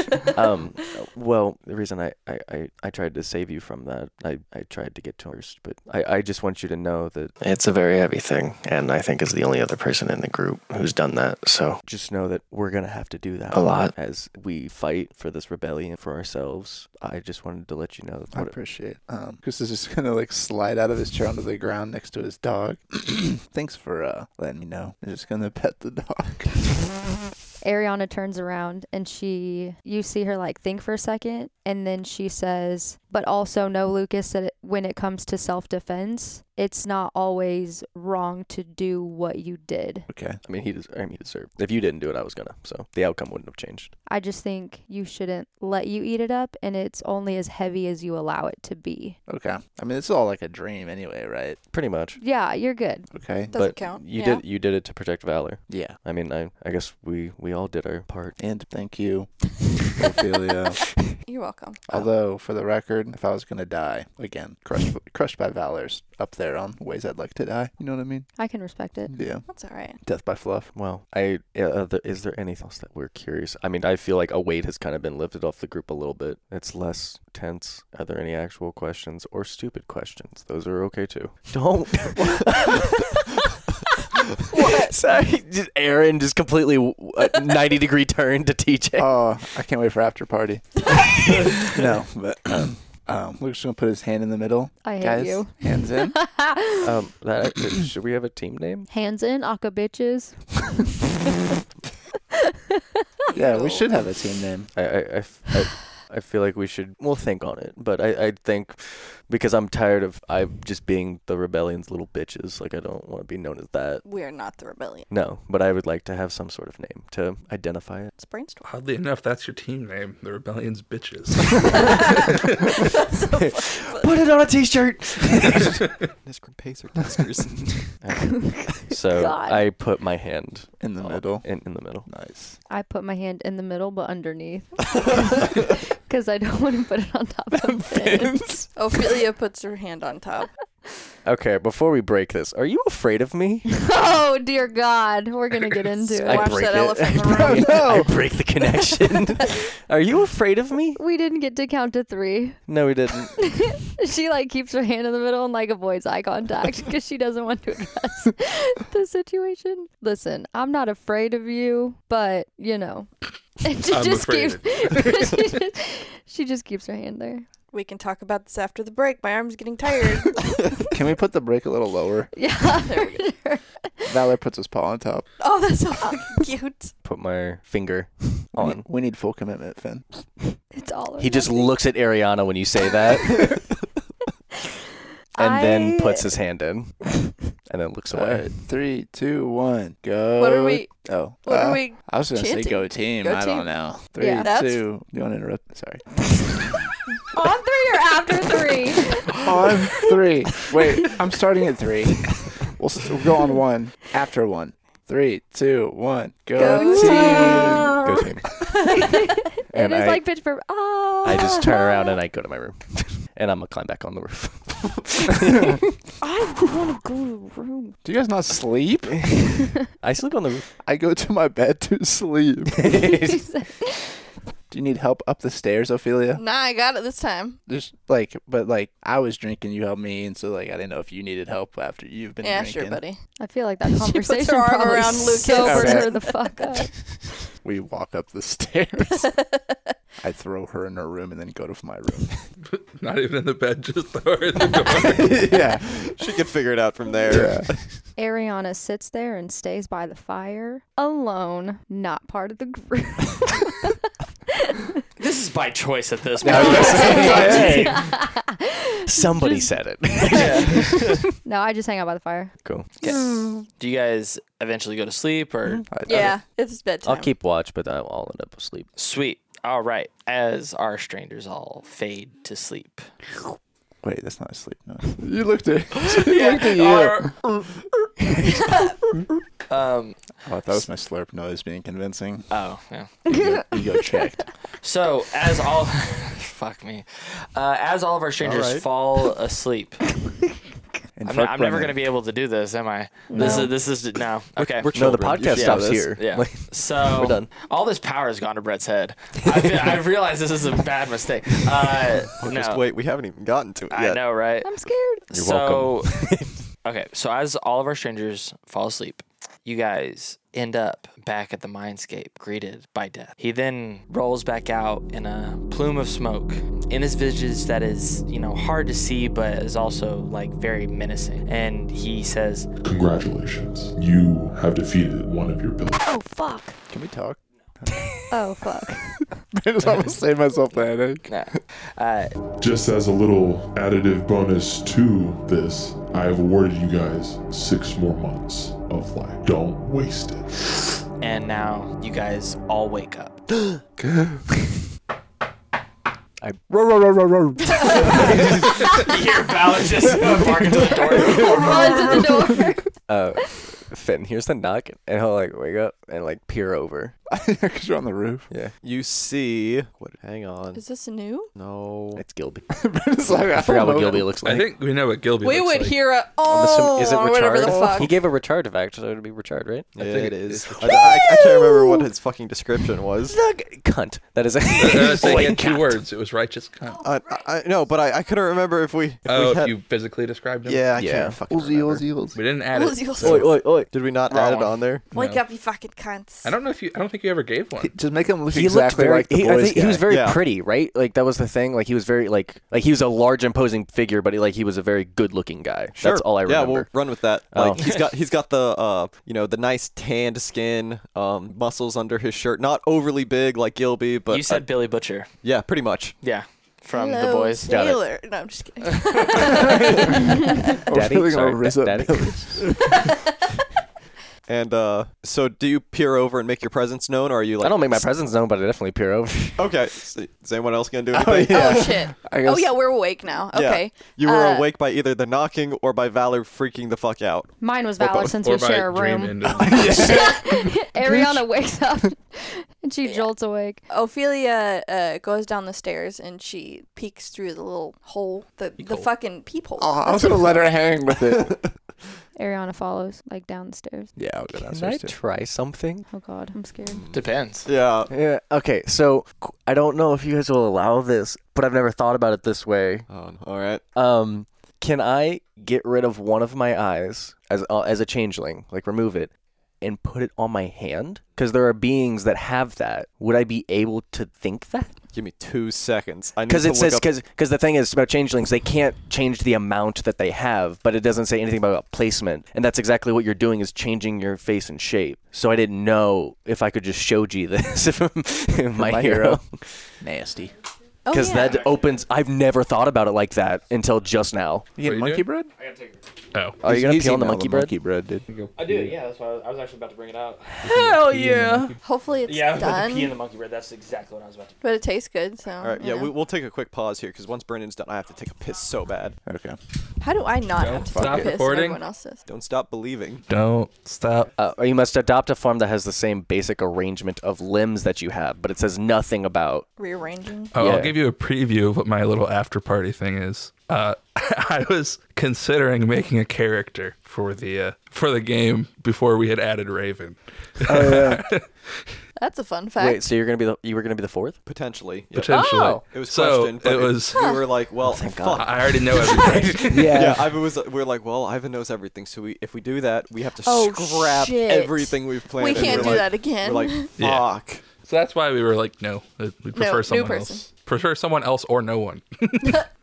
Speaker 2: No.
Speaker 6: um, well, the reason I, I, I, I tried to save you from that, I, I tried to get to her first, but I, I just want you to know that
Speaker 10: It's a very heavy thing, and I think is the only other person in the group who's done that. So
Speaker 6: just know that we're gonna have to do that
Speaker 10: A lot.
Speaker 6: as we fight for this rebellion for ourselves. I just wanted to let you know.
Speaker 3: I
Speaker 6: what-
Speaker 3: appreciate. Um, Chris is just gonna like slide out of his chair onto the ground next to his dog. Thanks for uh, letting me know. I'm just gonna pet the dog.
Speaker 4: Ariana turns around and she, you see her like think for a second, and then she says, but also know, Lucas, that it, when it comes to self defense, it's not always wrong to do what you did.
Speaker 3: okay.
Speaker 6: I mean, he des- I mean, he deserved. If you didn't do it, I was gonna. So the outcome wouldn't have changed.
Speaker 4: I just think you shouldn't let you eat it up, and it's only as heavy as you allow it to be.
Speaker 3: Okay. I mean, it's all like a dream anyway, right?
Speaker 6: Pretty much.
Speaker 4: Yeah, you're good.
Speaker 3: Okay.
Speaker 2: Doesn't
Speaker 6: but
Speaker 2: count.
Speaker 6: You
Speaker 2: Yeah.
Speaker 6: did. You did it to protect Valor.
Speaker 3: Yeah.
Speaker 6: I mean, I, I guess we, we all did our part.
Speaker 3: And thank you, Ophelia.
Speaker 2: You're welcome.
Speaker 3: Although, for the record, if I was gonna die again, crushed crushed by valors, up there on ways I'd like to die. You know what I mean?
Speaker 4: I can respect it.
Speaker 3: Yeah.
Speaker 2: That's all right.
Speaker 3: Death by fluff.
Speaker 6: Well, I uh, th- is there anything else that we're curious? I mean, I feel like a weight has kind of been lifted off the group a little bit. It's less tense. Are there any actual questions or stupid questions? Those are okay too. Don't.
Speaker 2: What?
Speaker 6: Sorry, just Aaron just completely w- a ninety degree turn to TJ.
Speaker 3: Oh, I can't wait for after party. no, but um, um, Luke's gonna put his hand in the middle.
Speaker 4: I hate
Speaker 3: Guys,
Speaker 4: you.
Speaker 3: hands in.
Speaker 6: um, that should we have a team name?
Speaker 4: Hands in, aka bitches.
Speaker 3: Yeah, we should have a team name.
Speaker 6: I I, I f- I- I feel like we should. We'll think on it, but I, I think because I'm tired of I just being the rebellion's little bitches. Like I don't want to be known as that.
Speaker 2: We're not the rebellion.
Speaker 6: No, but I would like to have some sort of name to identify it.
Speaker 2: It's brainstorm.
Speaker 7: Oddly enough, that's your team name, the Rebellion's Bitches.
Speaker 2: That's so funny, but-
Speaker 6: it on a T-shirt.
Speaker 5: Niskarim Pacer Tuskers.
Speaker 6: so
Speaker 4: God.
Speaker 6: I put my hand
Speaker 3: In the
Speaker 6: on-
Speaker 3: middle.
Speaker 6: in, in the middle.
Speaker 3: Nice.
Speaker 4: I put my hand in the middle, but underneath, because I don't want to put it on top of Vince.
Speaker 2: Ophelia puts her hand on top.
Speaker 6: Okay, before we break this, are you afraid of me?
Speaker 4: Oh dear God, we're gonna get into it.
Speaker 6: I
Speaker 2: Watch
Speaker 6: break
Speaker 2: that
Speaker 6: it.
Speaker 2: elephant in the
Speaker 6: I,
Speaker 2: room.
Speaker 6: I break the connection. are you afraid of me?
Speaker 4: We didn't get to count to three.
Speaker 6: No, we didn't.
Speaker 4: She like keeps her hand in the middle and like avoids eye contact because she doesn't want to address the situation. Listen, I'm not afraid of you, but you know, she
Speaker 7: I'm
Speaker 4: just
Speaker 7: afraid
Speaker 4: keeps
Speaker 7: of you.
Speaker 4: she, just, she just keeps her hand there.
Speaker 2: We can talk about this after the break. My arm's getting tired.
Speaker 3: Can we put the brake a little lower?
Speaker 4: Yeah,
Speaker 2: There we
Speaker 4: sure.
Speaker 3: Valor puts his paw on top.
Speaker 2: oh, that's so fucking cute.
Speaker 6: Put my finger
Speaker 3: We need-
Speaker 6: on.
Speaker 3: We need full commitment, Finn.
Speaker 4: it's all. or
Speaker 6: He just
Speaker 4: nothing.
Speaker 6: looks at Ariana when you say that, and then
Speaker 4: I-
Speaker 6: puts his hand in, and then looks
Speaker 3: All
Speaker 6: away.
Speaker 3: right, three, two, one, go.
Speaker 2: What are we?
Speaker 3: Oh,
Speaker 2: What
Speaker 3: uh,
Speaker 2: are we?
Speaker 3: I was gonna say
Speaker 2: chanting?
Speaker 3: go team.
Speaker 2: Go
Speaker 3: I don't
Speaker 2: team.
Speaker 3: know. Three,
Speaker 4: Yeah.
Speaker 2: That's-
Speaker 3: two. You want to interrupt? Sorry.
Speaker 4: on three or after three?
Speaker 3: on three. Wait, I'm starting at three. We'll, s- we'll go on one after one. Three, two, one, go,
Speaker 2: Go
Speaker 3: team.
Speaker 6: Go team.
Speaker 4: It
Speaker 6: And
Speaker 4: is
Speaker 6: I-
Speaker 4: like pitch perfect. Ah.
Speaker 6: I just turn around and I go to my room, and I'm gonna climb back on the roof.
Speaker 4: I want to go to the room.
Speaker 3: Do you guys not sleep?
Speaker 6: I sleep on the roof.
Speaker 3: I go to my bed to sleep.
Speaker 4: She
Speaker 3: Do
Speaker 4: said-
Speaker 3: you need help up the stairs, Ophelia?
Speaker 2: Nah, I got it this time.
Speaker 3: Just like, but like, I was drinking, you helped me, and so like, I didn't know if you needed help after you've been
Speaker 2: yeah,
Speaker 3: drinking.
Speaker 2: sure, buddy.
Speaker 4: I feel like that
Speaker 2: She puts her
Speaker 4: conversation
Speaker 2: arm
Speaker 4: probably
Speaker 2: around Lucas.
Speaker 4: sobered
Speaker 3: Okay.
Speaker 4: her the fuck up.
Speaker 3: We walk up the stairs. I throw her in her room and then go to my room.
Speaker 7: Not even in the bed, just throw her in the
Speaker 3: door. yeah,
Speaker 5: she could figure it out from there.
Speaker 4: Ariana sits there and stays by the fire, alone, not part of the group.
Speaker 1: This is by choice at this point.
Speaker 6: Now you're saying Somebody
Speaker 4: Just-
Speaker 6: said it.
Speaker 4: no, I just hang out by the fire.
Speaker 6: cool.
Speaker 1: Okay. Do you guys eventually go to sleep or?
Speaker 4: Mm-hmm.
Speaker 2: Yeah, it's bedtime.
Speaker 6: I'll keep watch, but I'll I'll end up asleep.
Speaker 1: Sweet. All right. As our strangers all fade to sleep.
Speaker 3: Wait, that's not a sleep noise. You looked at. She looked at you.
Speaker 1: Um.
Speaker 3: Oh, I thought it was my slurp noise being convincing.
Speaker 1: Oh. Yeah.
Speaker 3: You go, you go checked.
Speaker 1: So as all, fuck me, uh, as all of our strangers
Speaker 3: right.
Speaker 1: fall asleep.
Speaker 3: And
Speaker 1: I'm,
Speaker 3: fuck
Speaker 1: I'm never
Speaker 3: Brennan.
Speaker 1: going to be able to do this, am I? This is this is no. Okay.
Speaker 6: We're no, the
Speaker 5: children. You
Speaker 6: podcast
Speaker 5: can
Speaker 6: stops
Speaker 5: do this.
Speaker 6: here.
Speaker 1: Yeah.
Speaker 6: Like,
Speaker 1: So
Speaker 6: We're done.
Speaker 1: all this power has gone to Brett's head. I've, I've realized this is a bad mistake. Uh, no,
Speaker 5: Just wait, we haven't even gotten to it
Speaker 1: I
Speaker 5: yet.
Speaker 1: know, right?
Speaker 4: I'm scared.
Speaker 6: You're
Speaker 1: so, okay, so as all of our strangers fall asleep, you guys end up back at the mindscape, greeted by death. He then rolls back out in a plume of smoke in his visage that is, you know, hard to see, but is also like very menacing. And he says,
Speaker 11: Congratulations. You have defeated one of your villains.
Speaker 4: Oh fuck.
Speaker 3: Can we talk?
Speaker 4: Oh fuck.
Speaker 3: I just almost saved myself the headache.
Speaker 1: nah. uh,
Speaker 11: Just as a little additive bonus to this, I have awarded you guys six more months of life. Don't waste it.
Speaker 1: and now you guys all wake up.
Speaker 3: Roar, roar, roar, roar, roar.
Speaker 1: you hear Valor just barking to the door.
Speaker 4: Run to the door.
Speaker 6: Uh, Finn hears the knock, and he'll like wake up and like peer over.
Speaker 3: Because you're on the roof.
Speaker 6: Yeah. You see. What? Hang on.
Speaker 2: Is this new?
Speaker 6: No. It's Gilby.
Speaker 3: It's like,
Speaker 6: I forgot
Speaker 3: don't
Speaker 6: what
Speaker 3: know.
Speaker 6: Gilby looks like.
Speaker 7: I think we know what Gilby
Speaker 2: We
Speaker 7: looks
Speaker 2: would
Speaker 7: like.
Speaker 2: hear a
Speaker 6: I'm
Speaker 2: oh,
Speaker 6: assuming- is it
Speaker 2: or whatever the
Speaker 6: retard?
Speaker 2: fuck.
Speaker 6: He gave a retard effect, so it would be retard, right?
Speaker 5: Yeah,
Speaker 7: think
Speaker 5: it
Speaker 7: it-
Speaker 5: is.
Speaker 7: it's-
Speaker 5: I, I, I can't remember what his fucking description was.
Speaker 6: Thug- cunt. That is a
Speaker 7: I was thinking Uh, two
Speaker 6: Boycott.
Speaker 7: words. It was righteous cunt.
Speaker 5: I, I, I- no, but I, I couldn't remember if we. If
Speaker 7: oh,
Speaker 5: we
Speaker 7: if
Speaker 5: had-
Speaker 7: you physically described him.
Speaker 5: Yeah, I
Speaker 6: Yeah.
Speaker 5: can't fucking
Speaker 3: Ozzy,
Speaker 5: remember.
Speaker 3: Ozzy, Ozzy.
Speaker 7: We didn't add
Speaker 2: Ozzy,
Speaker 7: it.
Speaker 2: Ozzy.
Speaker 7: so-
Speaker 5: Oi, oi, oi. Did we not add it
Speaker 1: one.
Speaker 5: on there?
Speaker 2: Wake
Speaker 7: No.
Speaker 2: up, you fucking cunts.
Speaker 7: I don't know if you. I don't think you ever gave one.
Speaker 3: Just make him look
Speaker 6: He looked
Speaker 3: exactly
Speaker 6: very.
Speaker 3: like the
Speaker 6: he, I
Speaker 3: boys
Speaker 6: think he was
Speaker 3: guy.
Speaker 6: very
Speaker 5: Yeah.
Speaker 6: pretty, right? Like that was the thing. Like he was very like like he was a large, imposing figure, but he, like he was a very good-looking guy. That's all I remember.
Speaker 5: Yeah, we'll run with that. Like
Speaker 6: Oh.
Speaker 5: he's got he's got the uh you know the nice tanned skin, um muscles under his shirt, not overly big like Gilby, but
Speaker 1: you said
Speaker 5: uh,
Speaker 1: Billy Butcher.
Speaker 5: yeah, pretty much.
Speaker 1: Yeah. From the
Speaker 2: Hello,
Speaker 1: boys.
Speaker 6: Got it.
Speaker 2: Sailor. No, I'm just kidding.
Speaker 3: Or
Speaker 6: Daddy?
Speaker 3: feeling
Speaker 6: Sorry,
Speaker 3: all
Speaker 6: da-
Speaker 3: Riz up
Speaker 6: daddy?
Speaker 3: Billy.
Speaker 5: And uh so do you peer over and make your presence known, or are you like
Speaker 6: I don't make my presence known, but I definitely peer over.
Speaker 5: Okay, s- is anyone else gonna do
Speaker 3: Oh,
Speaker 5: anything?
Speaker 3: yeah.
Speaker 2: Oh shit.
Speaker 3: I guess-
Speaker 2: Oh yeah, we're awake now.
Speaker 5: Yeah.
Speaker 2: Okay.
Speaker 5: You were
Speaker 2: Uh,
Speaker 5: awake by either the knocking or by Valor freaking the fuck out.
Speaker 4: Mine was Valor since
Speaker 7: or
Speaker 4: we
Speaker 7: by
Speaker 4: share a
Speaker 7: dream
Speaker 4: room.
Speaker 7: ended.
Speaker 4: Ariana wakes up and she jolts awake.
Speaker 2: Ophelia uh, goes down the stairs and she peeks through the little hole, the the fucking peephole.
Speaker 3: Oh, I was gonna let her hang with it.
Speaker 4: Ariana follows like down the stairs.
Speaker 3: yeah, I'll go
Speaker 6: Can I
Speaker 3: downstairs too.
Speaker 6: try something?
Speaker 4: Oh god, I'm scared.
Speaker 1: Depends.
Speaker 5: Yeah.
Speaker 6: Yeah. Okay. So qu- I don't know if you guys will allow this, but I've never thought about it this way.
Speaker 5: Oh, all right.
Speaker 6: Um, can I get rid of one of my eyes as uh, as a changeling, like remove it, and put it on my hand? Because there are beings that have that. Would I be able to think that?
Speaker 5: Give me two seconds. I need
Speaker 6: Because
Speaker 5: to
Speaker 6: it
Speaker 5: look
Speaker 6: says
Speaker 5: up-
Speaker 6: because the thing is about changelings, they can't change the amount that they have, but it doesn't say anything about placement, and that's exactly what you're doing is changing your face and shape. So I didn't know if I could just shoji this if I'm- if my,
Speaker 3: My
Speaker 6: hero,
Speaker 3: hero. Nasty.
Speaker 2: Oh,
Speaker 6: because
Speaker 2: yeah.
Speaker 6: that opens. I've never thought about it like that until just now.
Speaker 3: You
Speaker 7: What
Speaker 3: get
Speaker 7: are you
Speaker 3: monkey
Speaker 7: doing?
Speaker 3: bread?
Speaker 7: Oh,
Speaker 6: Are you gonna
Speaker 3: He's
Speaker 6: peel on the
Speaker 3: eating all
Speaker 6: monkey bread?
Speaker 3: Monkey bread, dude.
Speaker 1: I do, yeah. That's why I was actually about to bring it out.
Speaker 2: Hell yeah. Hopefully it's
Speaker 1: Yeah, I was about to pee in
Speaker 2: done,
Speaker 1: the monkey bread. That's exactly what I was about to
Speaker 2: but it tastes good. So.
Speaker 5: all right,
Speaker 2: you
Speaker 5: yeah,
Speaker 2: know.
Speaker 5: we, we'll take a quick pause here because once Brennan's done, I have to take a piss so bad.
Speaker 3: Okay.
Speaker 2: How do I not have to
Speaker 7: Stop
Speaker 2: stop piss when
Speaker 7: recording.
Speaker 2: everyone else does?
Speaker 5: Don't stop believing.
Speaker 7: don't stop.
Speaker 6: Uh, or you must adopt a form that has the same basic arrangement of limbs that you have, but it says nothing about.
Speaker 2: Rearranging.
Speaker 7: Oh,
Speaker 6: Yeah.
Speaker 7: I'll give you a preview of what my little after party thing is. Uh, I was considering making a character for the uh, for the game before we had added Raven.
Speaker 5: Oh,
Speaker 2: That's a fun fact.
Speaker 6: Wait, so you're gonna be the you were gonna be the fourth?
Speaker 5: Potentially. yeah.
Speaker 7: Potentially,
Speaker 6: Oh.
Speaker 5: It was
Speaker 7: so
Speaker 5: questioned, but
Speaker 7: it was.
Speaker 5: we were like, well,
Speaker 6: God.
Speaker 5: fuck.
Speaker 7: I already know everything.
Speaker 5: Yeah, Ivan was. We are like, well, Ivan knows everything, so we if we do that, we have to
Speaker 2: Oh,
Speaker 5: scrap
Speaker 2: shit.
Speaker 5: everything we've planned.
Speaker 2: We
Speaker 5: and
Speaker 2: can't
Speaker 5: we're
Speaker 2: do
Speaker 5: like-
Speaker 2: that again.
Speaker 5: We're like,
Speaker 7: Yeah.
Speaker 5: fuck.
Speaker 7: So that's why we were like, no, we prefer
Speaker 2: new
Speaker 7: someone
Speaker 2: person.
Speaker 7: else. Prefer someone else or no one.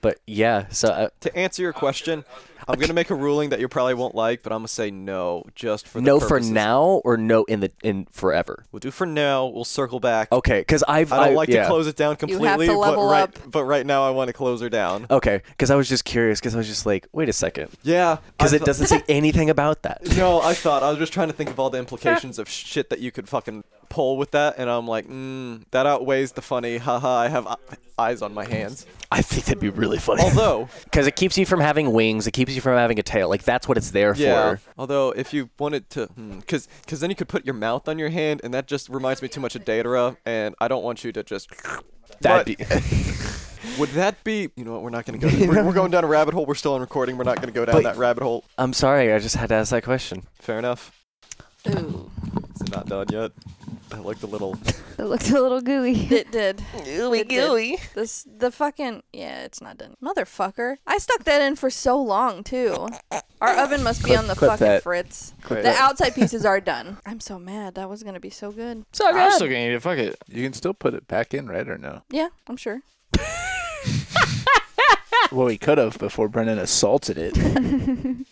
Speaker 6: But yeah, so uh,
Speaker 5: To answer your question, I'm gonna make a ruling that you probably won't like, but I'm gonna say no just for the
Speaker 6: no for
Speaker 5: purposes-
Speaker 6: now or no in the in forever.
Speaker 5: We'll do for now. We'll circle back.
Speaker 6: Okay, because Oh, I've
Speaker 5: I don't
Speaker 6: I-
Speaker 5: like
Speaker 6: yeah.
Speaker 5: to close it down
Speaker 2: You have
Speaker 5: completely,
Speaker 2: to level
Speaker 5: but right,
Speaker 2: up.
Speaker 5: but right now I want to close her down.
Speaker 6: Okay, because I was just curious because I was just like, wait a second,
Speaker 5: Yeah,
Speaker 6: because
Speaker 5: I
Speaker 6: it
Speaker 5: thought-
Speaker 6: doesn't say anything about that.
Speaker 5: No, I thought I was just trying to think of all the implications of shit that you could fucking pull with that, and I'm like, mm, that outweighs the funny. Haha, I have e- eyes on my hands.
Speaker 6: I think that'd be
Speaker 2: Hmm.
Speaker 6: really funny.
Speaker 5: Although,
Speaker 6: because it keeps you from having wings, it keeps you from having a tail. Like that's what it's there
Speaker 5: yeah.
Speaker 6: for.
Speaker 5: Although, if you wanted to, because because then you could put your mouth on your hand, and that just reminds me too much of Datara, and I don't want you to just.
Speaker 6: That'd
Speaker 5: But- Would that be? You know what? We're not gonna go. We're, we're going down a rabbit hole. We're still on recording. We're not gonna go down
Speaker 6: But-
Speaker 5: that rabbit hole.
Speaker 6: I'm sorry, I just had to ask that question.
Speaker 5: Fair enough.
Speaker 2: Ooh.
Speaker 5: Is it not done yet? I looked a little.
Speaker 4: It looked a little gooey.
Speaker 2: It did.
Speaker 4: Gooey
Speaker 2: It did. This the fucking yeah, it's not done. Motherfucker. I stuck that in for so long too. Our oven must be
Speaker 3: Clip-
Speaker 2: on the
Speaker 3: clip
Speaker 2: fucking
Speaker 3: that.
Speaker 2: fritz.
Speaker 3: Clip
Speaker 2: the
Speaker 3: that.
Speaker 2: outside pieces are done. I'm so mad. That was gonna be so good.
Speaker 4: So
Speaker 1: I'm still gonna eat it. Fuck it.
Speaker 3: You can still put it back in, right? Or no?
Speaker 2: Yeah, I'm sure.
Speaker 3: well, we could have before Brennan assaulted it.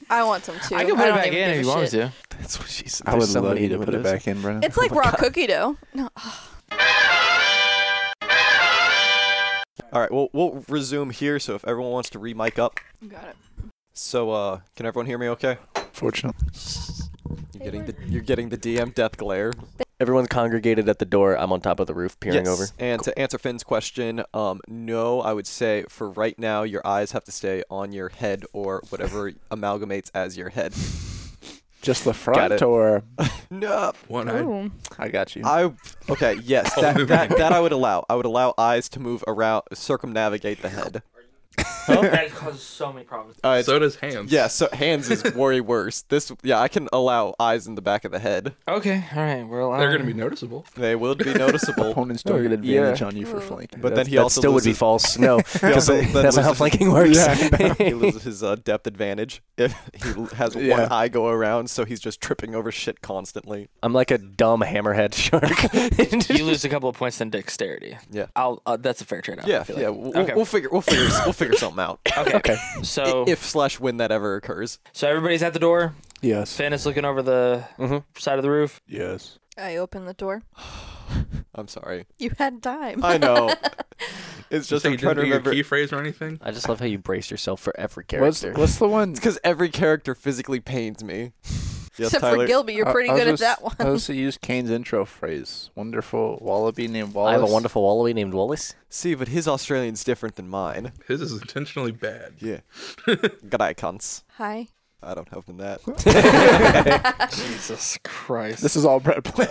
Speaker 2: I want some too.
Speaker 1: I can put it
Speaker 2: don't
Speaker 1: back
Speaker 2: even
Speaker 1: in
Speaker 2: give
Speaker 1: if
Speaker 2: a
Speaker 1: you want me
Speaker 2: shit.
Speaker 1: to.
Speaker 6: That's what she said.
Speaker 3: I would
Speaker 6: There's
Speaker 3: love
Speaker 6: somebody
Speaker 3: you to
Speaker 6: who
Speaker 3: put it
Speaker 6: does.
Speaker 3: back in, Brennan.
Speaker 2: It's
Speaker 1: Oh
Speaker 2: like raw cookie dough. No. ah,
Speaker 5: All right. Well, we'll resume here. So if everyone wants to re-mic up.
Speaker 2: Got it.
Speaker 5: So, uh, can everyone hear me? Okay.
Speaker 3: Fortunately,
Speaker 5: You're getting the you're getting the DM death glare.
Speaker 6: Everyone's congregated at the door. I'm on top of the roof, peering
Speaker 5: Yes.
Speaker 6: over.
Speaker 5: And to answer Finn's question, um, no, I would say for right now, your eyes have to stay on your head or whatever amalgamates as your head.
Speaker 3: just the
Speaker 6: Got
Speaker 3: front,
Speaker 6: it.
Speaker 3: or
Speaker 5: No.
Speaker 7: One eyed.
Speaker 2: Oh.
Speaker 4: Ooh.
Speaker 3: I got you.
Speaker 5: I okay. Yes,
Speaker 7: Oh,
Speaker 5: that,
Speaker 7: moving.
Speaker 5: that that I would allow. I would allow eyes to move around, circumnavigate the head.
Speaker 1: Oh, That causes so many problems.
Speaker 5: All right.
Speaker 7: So does hands.
Speaker 5: Uh, yeah, so hands is way worse. This, yeah, I can allow eyes in the back of the head.
Speaker 1: Okay, all right. um, We're allowed.
Speaker 7: They're gonna be noticeable.
Speaker 5: They will be noticeable.
Speaker 3: Opponents don't get
Speaker 6: yeah.
Speaker 3: advantage on you for flanking.
Speaker 5: But
Speaker 3: That's-
Speaker 5: then he
Speaker 6: that
Speaker 5: also
Speaker 6: still would be
Speaker 5: loses-
Speaker 6: false. No, because
Speaker 5: also then
Speaker 6: that's not how
Speaker 5: loses-
Speaker 6: flanking works.
Speaker 5: Yeah. he loses his uh, depth advantage if he l- has one
Speaker 3: Yeah.
Speaker 5: eye go around, so he's just tripping over shit constantly.
Speaker 6: I'm like a dumb hammerhead shark.
Speaker 1: you lose a couple of points in dexterity.
Speaker 5: Yeah.
Speaker 1: I'll. Uh, that's a fair trade-off. I
Speaker 5: Yeah,
Speaker 1: feel like.
Speaker 5: yeah. We'll,
Speaker 1: Okay.
Speaker 5: we'll figure. We'll figure. we'll figure something out.
Speaker 1: Okay.
Speaker 6: Okay.
Speaker 1: So
Speaker 5: if slash when that ever occurs.
Speaker 1: so everybody's at the door.
Speaker 3: yes,
Speaker 1: Finn is looking over the
Speaker 5: Mm-hmm.
Speaker 1: side of the roof.
Speaker 3: yes.
Speaker 2: I opened the door.
Speaker 5: I'm sorry.
Speaker 2: You had time.
Speaker 5: I know. It's just
Speaker 7: Just so
Speaker 5: I'm
Speaker 7: you
Speaker 5: trying to
Speaker 7: didn't do your
Speaker 5: remember
Speaker 7: key phrase or anything.
Speaker 6: I just love how you brace yourself for every
Speaker 3: What's
Speaker 6: character.
Speaker 3: what's the one?
Speaker 5: because every character physically pains me. Yes,
Speaker 2: Except
Speaker 5: Tyler.
Speaker 2: for Gilby, you're
Speaker 3: I-
Speaker 2: pretty
Speaker 3: I was
Speaker 2: good at
Speaker 3: just-
Speaker 2: that one.
Speaker 3: I also use Kane's intro phrase. Wonderful wallaby named Wallace.
Speaker 6: I have a wonderful wallaby named Wallace.
Speaker 5: See, but his Australian's different than mine.
Speaker 7: His is intentionally bad.
Speaker 5: Yeah. G'day, cunts.
Speaker 2: Hi.
Speaker 5: I don't have that.
Speaker 1: Jesus Christ.
Speaker 3: This is all Brett plans.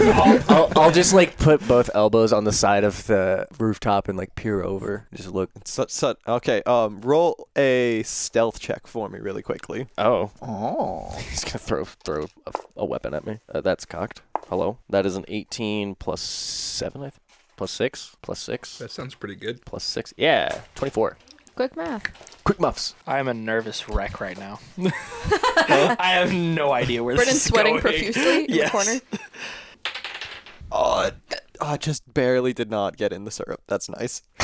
Speaker 6: I'll, I'll, I'll just like put both elbows on the side of the rooftop and like peer over. Just look.
Speaker 5: Such, such. Okay. Um, roll a stealth check for me really quickly.
Speaker 6: Oh,
Speaker 3: oh,
Speaker 6: he's gonna throw throw a, a weapon at me. Uh, that's cocked. Hello. That is an 18 plus seven, I think. Plus six. Plus six.
Speaker 7: That sounds pretty good.
Speaker 6: Plus six. Yeah, 24.
Speaker 4: Quick math.
Speaker 6: Quick muffs.
Speaker 1: I am a nervous wreck right now. I have no idea where
Speaker 2: Brennan's
Speaker 1: this is
Speaker 2: sweating
Speaker 1: going.
Speaker 2: profusely in the
Speaker 1: Yes.
Speaker 2: corner.
Speaker 5: Oh, it- I just barely did not get in the syrup. That's nice.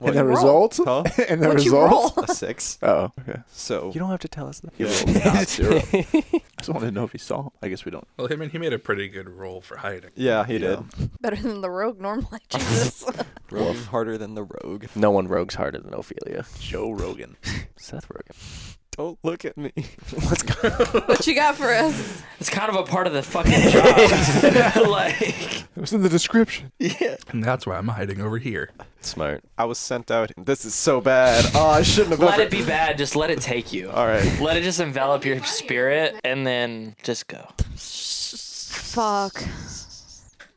Speaker 3: and the result?
Speaker 5: Huh?
Speaker 3: And the
Speaker 2: What'd you
Speaker 3: result?
Speaker 2: roll?
Speaker 5: A six.
Speaker 3: Oh, okay.
Speaker 5: So
Speaker 6: You don't have to tell us that.
Speaker 3: You rolled not zero. I just wanted to know if he saw. I guess we don't.
Speaker 7: Well, him and he made a pretty good roll for hiding.
Speaker 5: yeah, he did.
Speaker 2: Better than the rogue normally. Jesus.
Speaker 5: Rogue harder than the rogue.
Speaker 6: No one rogues harder than Ophelia.
Speaker 3: Joe Rogan.
Speaker 6: Seth Rogen.
Speaker 5: Don't look at me.
Speaker 6: Let's go.
Speaker 2: what you got for us?
Speaker 1: It's kind of a part of the fucking job. like
Speaker 3: It was in the description.
Speaker 7: And that's why I'm hiding over here.
Speaker 6: Smart.
Speaker 5: I was sent out. This is so bad. Oh, I shouldn't have.
Speaker 1: let
Speaker 5: ever-
Speaker 1: it be bad, just let it take you.
Speaker 5: All right.
Speaker 1: Let it just envelop your spirit and then just go.
Speaker 4: Fuck.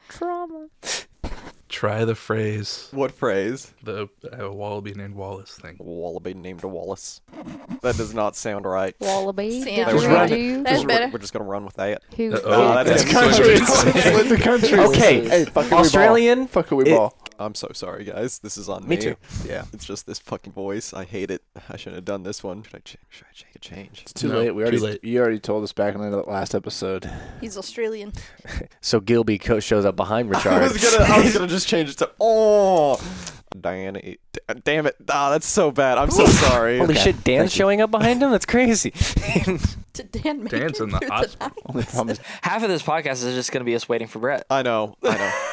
Speaker 4: Trauma.
Speaker 7: Try the phrase.
Speaker 5: What phrase?
Speaker 7: The uh, wallaby named Wallace thing.
Speaker 5: Wallaby named Wallace. That does not sound right.
Speaker 4: Wallaby.
Speaker 5: That
Speaker 4: Did
Speaker 5: was
Speaker 4: you
Speaker 5: right.
Speaker 4: do?
Speaker 5: Just- we're, we're just gonna run with that.
Speaker 4: Who-
Speaker 5: Oh, that's
Speaker 3: That's
Speaker 5: gonna be so
Speaker 3: country.
Speaker 5: much fun.
Speaker 3: Let the country
Speaker 5: Okay,
Speaker 3: listen. Hey, fuck it, we
Speaker 5: Australian.
Speaker 3: ball. Fuck it, we ball.
Speaker 5: I'm so sorry, guys. This is on
Speaker 6: Me
Speaker 5: me.
Speaker 6: too.
Speaker 5: Yeah, it's just this fucking voice. I hate it. I shouldn't have done this one. Should I change? Should I change? Change.
Speaker 3: It's too late. We already you already told us back in the last episode.
Speaker 2: He's Australian.
Speaker 6: So Gilby co- shows up behind Richard.
Speaker 5: I was gonna, I was gonna just change it to oh, Diana. d- Damn it! Ah, that's so bad. I'm so sorry.
Speaker 6: Holy shit, Dan's showing up behind him? That's crazy.
Speaker 2: Did Dan make
Speaker 7: Dan's
Speaker 2: it
Speaker 7: in the
Speaker 2: through
Speaker 7: hospital.
Speaker 3: Only problem is-
Speaker 1: Half of this podcast is just going to be us waiting for Brett.
Speaker 5: I know. I know.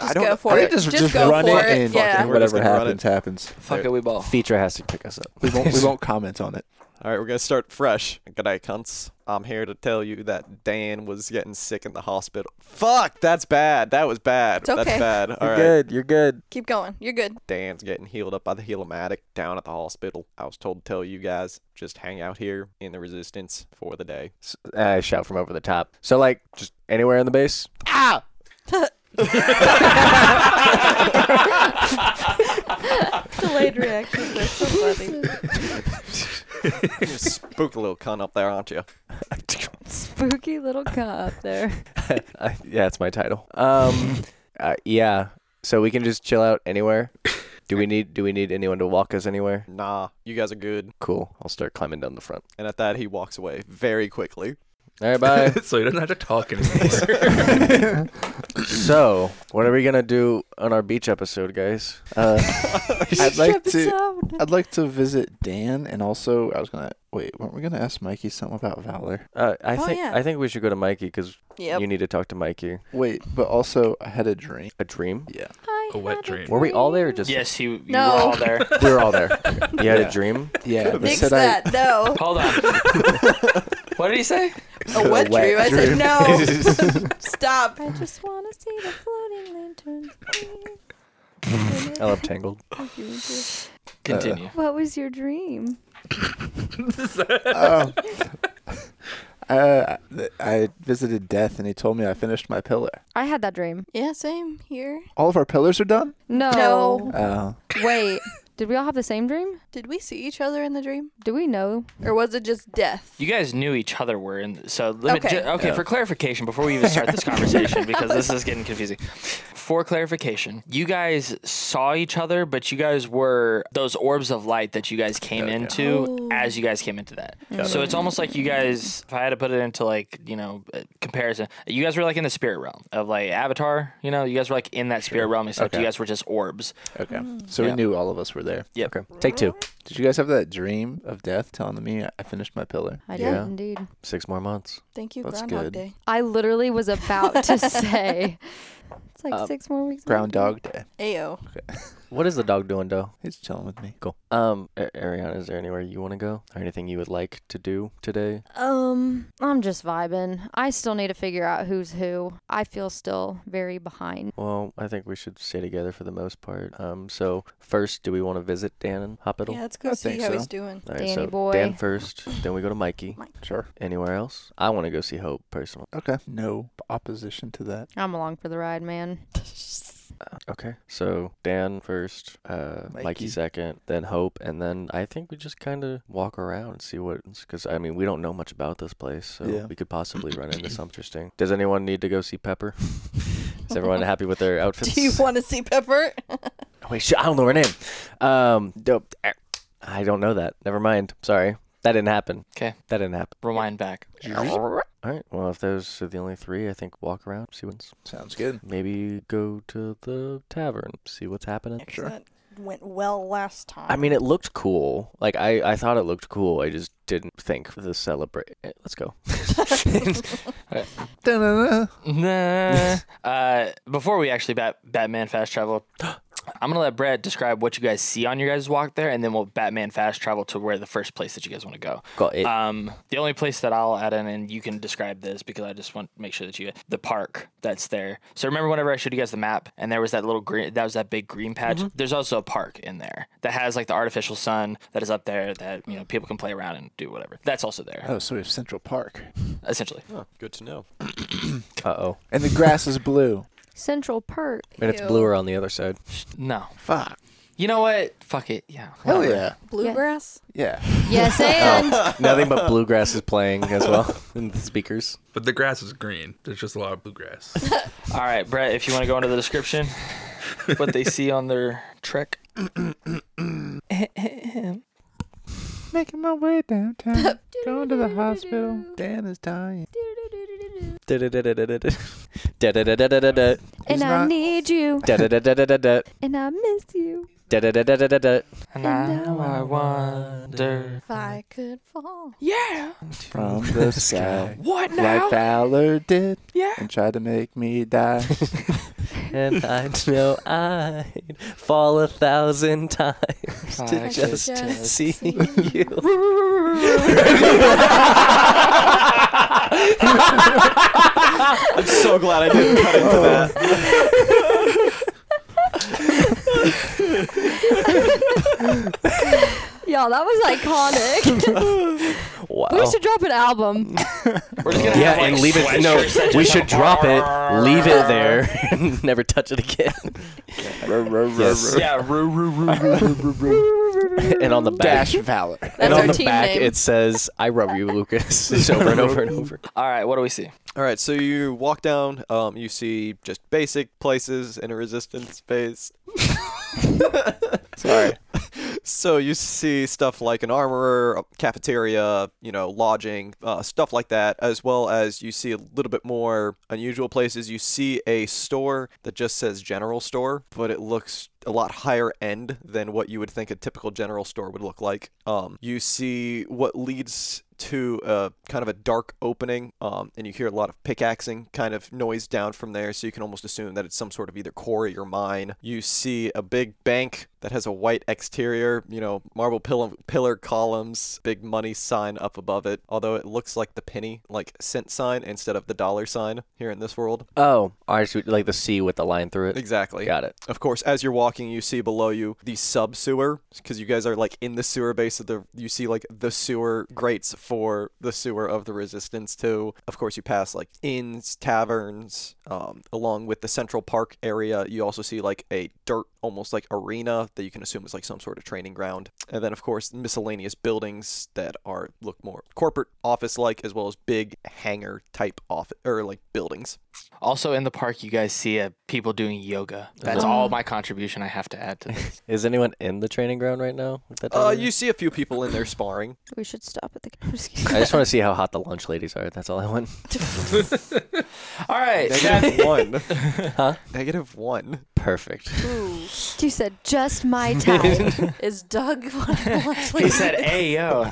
Speaker 2: Just go for it. Just, go
Speaker 3: run
Speaker 2: for
Speaker 3: it,
Speaker 2: it.
Speaker 3: and
Speaker 2: Yeah.
Speaker 3: fucking
Speaker 5: We're just
Speaker 3: whatever
Speaker 5: gonna run
Speaker 3: happens
Speaker 5: it.
Speaker 3: happens.
Speaker 1: Fuck it, we ball.
Speaker 6: Feature has to pick us up.
Speaker 3: We won't we won't comment on it.
Speaker 5: All right, we're gonna start fresh. Good day, cunts. I'm here to tell you that Dan was getting sick in the hospital. Fuck, that's bad. That was bad.
Speaker 2: It's okay.
Speaker 5: That's bad. All right.
Speaker 6: You're good.
Speaker 2: Keep going. You're good.
Speaker 5: Dan's getting healed up by the helomatic down at the hospital. I was told to tell you guys just hang out here in the resistance for the day.
Speaker 6: I shout from over the top. So like just anywhere in the base.
Speaker 5: Ah!
Speaker 2: Delayed reactions are so funny.
Speaker 5: You Spook a little cunt up there, aren't you?
Speaker 4: Spooky little cup there.
Speaker 6: I- yeah, that's my title. Um, uh, yeah. So we can just chill out anywhere. Do we need Do we need anyone to walk us anywhere?
Speaker 5: Nah, you guys are good.
Speaker 6: Cool. I'll start climbing down the front.
Speaker 5: And at that, he walks away very quickly.
Speaker 6: All right, bye.
Speaker 7: so he doesn't have to talk anymore.
Speaker 6: so, what are we gonna do on our beach episode, guys?
Speaker 3: Uh, I'd like to
Speaker 4: Episode.
Speaker 3: I'd like to visit Dan and also I was gonna wait, weren't we gonna ask Mikey something about Valor?
Speaker 6: Uh, I
Speaker 2: Oh,
Speaker 6: think
Speaker 2: yeah.
Speaker 6: I think we should go to Mikey because
Speaker 2: Yep.
Speaker 6: you need to talk to Mikey.
Speaker 3: Wait, but also I had a dream.
Speaker 6: A dream?
Speaker 3: Yeah.
Speaker 4: I
Speaker 7: A wet
Speaker 4: had
Speaker 7: dream.
Speaker 6: Were we all there? Or just
Speaker 1: Yes, you, you
Speaker 2: No.
Speaker 1: were all there.
Speaker 6: we were all there. You had
Speaker 3: Yeah.
Speaker 6: a dream.
Speaker 3: Yeah. They
Speaker 2: Mix
Speaker 3: said I
Speaker 2: that. No.
Speaker 1: Hold on. what did he say?
Speaker 2: A wet
Speaker 3: wet
Speaker 2: dream. I said
Speaker 3: dream.
Speaker 2: no. Stop.
Speaker 4: I just want to see the floating lanterns.
Speaker 6: I love Tangled.
Speaker 4: please.
Speaker 1: Continue.
Speaker 4: Uh, what was your dream?
Speaker 3: oh. Uh, I visited Death, and he told me I finished my pillar.
Speaker 4: I had that dream.
Speaker 2: Yeah, same here.
Speaker 3: All of our pillars are done.
Speaker 4: No.
Speaker 2: No.
Speaker 3: Oh,
Speaker 4: Wait. Did we all have the same dream?
Speaker 2: Did we see each other in the dream?
Speaker 4: Do we know?
Speaker 2: Or was it just death?
Speaker 1: you guys knew each other were in. So let
Speaker 2: Okay.
Speaker 1: me, ju- okay. For clarification, before we even start this conversation, because this is getting confusing. For clarification, you guys saw each other, but you guys were those orbs of light that you guys came into
Speaker 2: Oh.
Speaker 1: as you guys came into that. So it's almost like you guys. If I had to put it into like you know a comparison, you guys were like in the spirit realm of like Avatar. You know, you guys were like in that spirit realm, except you guys were just orbs.
Speaker 3: okay. Oh. So we
Speaker 1: Yeah.
Speaker 3: knew all of us were there.
Speaker 1: Yep.
Speaker 6: Okay. Take two.
Speaker 3: Did you guys have that dream of Death telling me I finished my pillar?
Speaker 4: I
Speaker 6: Yeah.
Speaker 4: did indeed.
Speaker 6: Six more months.
Speaker 2: Thank you,
Speaker 3: That's
Speaker 2: Groundhog
Speaker 3: good.
Speaker 2: Day.
Speaker 4: I literally was about to say. It's
Speaker 3: Uh,
Speaker 4: like six more weeks.
Speaker 3: Groundhog Day.
Speaker 2: Ayo.
Speaker 6: What is the dog doing, though?
Speaker 3: He's chilling with me.
Speaker 6: Cool. Um, A- Ariana, is there anywhere you want to go, or anything you would like to do today?
Speaker 4: Um, I'm just vibing. I still need to figure out who's who. I feel still very behind.
Speaker 6: Well, I think we should stay together for the most part. Um, so first, do we want to visit Dan and Hospital?
Speaker 2: Yeah, let's go
Speaker 3: I
Speaker 2: see
Speaker 3: think
Speaker 2: how
Speaker 3: so.
Speaker 2: he's doing.
Speaker 6: All
Speaker 4: Danny
Speaker 6: so
Speaker 4: boy.
Speaker 6: Dan first, then we go to Mikey.
Speaker 3: Sure.
Speaker 6: Anywhere else? I want to go see Hope personally.
Speaker 3: Okay. No opposition to that.
Speaker 4: I'm along for the ride, man.
Speaker 6: Okay. So Dan first, uh, Mikey.
Speaker 3: Mikey.
Speaker 6: second, then Hope, and then I think we just kind of walk around and see what, because I mean we don't know much about this place, so
Speaker 3: Yeah.
Speaker 6: we could possibly run into something interesting. Does anyone need to go see Pepper? Is everyone happy with their outfits?
Speaker 2: Do you want to see Pepper?
Speaker 6: Wait, shit, I don't know her name. Um, dope. eh, I don't know that. Never mind. Sorry, that didn't happen.
Speaker 1: 'Kay.
Speaker 6: That didn't happen.
Speaker 1: Rewind back.
Speaker 6: All right. Well, if those are the only three, I think walk around, see what's.
Speaker 3: Sounds good.
Speaker 6: Maybe go to the tavern, see what's happening.
Speaker 2: Sure. That went well last time.
Speaker 6: I mean, it looked cool. Like I, I thought it looked cool. I just didn't think the celebrate. eh, Let's go.
Speaker 3: Da-na-na.
Speaker 1: Nah. uh, before we actually bat Batman fast travel, I'm gonna let Brett describe what you guys see on your guys' walk there, and then we'll Batman fast travel to where the first place that you guys want to go.
Speaker 6: Got it.
Speaker 1: Um, the only place that I'll add in, and you can describe this because I just want to make sure that you the park that's there. So remember, whenever I showed you guys the map, and there was that little green, that was that big green patch.
Speaker 6: Mm-hmm.
Speaker 1: There's also a park in there that has like the artificial sun that is up there that you know people can play around and do whatever. That's also there,
Speaker 3: Oh, so we have Central Park,
Speaker 6: Oh,
Speaker 1: essentially.
Speaker 5: Good to know.
Speaker 6: Uh oh.
Speaker 3: and the grass is blue.
Speaker 4: Central Perk.
Speaker 6: And it's bluer on the other side.
Speaker 1: No.
Speaker 3: Fuck.
Speaker 1: You know what? Fuck it. Yeah.
Speaker 3: Hell
Speaker 1: whatever.
Speaker 3: yeah.
Speaker 2: Bluegrass?
Speaker 3: Yeah.
Speaker 4: Yes, and
Speaker 6: Oh, nothing but bluegrass is playing as well in the speakers.
Speaker 7: But the grass is green. There's just a lot of bluegrass.
Speaker 1: All right, Brett, if you want to go into the description, what they see on their trek.
Speaker 3: Making my way downtown, going to the hospital. Dan is dying.
Speaker 6: Da-da-da-da-da-da. Da-da-da-da-da-da.
Speaker 4: and I need you.
Speaker 6: Da-da-da-da-da-da.
Speaker 4: And I miss you.
Speaker 6: Da-da-da-da-da-da.
Speaker 1: And now I wonder.
Speaker 2: If I could fall. Yeah.
Speaker 3: From the sky.
Speaker 2: What
Speaker 3: Like
Speaker 2: now?
Speaker 3: Valor did.
Speaker 2: Yeah.
Speaker 3: And tried to make me die.
Speaker 6: And I know I'd fall a thousand times to
Speaker 1: I could
Speaker 6: just,
Speaker 1: just
Speaker 6: see
Speaker 1: see
Speaker 6: you. I'm so glad I didn't cut into that.
Speaker 4: Y'all, that was iconic.
Speaker 6: Wow.
Speaker 4: We should drop an album.
Speaker 1: We're just gonna
Speaker 6: yeah,
Speaker 1: have, like,
Speaker 6: and leave it. No,
Speaker 1: sweatshirts that
Speaker 6: we
Speaker 1: just have-
Speaker 6: should drop it, leave it there, and never touch it again. Yes.
Speaker 1: Yeah. Roo, roo, roo, roo, roo, roo, roo.
Speaker 6: And on the back,
Speaker 3: Dash Valor.
Speaker 6: and
Speaker 2: That's
Speaker 6: on
Speaker 2: our
Speaker 6: the
Speaker 2: team
Speaker 6: back,
Speaker 2: name.
Speaker 6: it says, "I love you, Lucas," It's over and over and over.
Speaker 1: All right. What do we see?
Speaker 5: All right, so you walk down. Um, you see just basic places in a resistance base.
Speaker 3: Sorry.
Speaker 5: So you see stuff like an armorer, a cafeteria, you know, lodging, uh, stuff like that, as well as you see a little bit more unusual places. You see a store that just says general store, but it looks a lot higher end than what you would think a typical general store would look like. Um, you see what leads to a kind of a dark opening, um, and you hear a lot of pickaxing kind of noise down from there. So you can almost assume that it's some sort of either quarry or mine. You see a big bank that has a white exterior, you know, marble pill- pillar columns, big money sign up above it. Although it looks like the penny, like cent sign instead of the dollar sign here in this world.
Speaker 6: Oh, I see, like the C with the line through it.
Speaker 5: Exactly.
Speaker 6: Got it.
Speaker 5: Of course, as you're walking, you see below you the sub sewer because you guys are like in the sewer base of the. You see like the sewer grates for the sewer of the resistance too. Of course, you pass like inns, taverns, um, along with the Central Park area. You also see like a dirt, almost like arena that you can assume is like some sort of training ground, and then of course miscellaneous buildings that are look more corporate office like as well as big hangar type office or like buildings.
Speaker 1: Also in the park, you guys see uh, people doing yoga. That's all my contribution I have to add to this.
Speaker 6: Is anyone in the training ground right now? With
Speaker 7: Oh,
Speaker 6: that
Speaker 5: Uh,
Speaker 6: down
Speaker 5: you see a few people in there sparring.
Speaker 4: we should stop at the. I'm just kidding.
Speaker 6: there? I just want to see how hot the lunch ladies are. That's all I want.
Speaker 1: All right. that's-
Speaker 5: Negative one. Negative one.
Speaker 6: Perfect.
Speaker 2: Ooh.
Speaker 4: You said just my type.
Speaker 2: Is Doug one of the
Speaker 1: he said, "Hey yo."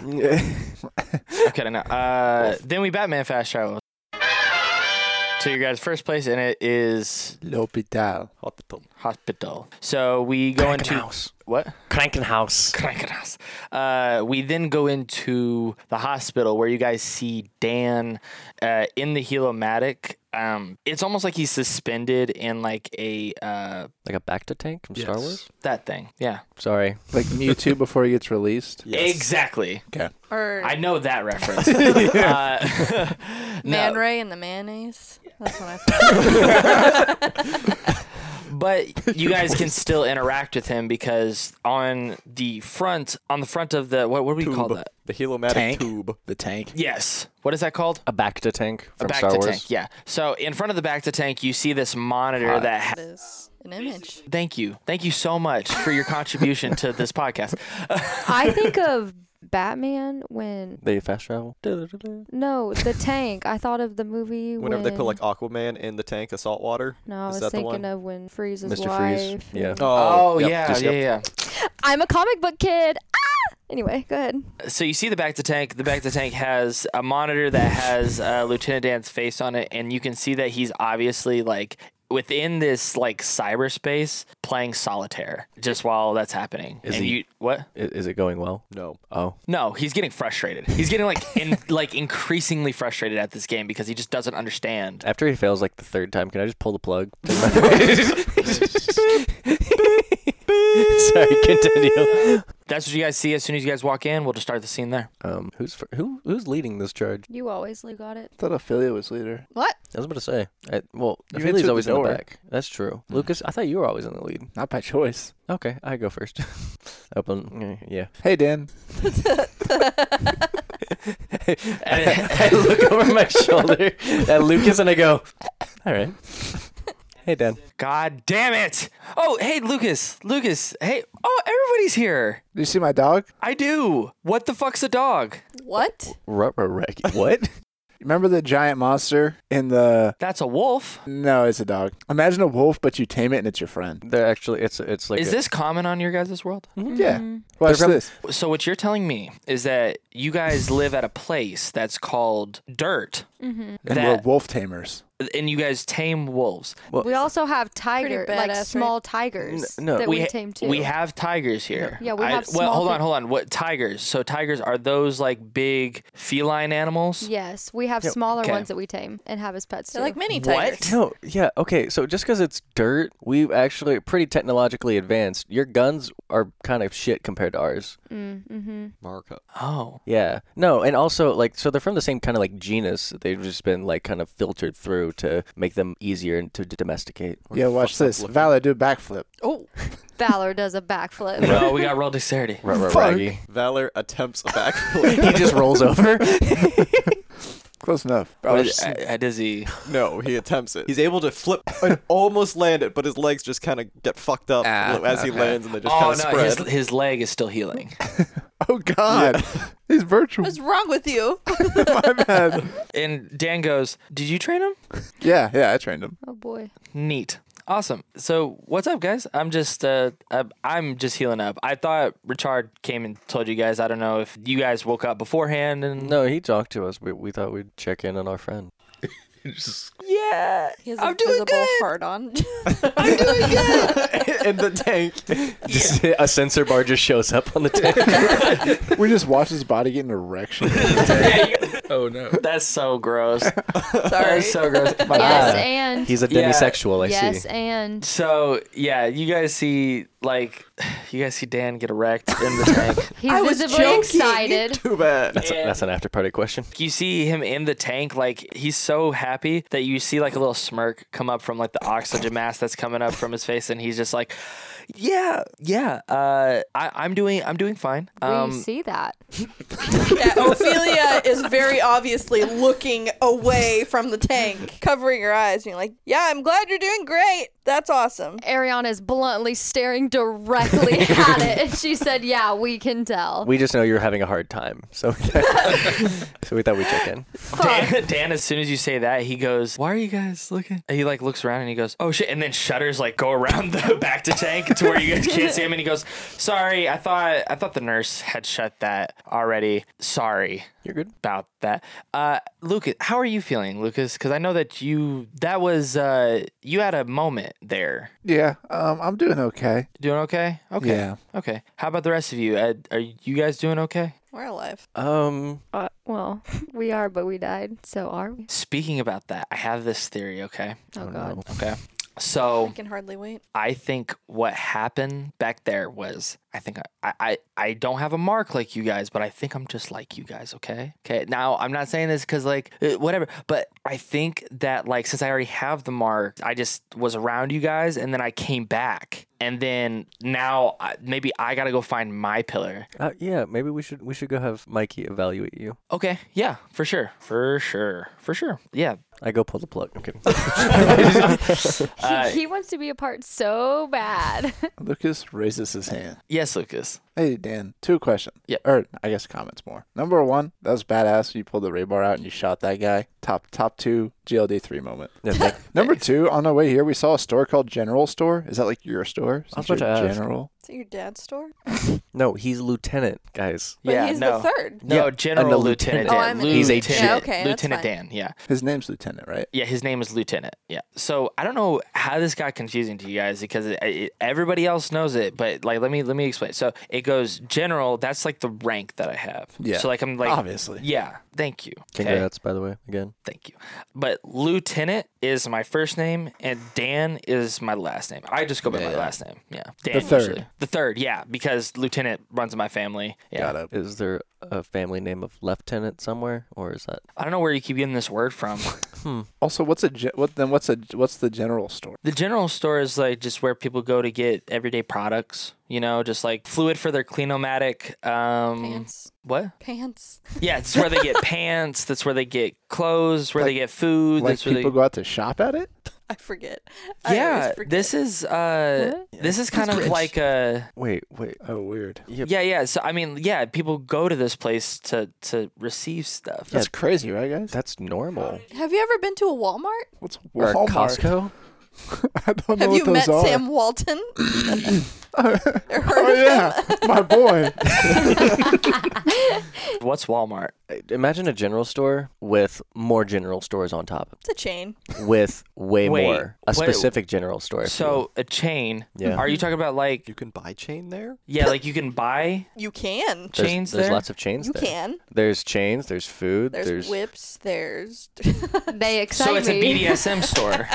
Speaker 1: okay, no. Uh, then we Batman fast travel to your guys' first place, and it is
Speaker 3: L'Hopital.
Speaker 5: Hospital.
Speaker 1: hospital. So we go into
Speaker 6: Krankenhaus.
Speaker 1: what?
Speaker 6: Krankenhaus.
Speaker 1: Krankenhaus. Uh, we then go into the hospital where you guys see Dan uh, in the helomatic. Um, it's almost like he's suspended in like a uh,
Speaker 6: Like a back to tank from Star Wars.
Speaker 1: that thing. Yeah,
Speaker 6: Sorry.
Speaker 3: Like Mewtwo before he gets released.
Speaker 1: exactly.
Speaker 2: Or
Speaker 1: I know that reference. uh, no.
Speaker 2: Man Ray and the mayonnaise. That's what I thought.
Speaker 1: but you guys can still interact with him because on the front, on the front of the what, what do we call
Speaker 5: Tube.
Speaker 1: that?
Speaker 5: The helomatic
Speaker 8: Tank.
Speaker 5: tube.
Speaker 8: The tank.
Speaker 1: Yes. What is that called?
Speaker 6: A back to tank
Speaker 1: A
Speaker 6: from
Speaker 1: back
Speaker 6: Star
Speaker 1: to
Speaker 6: Wars.
Speaker 1: tank. Yeah. So in front of the back to tank, you see this monitor that. Ha-
Speaker 2: This an image.
Speaker 1: Thank you. Thank you so much for your contribution to this podcast.
Speaker 4: I think of Batman when.
Speaker 6: They fast travel.
Speaker 4: No, the tank. I thought of the movie
Speaker 5: Whenever
Speaker 4: when,
Speaker 5: they put like Aquaman in the tank of salt water.
Speaker 4: No, I
Speaker 5: is
Speaker 4: was
Speaker 5: that the
Speaker 4: thinking
Speaker 5: one?
Speaker 4: of when Freeze's
Speaker 6: Mr. Freeze.
Speaker 4: wife.
Speaker 6: Yeah.
Speaker 4: and-
Speaker 1: Oh, yeah,
Speaker 5: just
Speaker 1: yeah,
Speaker 5: yep.
Speaker 1: yeah.
Speaker 4: I'm a comic book kid. Ah! Anyway, go ahead.
Speaker 1: so you see the back to tank. The back to tank has a monitor that has uh, Lieutenant Dan's face on it, and you can see that he's obviously like within this like cyberspace playing solitaire just while that's happening.
Speaker 6: Is
Speaker 1: and
Speaker 6: he-
Speaker 1: you what?
Speaker 6: I- Is it going well?
Speaker 5: No.
Speaker 6: Oh.
Speaker 1: No, he's getting frustrated. He's getting like in like increasingly frustrated at this game because he just doesn't understand.
Speaker 6: After he fails like the third time, can I just pull the plug? Sorry, continue.
Speaker 1: that's what you guys see as soon as you guys walk in. We'll just start the scene there.
Speaker 6: Um, who's fir- who who's leading this charge?
Speaker 4: You always got it.
Speaker 3: thought Ophelia was leader.
Speaker 4: What?
Speaker 6: I was about to say. I, well,
Speaker 3: You
Speaker 6: Ophelia's
Speaker 3: answered the
Speaker 6: always in the
Speaker 3: door.
Speaker 6: back. That's true. Lucas, I thought you were always in the lead.
Speaker 3: Hmm. Not by choice.
Speaker 6: Okay, I go first. Open. Yeah.
Speaker 3: Hey, Dan.
Speaker 6: I look over my shoulder at Lucas and I go, "All right." Hey, Dan.
Speaker 1: God damn it! Oh, hey, Lucas, Lucas. Hey, oh, everybody's here.
Speaker 3: Do you see my dog?
Speaker 1: I do. What the fuck's a dog?
Speaker 2: What?
Speaker 6: Rubber wreck. What?
Speaker 3: Remember the giant monster in the?
Speaker 1: That's a wolf.
Speaker 3: No, it's a dog. Imagine a wolf, but you tame it and it's your friend.
Speaker 6: They're actually. It's it's like.
Speaker 1: Is
Speaker 6: a- Mm-hmm.
Speaker 1: this common on your guys' world?
Speaker 3: Yeah. Watch
Speaker 6: They're from-
Speaker 3: this.
Speaker 1: So what you're telling me is that you guys live at a place that's called Dirt,
Speaker 4: Mm-hmm.
Speaker 3: And
Speaker 1: that-
Speaker 3: we're wolf tamers.
Speaker 1: and you guys tame wolves.
Speaker 4: We also have tiger, like
Speaker 2: badass, right?
Speaker 4: small tigers
Speaker 6: N- no.
Speaker 4: that we,
Speaker 1: ha-
Speaker 4: tame too.
Speaker 1: we have tigers here.
Speaker 4: Yeah, we have
Speaker 1: Well,
Speaker 4: small
Speaker 1: hold on,
Speaker 4: pig-
Speaker 1: hold on. What tigers? So tigers are those like big feline animals?
Speaker 4: Yes, we have
Speaker 6: Yeah,
Speaker 4: smaller
Speaker 1: okay.
Speaker 4: ones that we tame and have as pets
Speaker 2: They're
Speaker 4: too.
Speaker 2: like mini
Speaker 1: What?
Speaker 2: tigers.
Speaker 6: No, yeah, okay. So just because it's dirt, we've actually pretty technologically advanced. Your guns are kind of shit compared to ours.
Speaker 4: mm-hmm.
Speaker 5: Markup.
Speaker 1: Oh,
Speaker 6: Yeah. No, and also like so they're from the same kind of like genus. They've just been like kind of filtered through to make them easier and to domesticate.
Speaker 3: Yeah, watch
Speaker 5: fucked up
Speaker 3: this.
Speaker 5: looking.
Speaker 3: Valor do a backflip.
Speaker 2: Oh,
Speaker 4: Valor does a backflip.
Speaker 5: uh,
Speaker 1: well, we got roll dexterity.
Speaker 6: Right, right,
Speaker 3: Fuck.
Speaker 6: raggy.
Speaker 5: Valor attempts a
Speaker 6: He
Speaker 5: backflip.
Speaker 6: just rolls over. Oh,
Speaker 3: Close enough. Oh,
Speaker 1: Or is- uh, does he?
Speaker 5: no, he attempts it. He's able to flip and almost land it, but his legs just kind of get fucked up
Speaker 6: Ah,
Speaker 5: as he lands, and they just
Speaker 1: Oh
Speaker 5: kind of
Speaker 1: no,
Speaker 5: spread.
Speaker 1: his, his leg is still healing.
Speaker 3: Oh God, he's virtual.
Speaker 2: what's wrong with you?
Speaker 3: My bad.
Speaker 1: And Dan goes, "Did you train him?
Speaker 3: Yeah, yeah, I trained him.
Speaker 4: Oh boy.
Speaker 1: Neat." Awesome. So, what's up, guys? I'm just, uh, uh, I'm just healing up. I thought Richard came and told you guys. I don't know if you guys woke up beforehand and
Speaker 6: no, he talked to us. We, we thought we'd check in on our friend.
Speaker 7: Just-
Speaker 1: Yeah,
Speaker 2: He has a
Speaker 1: I'm doing
Speaker 2: visible
Speaker 1: good.
Speaker 2: heart on.
Speaker 5: in the tank.
Speaker 6: Just a sensor bar just shows up on the table.
Speaker 3: We just watched his body get an erection.
Speaker 7: oh no.
Speaker 1: That's so gross.
Speaker 2: Sorry.
Speaker 1: That's so gross.
Speaker 4: Yes,
Speaker 6: Ah.
Speaker 4: and
Speaker 6: He's a
Speaker 1: Yeah.
Speaker 6: demisexual, I
Speaker 4: yes,
Speaker 6: see.
Speaker 4: and
Speaker 1: So yeah, you guys see like you guys see Dan get erect in the tank.
Speaker 4: he's
Speaker 2: I was
Speaker 4: visibly
Speaker 2: joking.
Speaker 4: excited.
Speaker 5: Too bad.
Speaker 6: That's, a- that's an after party question.
Speaker 1: You see him in the tank, like he's so happy that you see like a little smirk come up from like the oxygen mask that's coming up from his face, and he's just like, "Yeah, yeah, uh, I, I'm doing, I'm doing fine."
Speaker 4: we
Speaker 1: Um,
Speaker 4: see that.
Speaker 2: yeah, Ophelia is very obviously looking away from the tank, covering her eyes, being like, "Yeah, I'm glad you're doing great. That's awesome."
Speaker 4: Ariana is bluntly staring directly at it, and she said, "Yeah, we can tell."
Speaker 6: We just know you're having a hard time, so so we thought we'd check in.
Speaker 1: Dan, Dan, as soon as you say that, he goes, "Why are you guys looking?" And he like looks around and he goes, "Oh shit!" And then shutters like go around the back to tank to where you guys can't see him, and he goes, "Sorry, I thought I thought the nurse had shut that already. Sorry."
Speaker 6: You're good.
Speaker 1: About that, uh, Lucas. How are you feeling, Lucas? Because I know that you that was uh, you had a moment there.
Speaker 3: yeah, um, I'm doing okay.
Speaker 1: Doing okay? Okay.
Speaker 3: Yeah.
Speaker 1: Okay. How about the rest of you? Uh, are you guys doing okay?
Speaker 2: We're alive.
Speaker 6: Um,
Speaker 4: Uh, well, we are, but we died. So are we?
Speaker 1: Speaking about that, I have this theory. Okay.
Speaker 4: Oh God.
Speaker 1: Okay. So
Speaker 2: I can hardly wait.
Speaker 1: I think what happened back there was I think I, I I don't have a mark like you guys, but I think I'm just like you guys. Okay, okay. Now I'm not saying this because like eh, whatever, but I think that like since I already have the mark, I just was around you guys, and then I came back, and then now I, maybe I gotta go find my pillar.
Speaker 6: uh, yeah, maybe we should we should go have Mikey evaluate you.
Speaker 1: Okay, yeah, for sure, for sure, for sure. Yeah,
Speaker 6: I go pull the plug. I'm kidding.
Speaker 4: He,
Speaker 3: Uh,
Speaker 4: he wants to be a part so bad.
Speaker 3: Lucas raises his hand.
Speaker 1: yes, Lucas.
Speaker 3: Hey Dan, two questions.
Speaker 1: Yeah.
Speaker 3: or I guess comments more. Number one, that was badass. You pulled the ray bar out and you shot that guy. Top top two GLD three moment.
Speaker 6: Yeah, thank-
Speaker 3: Number two, on our way here, we saw a store called General Store. Is that like your store?
Speaker 6: I was
Speaker 3: Since
Speaker 6: about
Speaker 3: you're
Speaker 6: to ask.
Speaker 3: General.
Speaker 2: Is it your dad's store?
Speaker 6: no, he's lieutenant, guys.
Speaker 2: But
Speaker 1: yeah,
Speaker 2: he's
Speaker 1: no.
Speaker 2: the third.
Speaker 1: No,
Speaker 6: Yeah, and
Speaker 1: General
Speaker 6: the
Speaker 1: Lieutenant.
Speaker 6: lieutenant.
Speaker 2: Oh,
Speaker 1: Dan.
Speaker 2: I'm a-
Speaker 6: He's a
Speaker 1: Lieutenant,
Speaker 2: Yeah, okay, that's
Speaker 1: Lieutenant
Speaker 2: fine.
Speaker 1: Dan. Yeah.
Speaker 3: His name's Lieutenant, right?
Speaker 1: Yeah, his name is Lieutenant. Yeah. So I don't know how this got confusing to you guys because it, it, everybody else knows it, but like let me let me explain. So it goes general. That's like the rank that I have.
Speaker 3: Yeah,
Speaker 1: So like I'm like
Speaker 3: obviously.
Speaker 1: Yeah. Thank you. 'Kay?
Speaker 6: Congrats, by the way, again.
Speaker 1: Thank you. But Lieutenant is my first name and Dan is my last name. I just go by my last name. Yeah. Dan
Speaker 3: The third.
Speaker 1: usually. The third, yeah, because Lieutenant runs in my family. Yeah.
Speaker 6: Is there a family name of Lieutenant somewhere, or is that?
Speaker 1: I don't know where you keep getting this word from.
Speaker 6: Hmm.
Speaker 3: Also, what's a ge- what then? What's a what's the general store?
Speaker 1: The general store is like just where people go to get everyday products, you know, just like fluid for their cleanomatic. Um,
Speaker 2: Pants.
Speaker 1: What?
Speaker 2: Pants.
Speaker 1: Yeah, it's where they get pants. That's where they get clothes. Where they get food.
Speaker 3: Like
Speaker 1: that's where
Speaker 3: people
Speaker 1: they...
Speaker 3: go out to shop at it.
Speaker 2: I forget.
Speaker 1: Yeah, this is uh, this is kind
Speaker 3: He's
Speaker 1: of
Speaker 3: rich.
Speaker 1: like a
Speaker 6: Wait, wait.
Speaker 3: Oh, weird.
Speaker 1: yeah, yeah. So I mean, yeah, people go to this place to to receive stuff.
Speaker 3: That's crazy, right, guys?
Speaker 6: That's normal.
Speaker 2: Have you ever been to a Walmart?
Speaker 3: What's
Speaker 6: Or
Speaker 3: Walmart?
Speaker 6: Costco.
Speaker 3: I don't know
Speaker 2: Have
Speaker 3: what
Speaker 2: you
Speaker 3: those
Speaker 2: met
Speaker 3: are.
Speaker 2: Sam Walton?
Speaker 3: oh yeah, my boy.
Speaker 1: What's Walmart?
Speaker 6: Imagine a general store with more general stores on top,
Speaker 2: It's a chain.
Speaker 6: with way
Speaker 1: Wait,
Speaker 6: more a
Speaker 1: wait.
Speaker 6: specific general store. if you will.
Speaker 1: So a chain.
Speaker 6: Yeah.
Speaker 1: Are you talking about like
Speaker 5: You can buy chain there.
Speaker 1: yeah, like you can buy
Speaker 2: You can.
Speaker 6: there's,
Speaker 1: chains
Speaker 6: there's
Speaker 1: there?
Speaker 6: lots of chains.
Speaker 2: You
Speaker 6: there.
Speaker 2: can.
Speaker 6: There's chains. There's food.
Speaker 2: There's,
Speaker 6: There's,
Speaker 2: whips. There's.
Speaker 4: They excite
Speaker 1: so it's a
Speaker 4: me.
Speaker 1: BDSM store.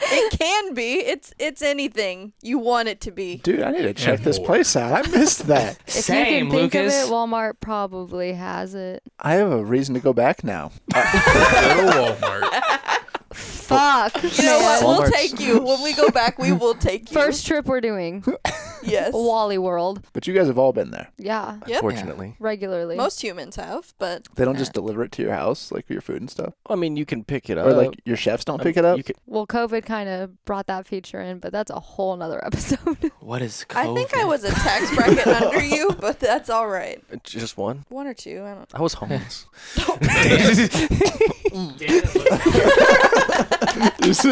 Speaker 2: it can be. It's it's anything you want it to be.
Speaker 3: Dude, I need to check this
Speaker 7: more.
Speaker 3: place out. I missed that.
Speaker 4: If you
Speaker 1: Same,
Speaker 4: can think
Speaker 1: Lucas.
Speaker 4: of it, Walmart probably has it.
Speaker 3: I have a reason to go back now.
Speaker 7: Go to Walmart.
Speaker 4: Fuck.
Speaker 2: You know what? We'll
Speaker 6: Walmart's-
Speaker 2: take you when we go back. We will take you.
Speaker 4: First trip we're doing,
Speaker 2: yes.
Speaker 4: Wally World.
Speaker 3: But you guys have all been there.
Speaker 4: Yeah,
Speaker 2: Yep.
Speaker 6: Fortunately,
Speaker 4: regularly.
Speaker 2: Most humans have, but
Speaker 3: They don't just deliver it to your house, like your food and stuff,
Speaker 6: I mean you can pick it up.
Speaker 3: or like your chefs don't
Speaker 6: I
Speaker 3: pick
Speaker 6: mean,
Speaker 3: it up.
Speaker 6: you can-
Speaker 4: well, COVID kind of brought that feature in, but that's a whole nother episode.
Speaker 1: what is COVID?
Speaker 2: I think I was a tax bracket under you, but that's all right.
Speaker 6: Uh, just one.
Speaker 2: One or two. I don't.
Speaker 6: I was homeless.
Speaker 3: you see-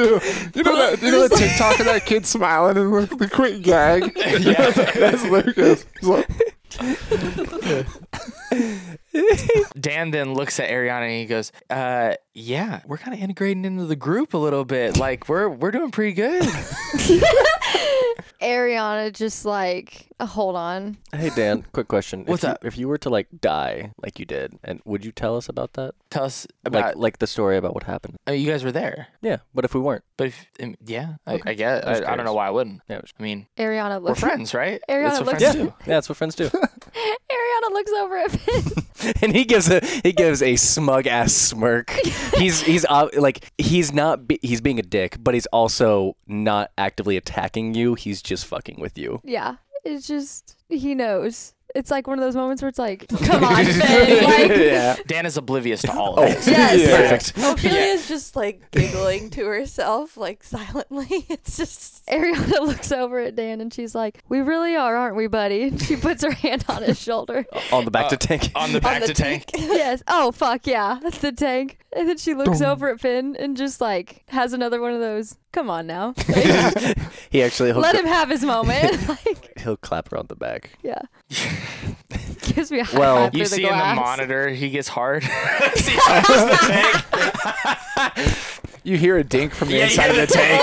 Speaker 3: you know that you know that TikTok of that kid smiling and the, the quick gag. Yeah, that's Lucas. He's like,
Speaker 1: Dan then looks at Ariana and he goes, uh, "Yeah, we're kind of integrating into the group a little bit. Like we're we're doing pretty good."
Speaker 4: Ariana just like, hold on.
Speaker 6: hey Dan, quick question.
Speaker 1: What's
Speaker 6: if
Speaker 1: up?
Speaker 6: You, if you were to like die like you did, and would you tell us about that?
Speaker 1: Tell us
Speaker 6: like
Speaker 1: about.
Speaker 6: like the story about what happened.
Speaker 1: I mean, Oh, you guys were there,
Speaker 6: Yeah. What if we weren't?
Speaker 1: but if, um, yeah, I, I guess
Speaker 6: I was
Speaker 1: I, I don't know
Speaker 6: curious.
Speaker 1: why I wouldn't.
Speaker 6: Yeah. it was-
Speaker 1: I mean,
Speaker 4: Ariana
Speaker 1: we're
Speaker 4: looks.
Speaker 1: friends, right?
Speaker 4: Ariana
Speaker 1: That's what
Speaker 4: looks-
Speaker 1: friends
Speaker 6: Yeah.
Speaker 1: do.
Speaker 6: yeah, that's what friends do.
Speaker 4: Ariana looks over at Finn.
Speaker 6: and he gives a he gives a smug ass smirk. He's he's uh, like he's not be, he's being a dick, but he's also not actively attacking you. He's just fucking with you.
Speaker 4: yeah, it's just he knows. It's like one of those moments where it's like, come on, Finn. Like, Oh,
Speaker 6: yeah. Oh.
Speaker 1: Dan is oblivious to all of this.
Speaker 4: yes.
Speaker 6: Perfect.
Speaker 2: Ophelia's just like giggling to herself, like silently. It's just.
Speaker 4: Ariana looks over at Dan and she's like, "We really are, aren't we, buddy?" And she puts her hand on his shoulder.
Speaker 6: On the back to tank.
Speaker 1: Uh, On the back
Speaker 2: the
Speaker 1: to tank.
Speaker 4: yes. Oh fuck yeah, that's the tank. And then she looks over at Finn and just like has another one of those. Come on now, Like,
Speaker 6: he actually he'll,
Speaker 4: let him have his moment. like
Speaker 6: he'll clap her on the back.
Speaker 4: yeah, gives me a high
Speaker 6: Well,
Speaker 4: well, five
Speaker 1: You
Speaker 4: through the
Speaker 1: see in
Speaker 4: glass.
Speaker 1: the monitor, he gets hard.
Speaker 3: you hear a dink from the
Speaker 1: Yeah,
Speaker 3: inside
Speaker 1: yeah,
Speaker 3: of the tank.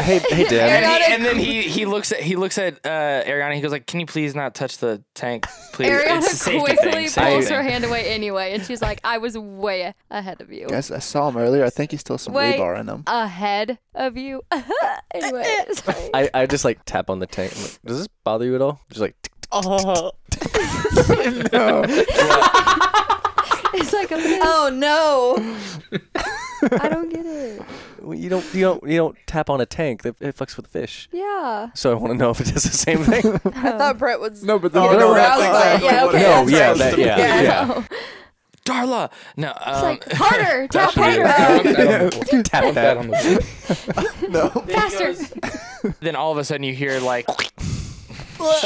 Speaker 6: Hey hey Dan.
Speaker 1: and, he, and then he, he looks at he looks at uh, Ariana. He goes like, "Can you please not touch the tank, please?" It's a
Speaker 4: Ariana
Speaker 1: safety
Speaker 4: quickly
Speaker 1: thing, safety
Speaker 4: pulls her
Speaker 1: thing.
Speaker 4: hand away anyway, and she's like, "I was way ahead of you."
Speaker 3: Guys, I saw him earlier. I think he's still some
Speaker 4: Wait.
Speaker 3: rebar in him.
Speaker 4: Ahead of you. anyway, sorry.
Speaker 6: I, I just like tap on the tank. I'm like, Does this bother you at all? Just like
Speaker 3: Oh.
Speaker 4: it's like a
Speaker 2: Oh no!
Speaker 4: I don't get it.
Speaker 6: "Well, you don't you don't you don't tap on a tank. It, it fucks with fish.
Speaker 4: Yeah.
Speaker 6: So I want to know if it does the same thing.
Speaker 2: I thought Brett was.
Speaker 3: No, but the-
Speaker 2: getting
Speaker 3: no, that's
Speaker 2: aroused by it.
Speaker 3: exactly
Speaker 2: Yeah,
Speaker 3: what
Speaker 2: okay.
Speaker 3: it
Speaker 6: no,
Speaker 2: that's
Speaker 6: yeah,
Speaker 2: right.
Speaker 6: that, yeah,
Speaker 2: Yeah.
Speaker 6: yeah.
Speaker 1: Darla, no,
Speaker 4: It's
Speaker 1: um,
Speaker 4: like harder, tap harder,
Speaker 7: Tap that
Speaker 6: Tap that.
Speaker 7: on the wood.
Speaker 4: faster.
Speaker 1: then all of a sudden you hear like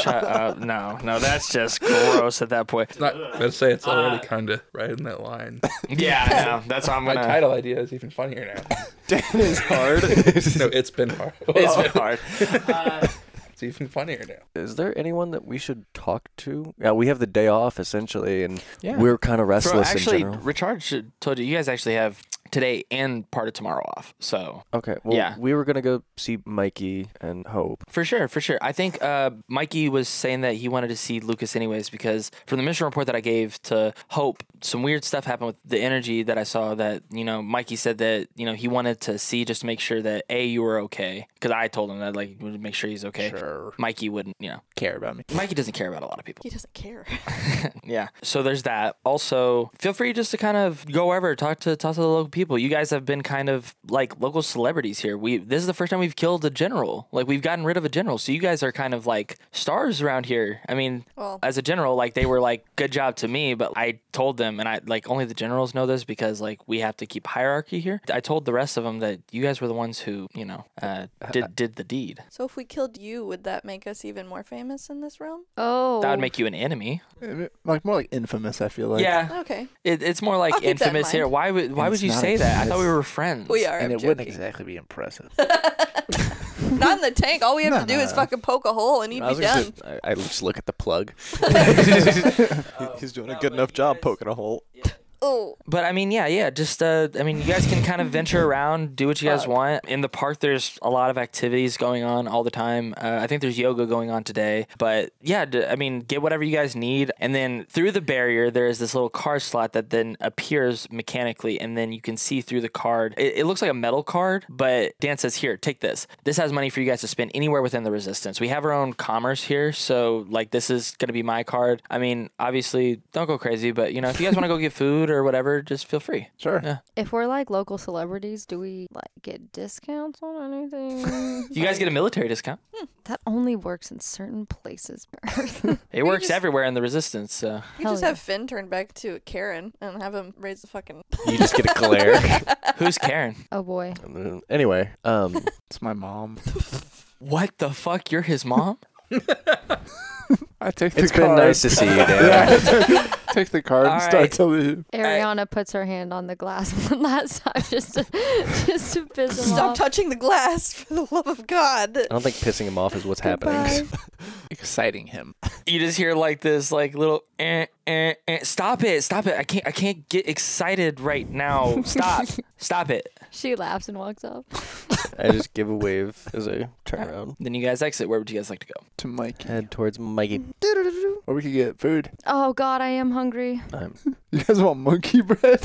Speaker 1: shut up no no that's just gross at that point
Speaker 7: It's not. I'd say it's already kind of right in that line.
Speaker 1: yeah no that's what i'm
Speaker 7: My
Speaker 1: gonna
Speaker 7: title idea is even funnier now.
Speaker 5: Dan is hard.
Speaker 7: no, it's been hard.
Speaker 1: it's been hard
Speaker 7: It's even funnier now.
Speaker 6: Is there anyone that we should talk to? Yeah, we have the day off essentially, and
Speaker 1: Yeah.
Speaker 6: we're kind of
Speaker 1: Bro,
Speaker 6: restless in
Speaker 1: actually
Speaker 6: general.
Speaker 1: richard should, told you you guys actually have today and part of tomorrow off. So
Speaker 6: Okay. Well,
Speaker 1: Yeah.
Speaker 6: we were going to go see Mikey and Hope.
Speaker 1: For sure, for sure. I think uh, Mikey was saying that he wanted to see Lucas anyways because from the mission report that I gave to Hope, some weird stuff happened with the energy that I saw. That you know, Mikey said that you know he wanted to see just to make sure that a you were okay because I told him that like would make sure he's okay. Sure. Mikey wouldn't you know
Speaker 3: care about me.
Speaker 1: Mikey doesn't care about a lot of people.
Speaker 2: He doesn't care.
Speaker 1: Yeah. So there's that. Also, feel free just to kind of go over, talk to talk to the local people. You guys have been kind of like local celebrities here. We this is the first time we've killed a general. Like we've gotten rid of a general. So you guys are kind of like stars around here. I mean,
Speaker 2: Well-
Speaker 1: as a general, like they were like good job to me, but I told them and I like only the generals know this because like we have to keep hierarchy here. I told the rest of them that you guys were the ones who, you know, uh, did did the deed.
Speaker 2: So if we killed you, would that make us even more famous in this realm?
Speaker 4: Oh.
Speaker 1: That would make you an enemy.
Speaker 3: Like more like infamous. I feel like.
Speaker 1: yeah.
Speaker 2: Okay.
Speaker 1: It, it's more
Speaker 2: I'll
Speaker 1: like
Speaker 2: keep that in
Speaker 1: infamous here.
Speaker 2: mind.
Speaker 1: Why would why
Speaker 3: And
Speaker 1: would
Speaker 3: it's
Speaker 1: you
Speaker 3: not
Speaker 1: say that? I thought we
Speaker 3: infamous.
Speaker 1: were friends.
Speaker 2: We are.
Speaker 3: and
Speaker 2: I'm
Speaker 3: it wouldn't
Speaker 2: joking.
Speaker 3: exactly be impressive.
Speaker 2: Not in the tank. All we have
Speaker 3: No,
Speaker 2: to do
Speaker 3: no,
Speaker 2: is
Speaker 3: no.
Speaker 2: fucking poke a hole and he'd be done.
Speaker 6: I, I just look at the plug.
Speaker 5: He's doing a good enough job poking a hole.
Speaker 2: Oh.
Speaker 1: But I mean, yeah, yeah. Just uh, I mean, you guys can kind of venture around, do what you guys want. In the park, there's a lot of activities going on all the time. Uh, I think there's yoga going on today. But yeah, d- I mean, get whatever you guys need, and then through the barrier, there is this little card slot that then appears mechanically, and then you can see through the card. It, it looks like a metal card, but Dan says, "Here, take this. This has money for you guys to spend anywhere within the resistance. We have our own commerce here, so like this is gonna be my card. I mean, obviously, don't go crazy, but you know, if you guys want to go get food or whatever, just feel free.
Speaker 3: Sure.
Speaker 1: Yeah.
Speaker 4: If we're like local celebrities, do we like get discounts on anything?
Speaker 1: You guys get a military discount.
Speaker 4: that only works in certain places.
Speaker 1: It works everywhere in the resistance. So
Speaker 2: You
Speaker 4: Hell
Speaker 2: just
Speaker 4: yeah.
Speaker 2: have Finn turn back to Karen and have him raise the fucking.
Speaker 6: You just get a glare. Uh,
Speaker 1: who's Karen?
Speaker 4: oh boy.
Speaker 6: anyway, um,
Speaker 3: It's my mom.
Speaker 1: What the fuck? You're his mom?
Speaker 3: I take the
Speaker 6: it's been
Speaker 3: card.
Speaker 6: nice to see you, Dan.
Speaker 3: yeah. Take the card
Speaker 1: All
Speaker 3: and
Speaker 1: right.
Speaker 3: start telling you.
Speaker 4: Ariana puts her hand on the glass one last time just to just to piss him
Speaker 2: Stop
Speaker 4: off.
Speaker 2: touching the glass for the love of Oh, God.
Speaker 6: I don't think pissing him off is what's happening.
Speaker 4: Goodbye.
Speaker 3: Exciting him.
Speaker 1: You just hear like this, like little. Eh, eh, eh. Stop it! Stop it! I can't. I can't get excited right now. Stop! Stop it!
Speaker 4: she laughs and walks off.
Speaker 6: I just give a wave as I turn around,
Speaker 1: Then you guys exit. Where would you guys like to go?
Speaker 3: To Mike.
Speaker 6: head towards Mikey.
Speaker 2: Mm-hmm.
Speaker 3: Or we could get food.
Speaker 4: Oh God, I am hungry.
Speaker 6: I'm
Speaker 3: You guys want monkey bread?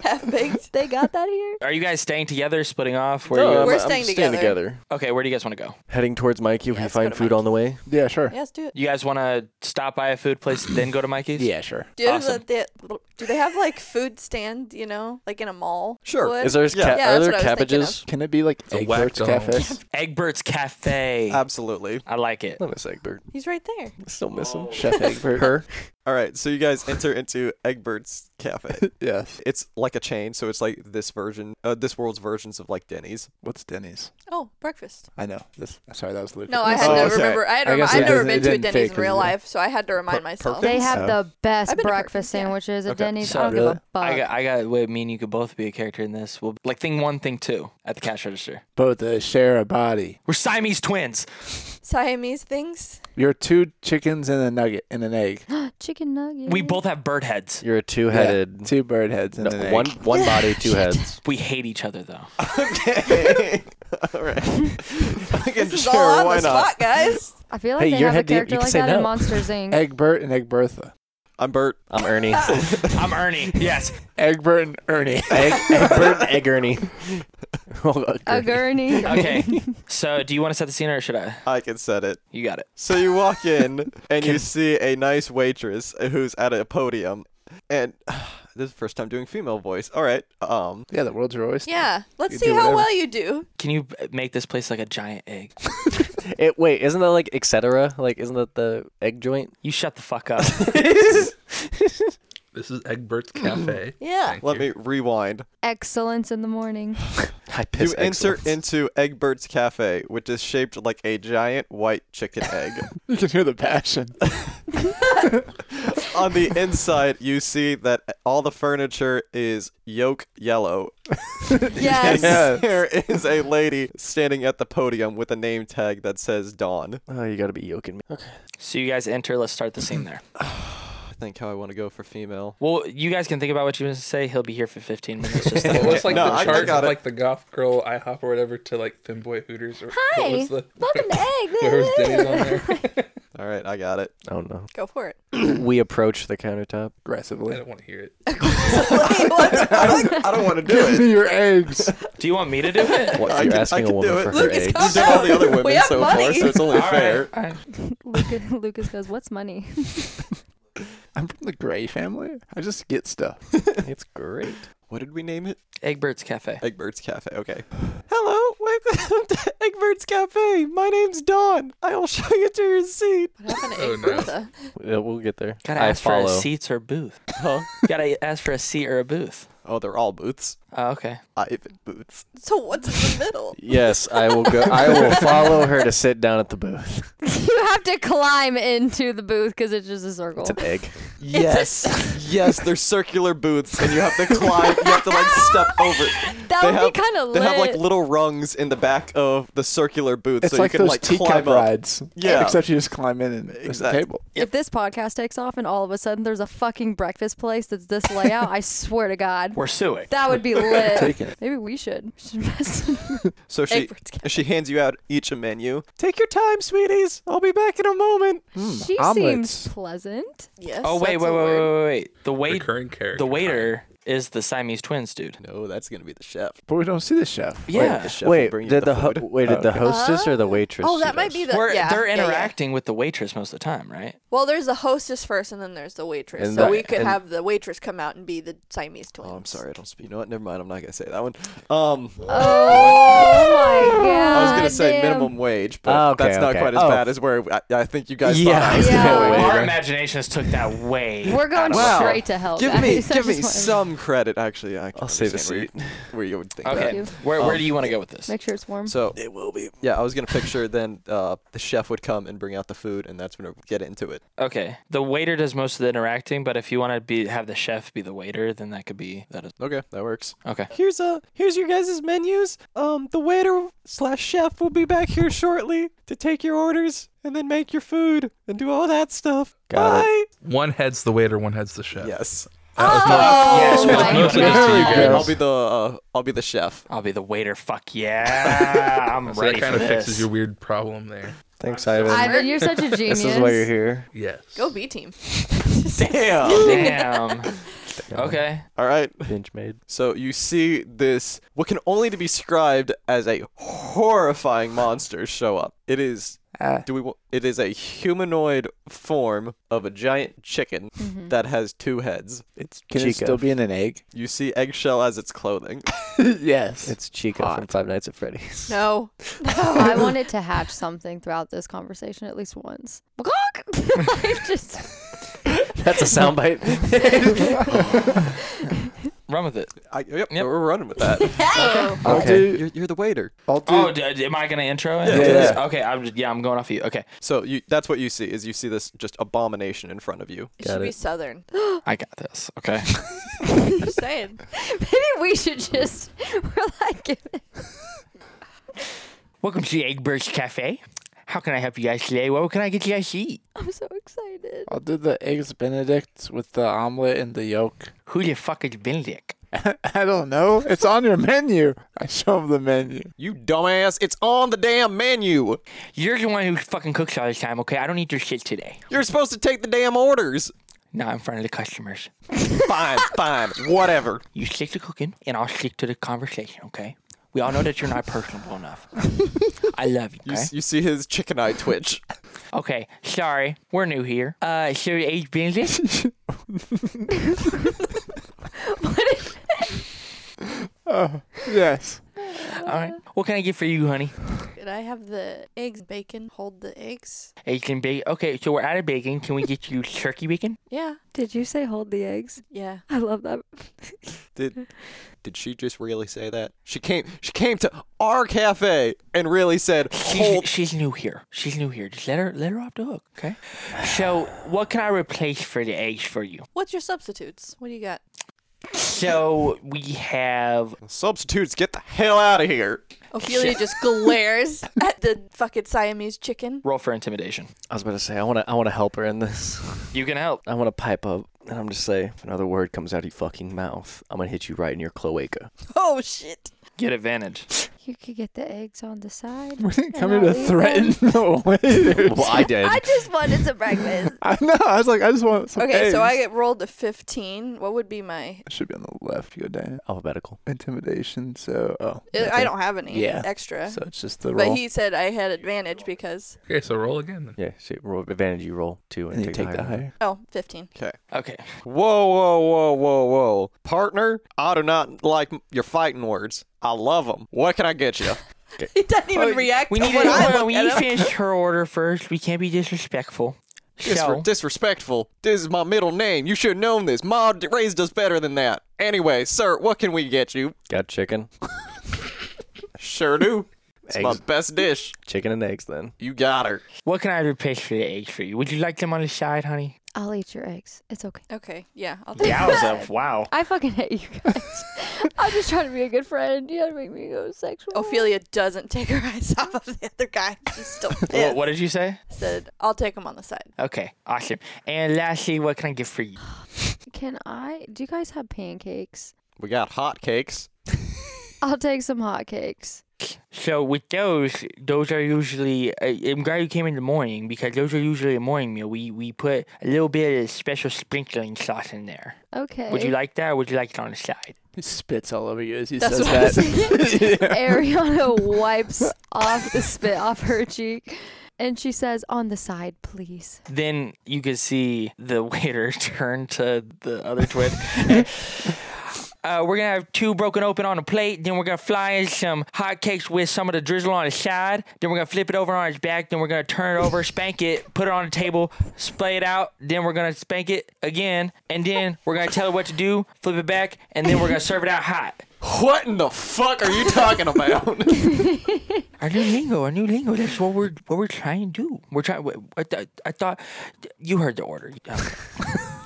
Speaker 2: Half baked.
Speaker 4: They got that here.
Speaker 1: Are you guys staying together, splitting off? Where
Speaker 6: No,
Speaker 1: are you?
Speaker 6: I'm-
Speaker 2: We're
Speaker 6: I'm
Speaker 2: staying together.
Speaker 1: Okay, where do you guys want to go?
Speaker 6: Heading towards Mikey. we
Speaker 2: let's go
Speaker 6: find
Speaker 2: to
Speaker 6: food on the way.
Speaker 3: yeah, sure.
Speaker 2: Yes, do it.
Speaker 1: You guys want to stop by a food place, then go to Mikey's?
Speaker 3: sure.
Speaker 2: Do, you have
Speaker 1: Awesome.
Speaker 2: the- the- do they have like food stand, you know, like in a mall?
Speaker 5: Sure.
Speaker 2: Would?
Speaker 6: Is there
Speaker 5: Yeah.
Speaker 6: ca-
Speaker 2: Yeah,
Speaker 6: are
Speaker 2: that's what
Speaker 6: there
Speaker 2: I was thinking of.
Speaker 6: cabbages?
Speaker 3: Can it be like
Speaker 7: A
Speaker 3: Egbert's
Speaker 7: whack-a-mole.
Speaker 3: Cafe?
Speaker 1: Egbert's Cafe.
Speaker 5: Absolutely.
Speaker 1: I like it.
Speaker 6: I miss Egbert.
Speaker 2: He's right there.
Speaker 6: I still miss him.
Speaker 3: Chef Egbert.
Speaker 5: Her. All right, so you guys enter into Egbert's Cafe.
Speaker 3: Yes.
Speaker 5: It's like a chain, so it's like this version, uh, this world's versions of like Denny's.
Speaker 3: What's Denny's?
Speaker 2: Oh, breakfast.
Speaker 3: I know. This. Sorry, that was Luke.
Speaker 2: No, I had
Speaker 5: Oh,
Speaker 2: to
Speaker 5: okay.
Speaker 2: remember. I had to
Speaker 3: I
Speaker 2: rem-
Speaker 3: guess
Speaker 2: I've
Speaker 3: it
Speaker 2: never
Speaker 3: doesn't-
Speaker 2: been
Speaker 3: it
Speaker 2: to a
Speaker 3: didn't
Speaker 2: Denny's
Speaker 3: fake
Speaker 2: in
Speaker 3: it,
Speaker 2: real
Speaker 3: yeah.
Speaker 2: life, so I had to remind myself.
Speaker 4: They
Speaker 5: Perkins?
Speaker 4: have
Speaker 5: So-
Speaker 4: the best
Speaker 2: I've been to Perkins,
Speaker 4: breakfast
Speaker 2: yeah.
Speaker 4: sandwiches at
Speaker 5: Okay.
Speaker 4: Denny's.
Speaker 1: So-
Speaker 4: I don't give
Speaker 3: Really?
Speaker 4: a fuck.
Speaker 1: I got, I got, wait, me and you could both be a character in this. We'll like thing one, thing two at the cash register.
Speaker 3: Both uh, share a body.
Speaker 1: We're Siamese twins.
Speaker 2: Siamese things.
Speaker 3: You're two chickens and a nugget and an egg.
Speaker 4: Chicken nuggets.
Speaker 1: We both have bird heads.
Speaker 6: You're a
Speaker 3: Yeah,
Speaker 6: two-headed.
Speaker 3: two bird heads and
Speaker 6: no,
Speaker 3: an egg.
Speaker 6: one one body, two heads.
Speaker 1: We hate each other though.
Speaker 5: Okay. All right.
Speaker 2: This is all on
Speaker 5: why
Speaker 2: the
Speaker 5: not?
Speaker 2: spot, guys.
Speaker 4: I feel like
Speaker 6: Hey,
Speaker 4: they
Speaker 6: your
Speaker 4: have a
Speaker 6: head deep,
Speaker 4: character
Speaker 6: you can
Speaker 4: like
Speaker 6: say
Speaker 4: that
Speaker 6: no.
Speaker 4: in Monsters Inc.
Speaker 3: Egbert and Egbertha.
Speaker 5: I'm Bert.
Speaker 6: I'm Ernie.
Speaker 1: I'm Ernie. Yes.
Speaker 3: Egbert and Ernie.
Speaker 6: Egg, Egbert, and Egg Ernie. Oh, Egg
Speaker 4: A
Speaker 6: Ernie.
Speaker 4: gurney.
Speaker 1: Okay. So, do you want to set the scene or should I?
Speaker 5: I can set it.
Speaker 1: You got it.
Speaker 5: So you walk in and you see a nice waitress who's at a podium, and this is the first time doing female voice. All right. Um.
Speaker 3: yeah, the world's your oyster.
Speaker 2: Yeah, let's
Speaker 3: You
Speaker 2: see
Speaker 3: do
Speaker 2: how
Speaker 3: whatever.
Speaker 2: well you do.
Speaker 1: Can you uh, make this place like a giant egg?
Speaker 6: It, wait, isn't that like etc.? Like, isn't that the egg joint?
Speaker 1: You shut the fuck up.
Speaker 7: This is Egbert's Cafe.
Speaker 2: Yeah.
Speaker 7: Thank
Speaker 5: Let me
Speaker 7: you.
Speaker 5: rewind.
Speaker 4: Excellence in the morning.
Speaker 6: I piss
Speaker 5: you enter
Speaker 6: excellence.
Speaker 5: into Egbert's Cafe, which is shaped like a giant white chicken egg.
Speaker 3: You can hear the passion.
Speaker 5: On the inside, you see that all the furniture is yolk yellow.
Speaker 2: Yes.
Speaker 5: And there is a lady standing at the podium with a name tag that says Dawn.
Speaker 6: Oh, you gotta be yoking me. Okay.
Speaker 1: so you guys enter. Let's start the scene there.
Speaker 5: think how I want to go for female.
Speaker 1: Well, you guys can think about what you want to say. He'll be here for 15 minutes. Just
Speaker 7: What was like
Speaker 5: No,
Speaker 7: the
Speaker 5: I
Speaker 7: chart
Speaker 5: got
Speaker 7: of
Speaker 5: it.
Speaker 7: like the goth girl IHOP or whatever to like Finboy Hooters? Or, what
Speaker 4: Hi,
Speaker 7: was the-
Speaker 4: welcome to Egg.
Speaker 7: Where was Denny's on there?
Speaker 5: All right, I got it.
Speaker 6: Oh no.
Speaker 2: Go for it.
Speaker 6: we approach the
Speaker 7: I
Speaker 6: countertop aggressively.
Speaker 7: don't want to hear it.
Speaker 5: I don't want to do it.
Speaker 3: Give me your eggs.
Speaker 1: Do you want me to do it?
Speaker 6: What
Speaker 5: I
Speaker 6: you're
Speaker 5: can- I
Speaker 6: asking a
Speaker 5: can
Speaker 6: woman
Speaker 5: do it.
Speaker 6: for her
Speaker 5: Look,
Speaker 2: it's
Speaker 6: eggs?
Speaker 5: You
Speaker 2: got-
Speaker 5: did all the other
Speaker 2: We
Speaker 5: women
Speaker 2: have
Speaker 5: so far,
Speaker 2: money.
Speaker 5: so it's only
Speaker 1: All right,
Speaker 5: fair.
Speaker 1: all right.
Speaker 4: Lucas, Lucas goes, "What's money?"
Speaker 3: I'm from the Gray family. I just get stuff.
Speaker 6: it's great.
Speaker 5: What did we name it?
Speaker 1: Egbert's Cafe.
Speaker 5: Egbert's Cafe. Okay. Hello, welcome to Egbert's Cafe. My name's Don. I'll show you to your seat.
Speaker 2: What happened to
Speaker 7: Oh,
Speaker 2: Egg
Speaker 7: no.
Speaker 2: Bertha?
Speaker 6: Uh, We'll get there.
Speaker 1: Gotta
Speaker 6: I
Speaker 1: ask for
Speaker 6: follow.
Speaker 1: a seats or booth.
Speaker 5: Huh?
Speaker 1: Gotta ask for a seat or a booth.
Speaker 5: Oh, they're all booths.
Speaker 1: Oh, okay.
Speaker 5: Ivan booths.
Speaker 2: So what's in the middle?
Speaker 6: Yes, I will go. I will follow her to sit down at the booth.
Speaker 4: you have to climb into the booth because it's just a circle.
Speaker 6: It's an egg.
Speaker 5: Yes, yes, they're circular booths, and you have to climb. You have to like step over.
Speaker 4: That
Speaker 5: they
Speaker 4: would be
Speaker 5: have,
Speaker 4: kinda
Speaker 5: They have like
Speaker 4: lit.
Speaker 5: little rungs in the back of the circular booth,
Speaker 3: It's
Speaker 5: so
Speaker 3: like
Speaker 5: you can
Speaker 3: those
Speaker 5: like
Speaker 3: teacup
Speaker 5: climb up.
Speaker 3: rides.
Speaker 5: Yeah.
Speaker 3: Except you just climb in and there's a
Speaker 5: Exact-
Speaker 3: table.
Speaker 4: If this podcast takes off and all of a sudden there's a fucking breakfast place that's this layout, I swear to God,
Speaker 1: We're suing.
Speaker 4: that would be lit.
Speaker 3: Take it.
Speaker 4: Maybe we should. We should invest in-
Speaker 5: So she
Speaker 4: Egbert's Cafe.
Speaker 5: she hands you out each a menu. Take your time, sweeties. I'll be back in a moment. Ah.
Speaker 4: she
Speaker 3: omelets.
Speaker 4: seems pleasant.
Speaker 2: Hmm. Yes.
Speaker 1: Oh wait,
Speaker 2: that's
Speaker 1: wait,
Speaker 2: a
Speaker 1: wait, wait,
Speaker 2: word.
Speaker 1: wait, wait. The wait,
Speaker 7: Recurring character.
Speaker 1: the waiter is the Siamese twins dude.
Speaker 5: No, that's gonna be the chef.
Speaker 3: But we don't see the chef.
Speaker 1: Yeah.
Speaker 5: the chef will
Speaker 6: Wait,
Speaker 5: bring you
Speaker 6: did the, ho-
Speaker 5: food.
Speaker 6: wait, did the hostess or the waitress?
Speaker 2: Oh,
Speaker 6: do
Speaker 2: that might
Speaker 6: this?
Speaker 2: be the.
Speaker 1: We're,
Speaker 2: yeah,
Speaker 1: they're
Speaker 2: yeah, yeah.
Speaker 1: interacting with the waitress most of the time, right?
Speaker 2: Well, there's the hostess first, and then there's the waitress.
Speaker 6: And
Speaker 2: so
Speaker 6: the-
Speaker 2: we could
Speaker 6: and-
Speaker 2: have the waitress come out and be the Siamese twins.
Speaker 5: Oh, I'm sorry. I don't speak. You know what? Never mind. I'm not gonna say that one. Um,
Speaker 4: Oh my God.
Speaker 5: I was gonna say
Speaker 4: damn.
Speaker 5: minimum wage, but
Speaker 6: Ah, okay,
Speaker 5: that's not
Speaker 6: okay.
Speaker 5: quite as
Speaker 6: Oh.
Speaker 5: bad as where I, I think you guys
Speaker 6: Yeah,
Speaker 5: thought. I
Speaker 6: I
Speaker 5: was
Speaker 6: was
Speaker 5: going.
Speaker 4: Yeah.
Speaker 6: gonna
Speaker 1: Our
Speaker 6: wait.
Speaker 1: imaginations took that way.
Speaker 4: We're going
Speaker 5: Wow.
Speaker 4: straight to hell.
Speaker 5: Give
Speaker 4: guys.
Speaker 5: me,
Speaker 4: I
Speaker 5: give me
Speaker 4: just wanna-
Speaker 5: some credit. Actually, I can
Speaker 6: I'll save a
Speaker 5: understand Where you, where you would think.
Speaker 4: Thank
Speaker 1: Okay.
Speaker 4: you.
Speaker 1: Where, where do you want to go with this?
Speaker 4: Make sure it's warm.
Speaker 5: That. So it will be. Yeah, I was gonna picture then uh, the chef would come and bring out the food, and that's when we get into it.
Speaker 1: Okay. The waiter does most of the interacting, but if you want to be have the chef be the waiter, then that could be that is
Speaker 5: Okay, that works.
Speaker 1: okay.
Speaker 5: Here's uh here's your guys' menus. Um, the waiter slash chef will be back here shortly to take your orders and then make your food and do all that stuff.
Speaker 6: Got it.
Speaker 7: One head's the waiter, one head's the chef.
Speaker 5: Yes.
Speaker 4: oh
Speaker 1: Yes, we
Speaker 4: my
Speaker 1: love you.
Speaker 4: God.
Speaker 3: There we
Speaker 5: I'll be the uh, I'll be the chef.
Speaker 1: I'll be the waiter. Fuck yeah, Ah, I'm
Speaker 7: So that
Speaker 1: ready
Speaker 7: kind
Speaker 1: for
Speaker 7: of
Speaker 1: this.
Speaker 7: fixes your weird problem there.
Speaker 6: Thanks, Ivan.
Speaker 4: Ivan, you're such a genius.
Speaker 6: this is why you're here.
Speaker 7: Yes.
Speaker 2: Go B team.
Speaker 5: Damn.
Speaker 1: Damn. okay.
Speaker 5: all right.
Speaker 6: Binge made.
Speaker 5: So you see this what can only to be described as a horrifying monster show up. It is
Speaker 3: Ah.
Speaker 5: do we wa- it is a humanoid form of a giant chicken that has two heads.
Speaker 3: It's Mm-hmm. Can it
Speaker 6: Chico.
Speaker 3: still be in an egg?
Speaker 5: You see eggshell as its clothing.
Speaker 3: yes.
Speaker 6: It's Chico from Five Nights at Freddy's.
Speaker 2: No.
Speaker 4: I wanted to hatch something throughout this conversation at least once. Macaque! Like, just
Speaker 6: That's a soundbite.
Speaker 1: Run with it.
Speaker 5: I, yep,
Speaker 1: Yep.
Speaker 5: we're running with that.
Speaker 3: I'll
Speaker 6: Okay.
Speaker 3: do.
Speaker 5: you're, you're the waiter.
Speaker 3: I'll do.
Speaker 1: Oh, d- d- am I gonna intro? it?
Speaker 5: Yeah,
Speaker 3: Yeah. yeah.
Speaker 1: Okay. I'm. Yeah, I'm going off you. Okay.
Speaker 5: So you that's what you see is you see this just abomination in front of you.
Speaker 2: It should
Speaker 6: Got
Speaker 2: be
Speaker 6: it.
Speaker 2: Southern.
Speaker 1: I got this. Okay.
Speaker 2: Just saying.
Speaker 4: maybe we should just we're like giving-
Speaker 1: Welcome to Eggbird's Cafe. How can I help you guys today? What can I get you guys to eat?
Speaker 4: I'm so excited.
Speaker 3: I'll do the eggs Benedict with the omelet and the yolk.
Speaker 1: Who the fuck is Benedict?
Speaker 3: I don't know. It's on your menu. I show him the menu.
Speaker 5: You dumbass, it's on the damn menu.
Speaker 1: You're the one who fucking cooks all the time, okay? I don't need your shit today.
Speaker 5: You're supposed to take the damn orders.
Speaker 1: Not in front of the customers.
Speaker 5: Fine, fine, whatever.
Speaker 1: You stick to cooking, and I'll stick to the conversation, okay? We all know that you're not personable enough. I love you,
Speaker 5: You,
Speaker 1: okay?
Speaker 5: s- you see his chicken eye twitch.
Speaker 1: Okay, sorry. We're new here. Uh, so Egg Benedict?
Speaker 3: Yes.
Speaker 1: all right. Uh, What can I get for you, honey?
Speaker 2: Could I have the eggs bacon? Hold the eggs.
Speaker 1: Eggs and bacon. Okay, so we're out of bacon. Can we get you turkey bacon?
Speaker 2: Yeah.
Speaker 4: Did you say hold the eggs?
Speaker 2: Yeah.
Speaker 4: I love that.
Speaker 5: Did did she just really say that? She came she came to our cafe and really said,
Speaker 1: She's,
Speaker 5: "Hold
Speaker 1: she's new here. She's new here. Just let her let her off the hook, okay? So, what can I replace for the eggs for you?
Speaker 2: What's your substitutes? What do you got?
Speaker 1: So we have
Speaker 5: substitutes. Get the hell out of here.
Speaker 2: Ophelia just glares at the fucking Siamese chicken.
Speaker 1: Roll for intimidation.
Speaker 6: I was about to say I want to I want to help her in this.
Speaker 1: You can help.
Speaker 6: I want to pipe up and I'm just say if another word comes out of your fucking mouth, I'm gonna hit you right in your cloaca.
Speaker 2: Oh shit.
Speaker 1: Get advantage.
Speaker 4: You could get the eggs on the side.
Speaker 3: We didn't
Speaker 4: and
Speaker 3: come here
Speaker 4: I'll
Speaker 3: to
Speaker 4: eat
Speaker 3: threaten
Speaker 4: them.
Speaker 3: the waiters.
Speaker 6: Well, I did.
Speaker 4: I just wanted some breakfast.
Speaker 3: I know. I was like, I just want some.
Speaker 2: Okay, so I
Speaker 3: eggs.
Speaker 2: get rolled a 15. What would be my.
Speaker 3: It should be on the left. You go down.
Speaker 6: Alphabetical.
Speaker 3: Intimidation. So oh.
Speaker 2: Uh, I don't have any
Speaker 3: Yeah.
Speaker 2: extra.
Speaker 3: So it's just the
Speaker 2: but
Speaker 3: roll.
Speaker 2: he said I had advantage because.
Speaker 7: Okay, so roll again. Then.
Speaker 6: Yeah, so roll advantage. You roll two and,
Speaker 3: And you take
Speaker 6: the
Speaker 3: the
Speaker 6: higher.
Speaker 3: higher.
Speaker 2: Oh, 15.
Speaker 5: Okay.
Speaker 1: Okay.
Speaker 5: Whoa, whoa, whoa, whoa, whoa. Partner, I do not like m- your fighting words. I love them. What can I get you?
Speaker 2: He doesn't even react
Speaker 1: Oh, We
Speaker 2: to
Speaker 1: need
Speaker 2: what
Speaker 1: to,
Speaker 2: I
Speaker 1: well,
Speaker 2: look
Speaker 1: we
Speaker 2: at
Speaker 1: need to
Speaker 2: him.
Speaker 1: finish her order first. We can't be disrespectful.
Speaker 5: Disre-
Speaker 1: So,
Speaker 5: disrespectful. This is my middle name. You should have known this. Ma d- raised us better than that. Anyway, sir, what can we get you?
Speaker 6: Got chicken,
Speaker 5: Sure do. It's my
Speaker 6: Eggs.
Speaker 5: best dish.
Speaker 6: chicken and eggs. Then
Speaker 5: You got her.
Speaker 1: what can I replace for the eggs for you? Would you like them on the side, honey?
Speaker 4: I'll eat your eggs. It's okay.
Speaker 2: Okay, yeah. I'll take
Speaker 1: Yeah,
Speaker 4: Yowza,
Speaker 1: wow.
Speaker 4: I fucking hate you guys. I'm just trying to be a good friend. You gotta make me go sexual.
Speaker 2: Ophelia doesn't take her eyes off of the other guy. She's still pissed.
Speaker 1: What, what did you say?
Speaker 2: Said, I'll take him on the side.
Speaker 1: Okay, awesome. And lastly, what can I get for you?
Speaker 4: Can I? Do you guys have pancakes?
Speaker 5: We got hot cakes.
Speaker 4: I'll take some hotcakes.
Speaker 1: So with those, those are usually. I, I'm glad you came in the morning because those are usually a morning meal. We we put a little bit of special sprinkling sauce in there.
Speaker 4: Okay.
Speaker 1: Would you like that? or Would you like it on the side?
Speaker 3: He spits all over you as he
Speaker 2: That's
Speaker 3: says
Speaker 2: what I was
Speaker 3: that.
Speaker 4: Ariana wipes off the spit off her cheek and she says, On the side, please.
Speaker 1: Then you could see the waiter turn to the other twin. Uh, we're gonna have two broken open on a plate. Then we're gonna fly in some hot cakes with some of the drizzle on the side. Then we're gonna flip it over on its back. Then we're gonna turn it over, spank it, put it on the table, splay it out. Then we're gonna spank it again, and then we're gonna tell it what to do, flip it back, and then we're gonna serve it out hot.
Speaker 5: What in the fuck are you talking about?
Speaker 1: Our new lingo, our new lingo. That's what we're what we're trying to do. We're trying. I, th- I thought you heard the order.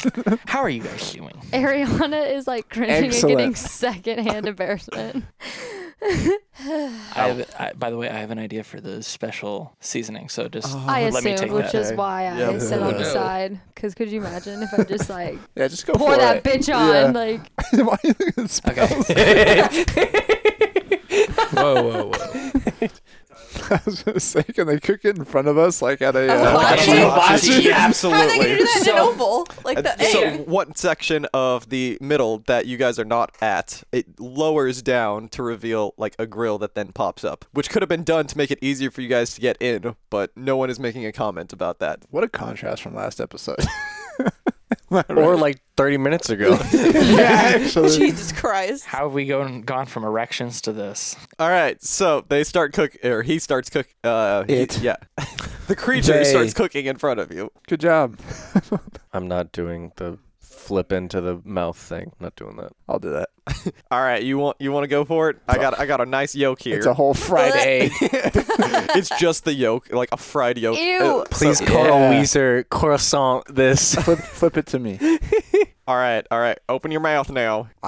Speaker 1: Okay. How are you guys doing?
Speaker 4: Ariana is like cringing
Speaker 3: Excellent.
Speaker 4: and getting secondhand embarrassment.
Speaker 1: I have, I, by the way, I have an idea for the special seasoning. So just
Speaker 5: Oh.
Speaker 4: I
Speaker 1: let me
Speaker 4: assumed,
Speaker 1: take
Speaker 4: which is
Speaker 1: that.
Speaker 4: why I
Speaker 5: Yeah.
Speaker 4: said on the
Speaker 7: Yeah.
Speaker 4: side. Because could you imagine if I just like
Speaker 3: yeah, just go
Speaker 4: pour
Speaker 3: for
Speaker 4: that
Speaker 3: it.
Speaker 4: bitch on?
Speaker 3: Yeah.
Speaker 4: Like,
Speaker 3: Why you think it spells?
Speaker 7: Whoa, whoa, whoa.
Speaker 3: I was gonna say, can they cook it in front of us, like at a?
Speaker 2: Oh,
Speaker 3: Uh,
Speaker 2: I
Speaker 3: at a
Speaker 2: see.
Speaker 3: lodge?
Speaker 5: Hibachi,
Speaker 2: How are they going to do
Speaker 5: Absolutely.
Speaker 2: that in an oval?
Speaker 4: Uh,
Speaker 2: Like the
Speaker 5: so
Speaker 2: egg.
Speaker 5: what section of the middle that you guys are not at it lowers down to reveal like a grill that then pops up which could have been done to make it easier for you guys to get in but no one is making a comment about that
Speaker 3: What a contrast from last episode.
Speaker 6: or like 30 minutes ago.
Speaker 3: yeah, actually.
Speaker 2: Jesus Christ.
Speaker 1: How have we gone gone from erections to this?
Speaker 5: all right so they start cook or he starts cook uh he-
Speaker 3: It.
Speaker 5: yeah the creature
Speaker 3: They.
Speaker 5: starts cooking in front of you
Speaker 3: Good job.
Speaker 6: I'm not doing the flip into the mouth thing. Not doing that.
Speaker 3: I'll do that.
Speaker 5: all right you want you want to go for it i got i got a nice yolk here
Speaker 3: It's a whole fried egg.
Speaker 5: It's just the yolk like a fried yolk Uh,
Speaker 4: Ew.
Speaker 6: Please,
Speaker 5: so-
Speaker 6: Carl
Speaker 3: Yeah.
Speaker 6: Weezer, croissant this.
Speaker 3: flip, flip it to me.
Speaker 5: all right all right open your mouth now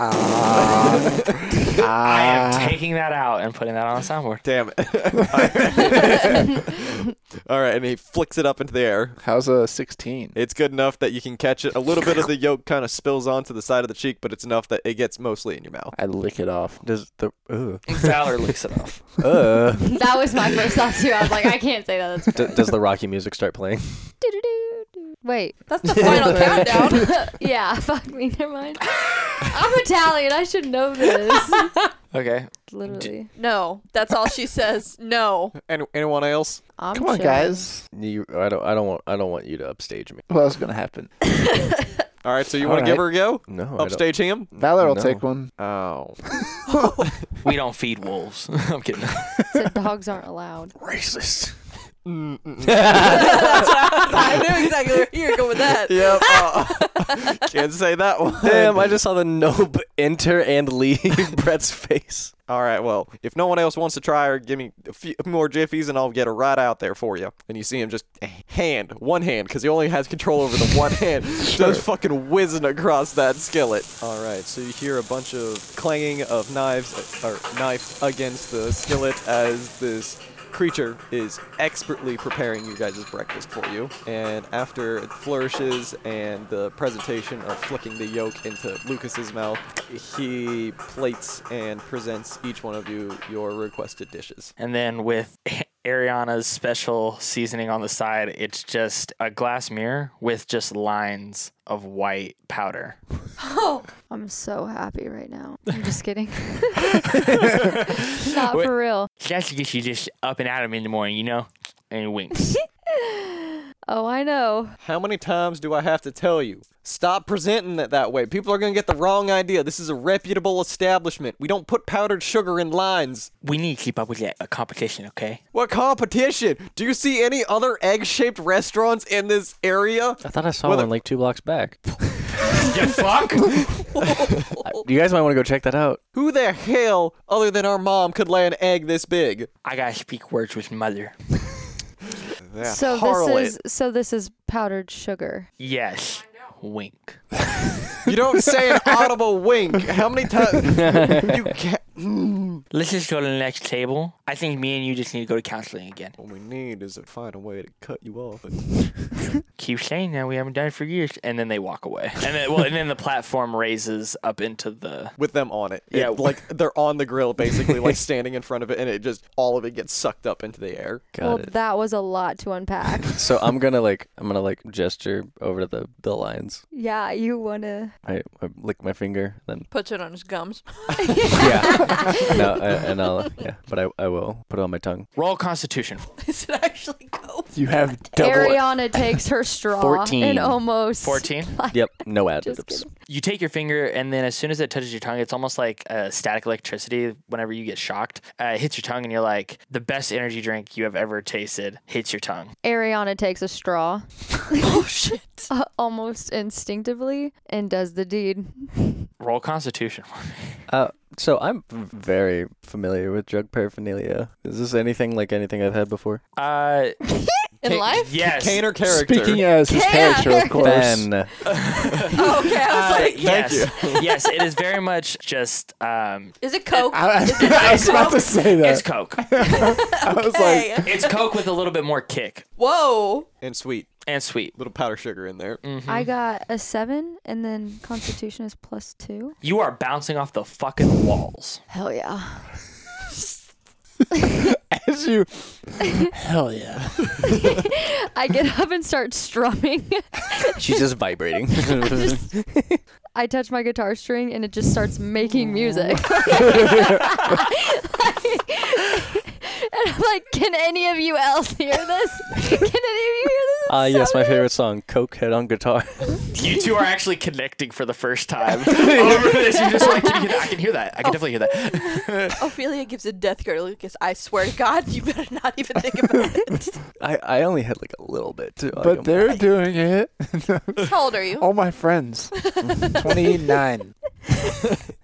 Speaker 5: Ah.
Speaker 1: I am taking that out and putting that on a soundboard.
Speaker 5: Damn it. All right, and he flicks it up into the air.
Speaker 3: How's a sixteen?
Speaker 5: It's good enough that you can catch it. A little bit of the yolk kind of spills onto the side of the cheek, but it's enough that it gets mostly in your mouth.
Speaker 3: I lick it off.
Speaker 6: Does the ugh.
Speaker 1: Valor licks it off.
Speaker 6: Uh.
Speaker 4: that was my first thought too. I was like, I can't say that. That's
Speaker 6: D- does the Rocky music start playing?
Speaker 4: Do-do-do-do. Wait.
Speaker 2: That's the final countdown.
Speaker 4: yeah, fuck me. Never mind. I'm Italian. I should know this.
Speaker 1: Okay.
Speaker 4: Literally.
Speaker 2: No, that's all she says. No.
Speaker 5: Any, anyone else?
Speaker 4: I'm
Speaker 3: Come on,
Speaker 4: chilling.
Speaker 3: guys.
Speaker 6: You, I don't. I don't want. I don't want you to upstage me.
Speaker 3: What else is gonna happen?
Speaker 5: All right, so you
Speaker 3: All
Speaker 5: want to give
Speaker 3: right.
Speaker 5: her a go?
Speaker 6: No. I don't-
Speaker 5: Upstage him?
Speaker 3: Valor will
Speaker 6: No.
Speaker 3: take one.
Speaker 5: Oh.
Speaker 1: We don't feed wolves. I'm kidding.
Speaker 4: Said dogs aren't allowed.
Speaker 6: Racist.
Speaker 2: I knew exactly where you were going with that.
Speaker 5: Yep. oh. Can't say that one.
Speaker 6: Damn, I just saw the nope enter and leave Brett's face.
Speaker 5: All right, well, if no one else wants to try or give me a few more jiffies and I'll get it right out there for you. And you see him just a hand, one hand, because he only has control over the one hand, just fucking whizzing across that skillet. All right, so you hear a bunch of clanging of knives, or knife against the skillet as this creature is expertly preparing you guys' breakfast for you. And after it flourishes and the presentation of flicking the yolk into Lucas's mouth, he plates and presents each one of you your requested dishes.
Speaker 1: And then with Ariana's special seasoning on the side, it's just a glass mirror with just lines of white powder.
Speaker 4: Oh, I'm so happy right now. I'm just kidding. Not
Speaker 1: Wait.
Speaker 4: for real.
Speaker 1: That's to get you just up and at 'em in the morning, you know? And winks.
Speaker 4: Oh, I know.
Speaker 5: How many times do I have to tell you? Stop presenting it that way. People are going to get the wrong idea. This is a reputable establishment. We don't put powdered sugar in lines.
Speaker 1: we need to keep up with that uh, competition, okay?
Speaker 5: What competition? Do you see any other egg shaped restaurants in this area?
Speaker 6: I thought I saw
Speaker 5: Well,
Speaker 6: one like two blocks back.
Speaker 1: you fuck!
Speaker 6: You guys might want to go check that out.
Speaker 5: Who the hell, other than our mom, could lay an egg this big?
Speaker 1: I gotta speak words with mother.
Speaker 4: so this is so this is powdered sugar.
Speaker 1: Yes. Wink.
Speaker 5: You don't say an audible wink. How many times? you can't. Mm.
Speaker 1: Let's just go to the next table. I think me and you just need to go to counseling again.
Speaker 5: What we need is to find a way to cut you off.
Speaker 1: Keep saying that we haven't done it for years, and then they walk away. And then, well, and then the platform raises up into the.
Speaker 5: with them on it. Yeah,
Speaker 1: Yeah.
Speaker 5: like they're on the grill basically, like standing in front of it, and it just all of it gets sucked up into the air.
Speaker 6: Got
Speaker 4: well,
Speaker 6: it.
Speaker 4: that was a lot to unpack.
Speaker 6: So I'm gonna like I'm gonna like gesture over to the the lines.
Speaker 4: yeah, you wanna
Speaker 6: I, I lick my finger, then
Speaker 2: Puts it on his gums.
Speaker 6: yeah, no, I, and I'll yeah, but I, I will put it on my tongue.
Speaker 1: Roll Constitution.
Speaker 2: Does it actually go?
Speaker 6: You have
Speaker 4: Ariana takes her straw
Speaker 6: 14.
Speaker 4: and almost
Speaker 1: 14?
Speaker 6: Yep, no additives.
Speaker 1: You take your finger, and then as soon as it touches your tongue, it's almost like uh, static electricity whenever you get shocked. Uh, it hits your tongue, and you're like, the best energy drink you have ever tasted hits your tongue.
Speaker 4: Ariana takes a straw.
Speaker 2: Oh shit.
Speaker 4: uh, almost instinctively and does the deed.
Speaker 1: Roll Constitution.
Speaker 6: Uh, so I'm very familiar with drug paraphernalia. Is this anything like anything I've had before?
Speaker 1: Uh,
Speaker 2: In
Speaker 5: Ca-
Speaker 2: life?
Speaker 1: yes.
Speaker 5: Cane or character?
Speaker 3: Speaking as his
Speaker 2: Yeah.
Speaker 3: character, of course.
Speaker 6: Ben,
Speaker 2: Oh, okay. I was
Speaker 1: Uh,
Speaker 2: like,
Speaker 1: yes, yes, it is very much just um,
Speaker 2: is it Coke?
Speaker 3: I,
Speaker 2: Is it
Speaker 3: I was about to
Speaker 2: Coke?
Speaker 3: say that.
Speaker 1: it's Coke.
Speaker 3: I was like,
Speaker 2: Hey.
Speaker 1: It's Coke with a little bit more kick
Speaker 2: Whoa.
Speaker 5: and sweet
Speaker 1: and sweet. Mm-hmm.
Speaker 5: little powder sugar in there.
Speaker 4: I got a seven, and then Constitution is plus two.
Speaker 1: You are bouncing off the fucking walls.
Speaker 4: Hell yeah!
Speaker 3: as you, hell yeah.
Speaker 4: I get up and start strumming.
Speaker 6: she's just vibrating.
Speaker 4: I touch my guitar string, and it just starts making music. and I'm like, can any of you else hear this? Can any of you hear this?
Speaker 6: Ah,
Speaker 4: It's
Speaker 6: yes,
Speaker 4: so
Speaker 6: my
Speaker 4: good."
Speaker 6: favorite song, Coke Head on Guitar.
Speaker 1: You two are actually connecting for the first time over this. Oh, You're just like, "Can you hear that? I can hear that. I can definitely hear that.
Speaker 2: Ophelia gives a death grip, Lucas. I swear to God, you better not even think about it.
Speaker 6: I, I only had like a little bit too.
Speaker 3: But they're doing it.
Speaker 2: How old are you?
Speaker 3: All my friends. 29.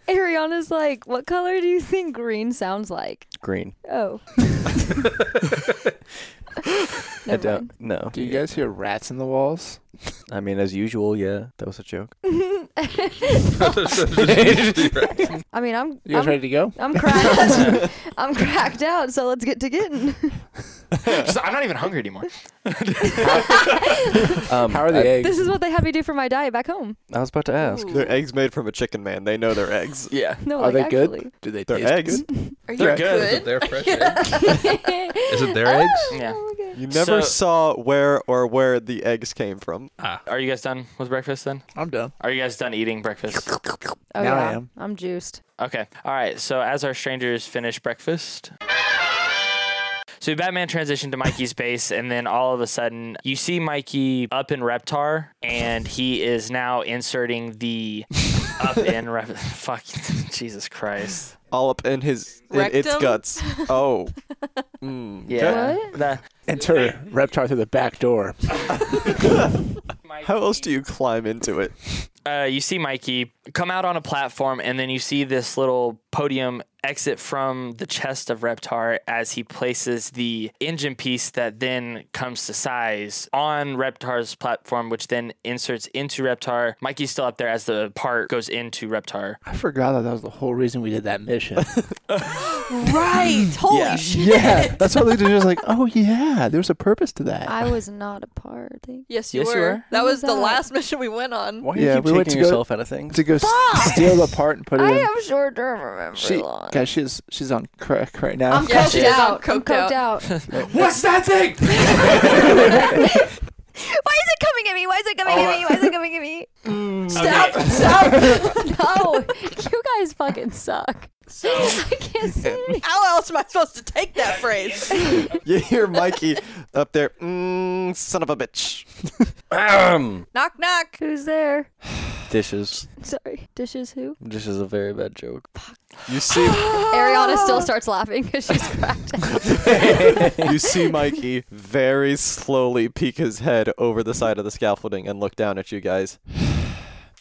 Speaker 4: Ariana's like, what color do you think green sounds like?
Speaker 6: green.
Speaker 4: Oh.
Speaker 6: I
Speaker 4: Never
Speaker 6: don't. No.
Speaker 3: Do you guys hear rats in the walls?
Speaker 6: I mean, as usual, yeah. That was a joke.
Speaker 4: mind. I mean, I'm
Speaker 3: You guys
Speaker 4: I'm,
Speaker 3: ready to go?
Speaker 4: I'm cracked. I'm cracked out. So let's get to getting.
Speaker 1: Just, I'm not even hungry anymore.
Speaker 6: Um,
Speaker 3: How are the
Speaker 6: I,
Speaker 3: eggs?
Speaker 4: This is what they have me do for my diet back home.
Speaker 6: I was about to ask.
Speaker 5: Their eggs made from a chicken, man. They know their eggs.
Speaker 1: Yeah.
Speaker 4: No,
Speaker 3: are
Speaker 4: like
Speaker 3: they
Speaker 4: actually.
Speaker 3: good? Do they
Speaker 5: Their
Speaker 3: taste
Speaker 5: eggs.
Speaker 3: good?
Speaker 2: Are you
Speaker 7: They're
Speaker 2: good?
Speaker 7: Is it their fresh eggs? Is it their eggs?
Speaker 1: Yeah.
Speaker 4: Oh my
Speaker 5: You never
Speaker 1: So-
Speaker 5: saw where or where the eggs came from.
Speaker 4: Ah.
Speaker 1: Are you guys done with breakfast then?
Speaker 3: I'm done.
Speaker 1: Are you guys done eating breakfast?
Speaker 4: God. Oh,
Speaker 3: Now
Speaker 4: yeah.
Speaker 3: I am.
Speaker 4: I'm juiced.
Speaker 1: Okay. All right. So as our strangers finish breakfast. So Batman transitioned to Mikey's base, and then all of a sudden, you see Mikey up in Reptar, and he is now inserting the up in ref- fuck Jesus Christ.
Speaker 5: All up in his in its
Speaker 1: Rectum?
Speaker 5: guts. Oh. Mm.
Speaker 1: Yeah.
Speaker 8: Enter Reptar through the back door.
Speaker 5: How else do you climb into it?
Speaker 1: Uh, you see Mikey come out on a platform, and then you see this little podium exit from the chest of Reptar as he places the engine piece that then comes to size on Reptar's platform, which then inserts into Reptar. Mikey's still up there as the part goes into Reptar.
Speaker 8: I forgot that that was the whole reason we did that mission.
Speaker 2: Right.
Speaker 5: Mm.
Speaker 2: Holy
Speaker 1: Yeah.
Speaker 2: shit.
Speaker 8: yeah, that's what they did. Just like, oh yeah, there's a purpose to that.
Speaker 4: I was not a party.
Speaker 2: Yes, you
Speaker 8: Yes,
Speaker 2: were.
Speaker 8: you were.
Speaker 2: That
Speaker 4: Who
Speaker 2: was
Speaker 4: was
Speaker 2: the
Speaker 4: that?
Speaker 2: last mission we went on.
Speaker 8: Why
Speaker 6: Yeah,
Speaker 8: do you keep
Speaker 6: we went
Speaker 8: taking
Speaker 6: to go-
Speaker 8: yourself out of things
Speaker 3: to go s- steal the part and put it
Speaker 4: I
Speaker 3: in.
Speaker 4: have short term memory
Speaker 3: She,
Speaker 4: loss.
Speaker 3: guys, she's she's on crack right now.
Speaker 4: I'm
Speaker 2: Yeah,
Speaker 4: coked
Speaker 2: she is.
Speaker 4: out.
Speaker 2: I'm
Speaker 4: I'm
Speaker 2: coked
Speaker 4: coked out.
Speaker 3: What's that thing?
Speaker 4: Why is it coming at me? Why is it coming at me? Why is it coming at me?
Speaker 2: Mm.
Speaker 3: Oh.
Speaker 2: Stop. Stop.
Speaker 4: No, you guys fucking suck. I can't say anything.
Speaker 2: How else am I supposed to take that phrase?
Speaker 5: You hear Mikey up there. Mm, son of a bitch.
Speaker 6: Ahem.
Speaker 2: knock knock.
Speaker 4: Who's there?
Speaker 6: dishes.
Speaker 4: Sorry, dishes who?
Speaker 6: This is a very bad joke.
Speaker 5: You see
Speaker 4: Ariana still starts laughing because she's cracked.
Speaker 5: you see Mikey very slowly peek his head over the side of the scaffolding and look down at you guys.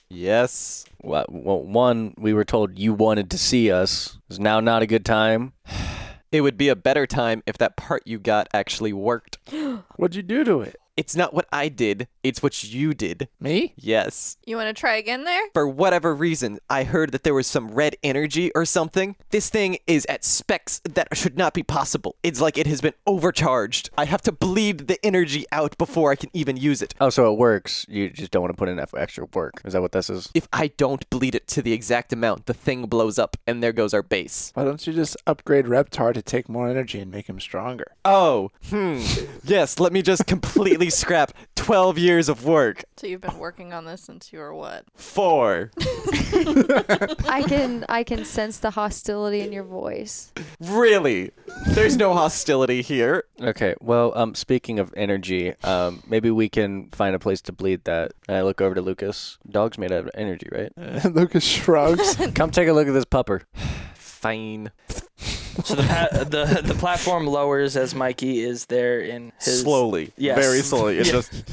Speaker 5: Yes.
Speaker 6: Well, well, one, we were told you wanted to see us. Is now not a good time?
Speaker 5: It would be a better time if that part you got actually worked.
Speaker 8: What'd you do to it?
Speaker 5: It's not what I did, it's what you did.
Speaker 8: Me?
Speaker 5: Yes.
Speaker 2: You want to try again there?
Speaker 5: For whatever reason, I heard that there was some red energy or something. This thing is at specs that should not be possible. It's like it has been overcharged. I have to bleed the energy out before I can even use it.
Speaker 6: Oh, so it works. You just don't want to put in eff- extra work. Is that what this is?
Speaker 5: If I don't bleed it to the exact amount, the thing blows up, and there goes our base.
Speaker 8: Why don't you just upgrade Reptar to take more energy and make him stronger?
Speaker 5: Oh, hmm. yes, let me just completely scrap 12 years of work.
Speaker 2: So you've been working on this since you were what?
Speaker 5: Four.
Speaker 4: I can I can sense the hostility in your voice.
Speaker 5: Really? There's no hostility here.
Speaker 6: Okay. Well, um, speaking of energy, um, maybe we can find a place to bleed that. And I look over to Lucas. Dog's made out of energy, right?
Speaker 8: Lucas shrugs.
Speaker 6: Come take a look at this pupper.
Speaker 5: Fine.
Speaker 1: So the, pa- the the platform lowers as Mikey is there in his
Speaker 5: slowly.
Speaker 1: Yes.
Speaker 5: Very slowly. It
Speaker 1: Yeah.
Speaker 5: just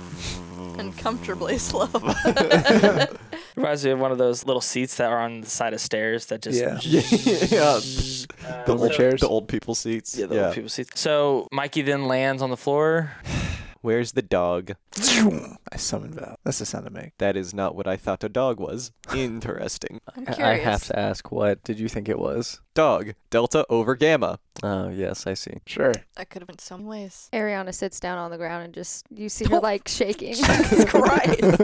Speaker 3: Mm.
Speaker 2: Uncomfortably slow.
Speaker 1: Reminds me of one of those little seats that are on the side of stairs that just
Speaker 8: Yeah.
Speaker 5: yeah. The
Speaker 8: Over
Speaker 5: old
Speaker 8: chairs.
Speaker 5: The old people seats.
Speaker 1: Yeah, the old people seats. So Mikey then lands on the floor.
Speaker 5: Where's the dog?
Speaker 8: I summon Val. That's the sound I make.
Speaker 5: That is not what I thought a dog was. Interesting.
Speaker 2: I'm
Speaker 6: I-, I
Speaker 2: curious.
Speaker 6: have to ask, what did you think it was?
Speaker 5: Dog. Delta over gamma.
Speaker 6: Oh, yes, I see.
Speaker 8: Sure.
Speaker 2: That could have been so many ways.
Speaker 4: Ariana sits down on the ground and just you see her like shaking.
Speaker 2: Jesus Christ.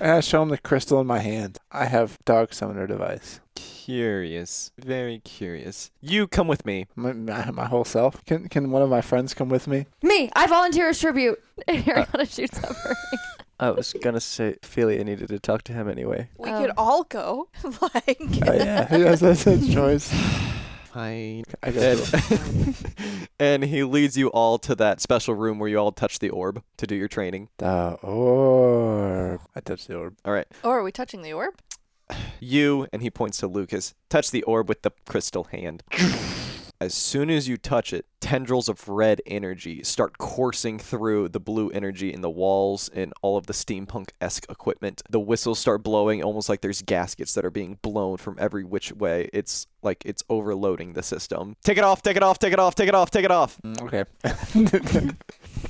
Speaker 8: And I show him the crystal in my hand. I have dog summoner device.
Speaker 5: Curious. Very curious. You come with me.
Speaker 8: My, my, my whole self. Can can one of my friends come with me?
Speaker 4: Me, I volunteer as tribute. And Ariana shoots up her.
Speaker 6: I was gonna say Felia needed to talk to him anyway.
Speaker 2: We
Speaker 4: Um.
Speaker 2: could all go. like
Speaker 8: Oh yeah, yes, that's his choice.
Speaker 5: Fine.
Speaker 8: I guess.
Speaker 5: and, and he leads you all to that special room where you all touch the orb to do your training.
Speaker 8: The orb. I touch the orb.
Speaker 5: All right.
Speaker 2: Oh, are we touching the orb?
Speaker 5: You, and he points to Lucas, touch the orb with the crystal hand. As soon as you touch it, tendrils of red energy start coursing through the blue energy in the walls and all of the steampunk esque equipment. The whistles start blowing almost like there's gaskets that are being blown from every which way. It's like it's overloading the system. Take it off, take it off, take it off, take it off, take it off.
Speaker 8: Okay.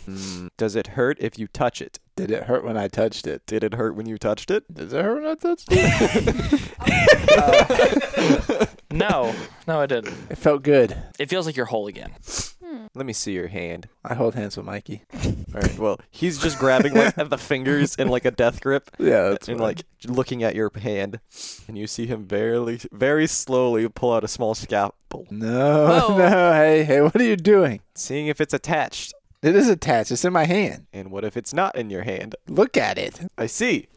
Speaker 5: Mm, Does it hurt if you touch it?
Speaker 8: Did it hurt when I touched it?
Speaker 5: Did it hurt when you touched it?
Speaker 8: Does it hurt when I touched it?
Speaker 1: No, no, it didn't.
Speaker 8: it felt good.
Speaker 1: It feels like you're whole again.
Speaker 5: Let me see your hand.
Speaker 8: I hold hands with Mikey.
Speaker 5: All right. Well, he's just grabbing like at the fingers in like a death grip.
Speaker 8: Yeah, that's
Speaker 5: and
Speaker 8: what I-
Speaker 5: like looking at your hand, and you see him very, very slowly pull out a small scalpel,
Speaker 8: No,
Speaker 5: Oh.
Speaker 2: Whoa.
Speaker 8: no. Hey, hey, what are you doing?
Speaker 5: seeing if it's attached,
Speaker 8: It is attached. It's in my hand.
Speaker 5: and what if it's not in your hand?
Speaker 8: Look at it.
Speaker 5: I see.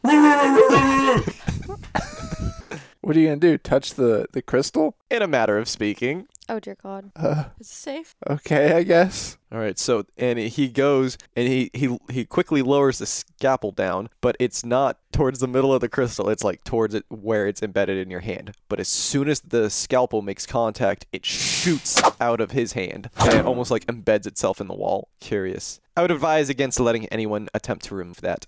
Speaker 8: What are you gonna do? Touch the the crystal?
Speaker 5: In a matter of speaking,
Speaker 4: Oh dear God.
Speaker 5: Uh,
Speaker 2: Is it safe?
Speaker 5: Okay, I guess. All right. So and he goes and he he he quickly lowers the scalpel down, but it's not towards the middle of the crystal. It's like towards it where it's embedded in your hand. But as soon as the scalpel makes contact, it shoots out of his hand and it almost like embeds itself in the wall. Curious. I would advise against letting anyone attempt to remove that.